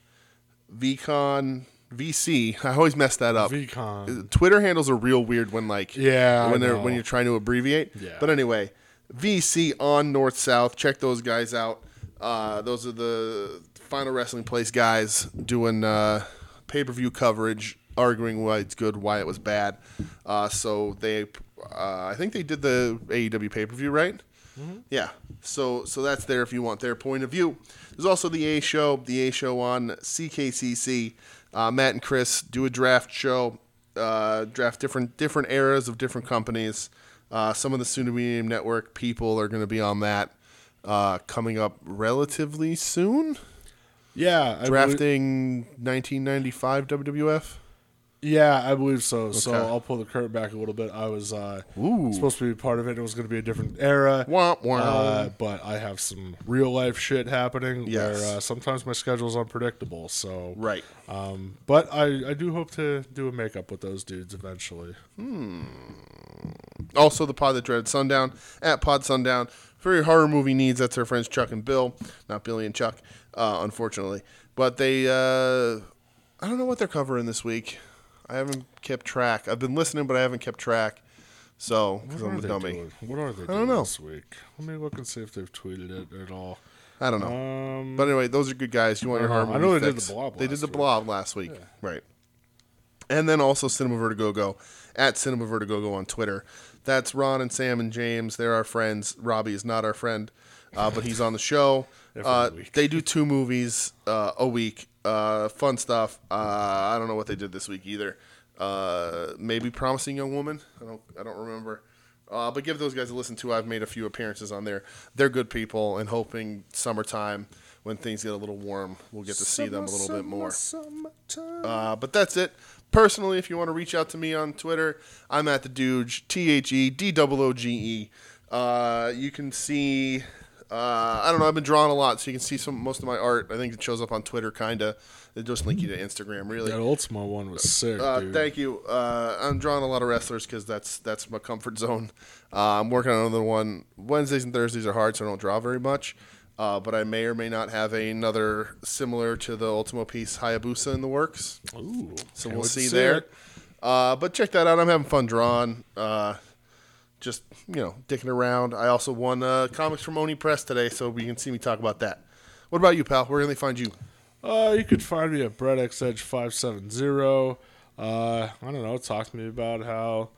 VCon VC. I always mess that up.
VCon.
Twitter handles are real weird when like
Yeah, I
when they're when
know.
you're trying to abbreviate.
Yeah.
But anyway, VC on North South. Check those guys out. Uh, those are the Final Wrestling Place guys doing uh, pay per view coverage, arguing why it's good, why it was bad. Uh, so they, uh, I think they did the AEW pay per view E right.
Mm-hmm.
Yeah. So so that's there if you want their point of view. There's also the A show, the A show on CKCC. Uh, Matt and Chris do a draft show, uh, draft different different eras of different companies. Uh, some of the soon to be named network people are going to be on that uh, coming up relatively soon.
Yeah, I belie-
Drafting 1995 WWF.
yeah, I believe so. So
Okay.
I'll pull the curtain back a little bit. I was uh,
Ooh.
supposed to be part of it. It was going to be a different era.
Womp womp.
Uh, but I have some real life shit happening
Yes.
where uh, sometimes my schedule is unpredictable. So
right.
Um, but I, I do hope to do a makeup with those dudes eventually.
Also, the pod that dreaded sundown at Pod Sundown for your horror movie needs. That's our friends Chuck and Bill, not Billy and Chuck, uh, unfortunately. But they, uh, I don't know what they're covering this week. I haven't kept track. I've been listening, but I haven't kept track. So, because I'm a Mm-hmm. dummy,
doing? What are they doing
know.
this week? Let me look and see if they've tweeted it at all.
I don't know.
Um,
But anyway, those are good guys. You want your
Uh-huh.
horror
I
movie?
know they did
fix.
the Blob
They did
last
the
week.
Blob last week, right? And then also Cinema Vertigogo at Cinema Vertigogo on Twitter. That's Ron and Sam and James. They're our friends. Robbie is not our friend, uh, but he's on the show.
*laughs* Every
Uh,
week.
they do two movies uh, a week. Uh, fun stuff. Uh, I don't know what they did this week either. Uh, maybe Promising Young Woman. I don't. I don't remember. Uh, but give those guys a listen too. I've made a few appearances on there. They're good people, and hoping summertime when things get a little warm, we'll get to see them a little bit more. Uh, but that's it. Personally, if you want to reach out to me on Twitter, I'm at the Doge, T H E D O O G E. Uh, You can see, uh, I don't know, I've been drawing a lot, so you can see some most of my art. I think it shows up on Twitter, kind of. It just link you to Instagram, really.
that Ultima one was sick,
Uh,
dude.
thank you. Uh, I'm drawing a lot of wrestlers because that's that's my comfort zone. Uh, I'm working on another one. Wednesdays and Thursdays are hard, so I don't draw very much. Uh, but I may or may not have another similar to the Ultimo piece Hayabusa in the works.
Ooh,
So
can't
we'll
wait to
see there.
it.
Uh, but check that out. I'm having fun drawing. Uh, just you know, dicking around. I also won uh, comics from Oni Press today, so you can see me talk about that. What about you, pal? Where can they find you?
Uh, you could find me at BrettXEdge570. Uh, I don't know. Talk to me about how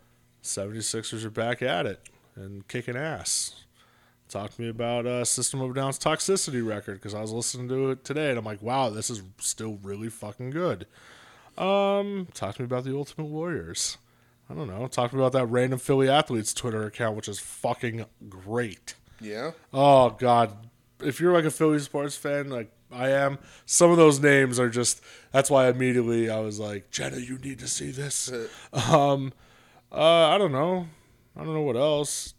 76ers are back at it and kicking ass. Talk to me about uh, System of a Down's toxicity record because I was listening to it today and I'm like, wow, this is still really fucking good. Um, talk to me about the Ultimate Warriors. I don't know. Talk to me about that random Philly athletes Twitter account, which is fucking great.
Yeah.
Oh God! If you're like a Philly sports fan, like I am, some of those names are just. That's why immediately I was like, Jenna, you need to see this. um, uh, I don't know. I don't know what else.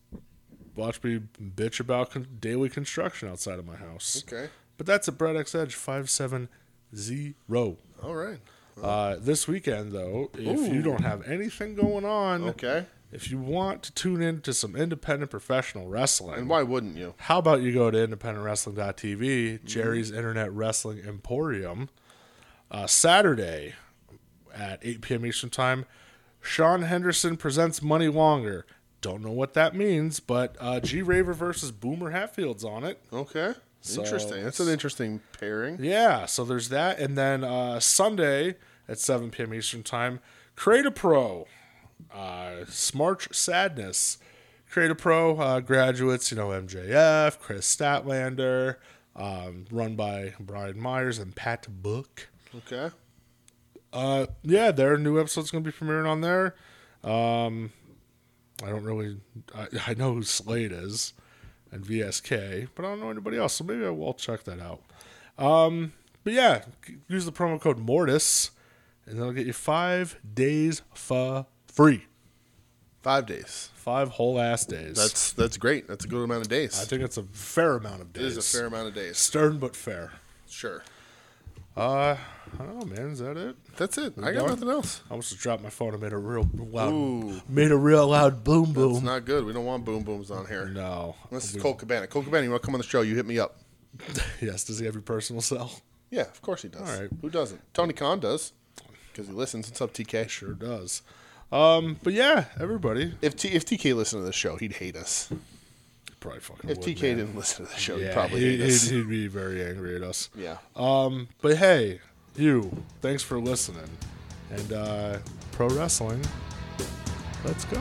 Watch me bitch about con- daily construction outside of my house.
Okay.
But that's at Brad X Edge five seven zero.
All right.
Uh, this weekend, though, if you don't have anything going on,
Okay.
if you want to tune in to some independent professional wrestling,
And why wouldn't you?
how about you go to independentwrestling.tv, Jerry's Internet Wrestling Emporium, uh, Saturday at 8 p.m. Eastern Time. Sean Henderson presents Money Longer. Don't know what that means, but uh, G Raver versus Boomer Hatfield's on it.
Okay.
So-
interesting. That's an interesting pairing.
Yeah, so there's that. And then uh, Sunday at 7 p.m. Eastern Time, Create a Pro, uh, Smarch Sadness. Create a Pro uh, graduates, you know, MJF, Chris Statlander, um, run by Brian Myers and Pat Book.
Okay.
Uh, yeah, their new episode's going to be premiering on there. Um, I don't really, I, I know who Slade is and VSK, but I don't know anybody else, so maybe I will check that out. Um, but yeah, c- use the promo code Mortis, and that'll get you five days for free.
Five days.
Five whole ass days.
That's that's great. That's a good amount of days.
I think it's a fair amount of
it
days.
is a fair amount of days.
Stern but fair.
Sure.
Uh, I don't know, man. Is that it?
That's it. I got
done?
nothing else.
I almost dropped my phone and made a real loud,
Ooh.
made a real loud boom boom.
It's not good. We don't want boom booms on here.
No.
Unless it's Cole Cabana. Cole Cabana, you want to come on the show? You hit me up.
yes, does *laughs* he have your personal cell?
Yeah, of course he does.
All right.
Who doesn't? Tony Khan does because he listens. What's up, TK?
Sure does. Um, but yeah, everybody
If T- if TK listened to this show, he'd hate us.
probably fucking
If
would,
TK
man.
didn't listen to the show,
yeah,
he'd probably
he,
hate us.
would he'd be very angry at us.
yeah.
Um, but hey, you, thanks for listening. And uh, pro wrestling, let's go.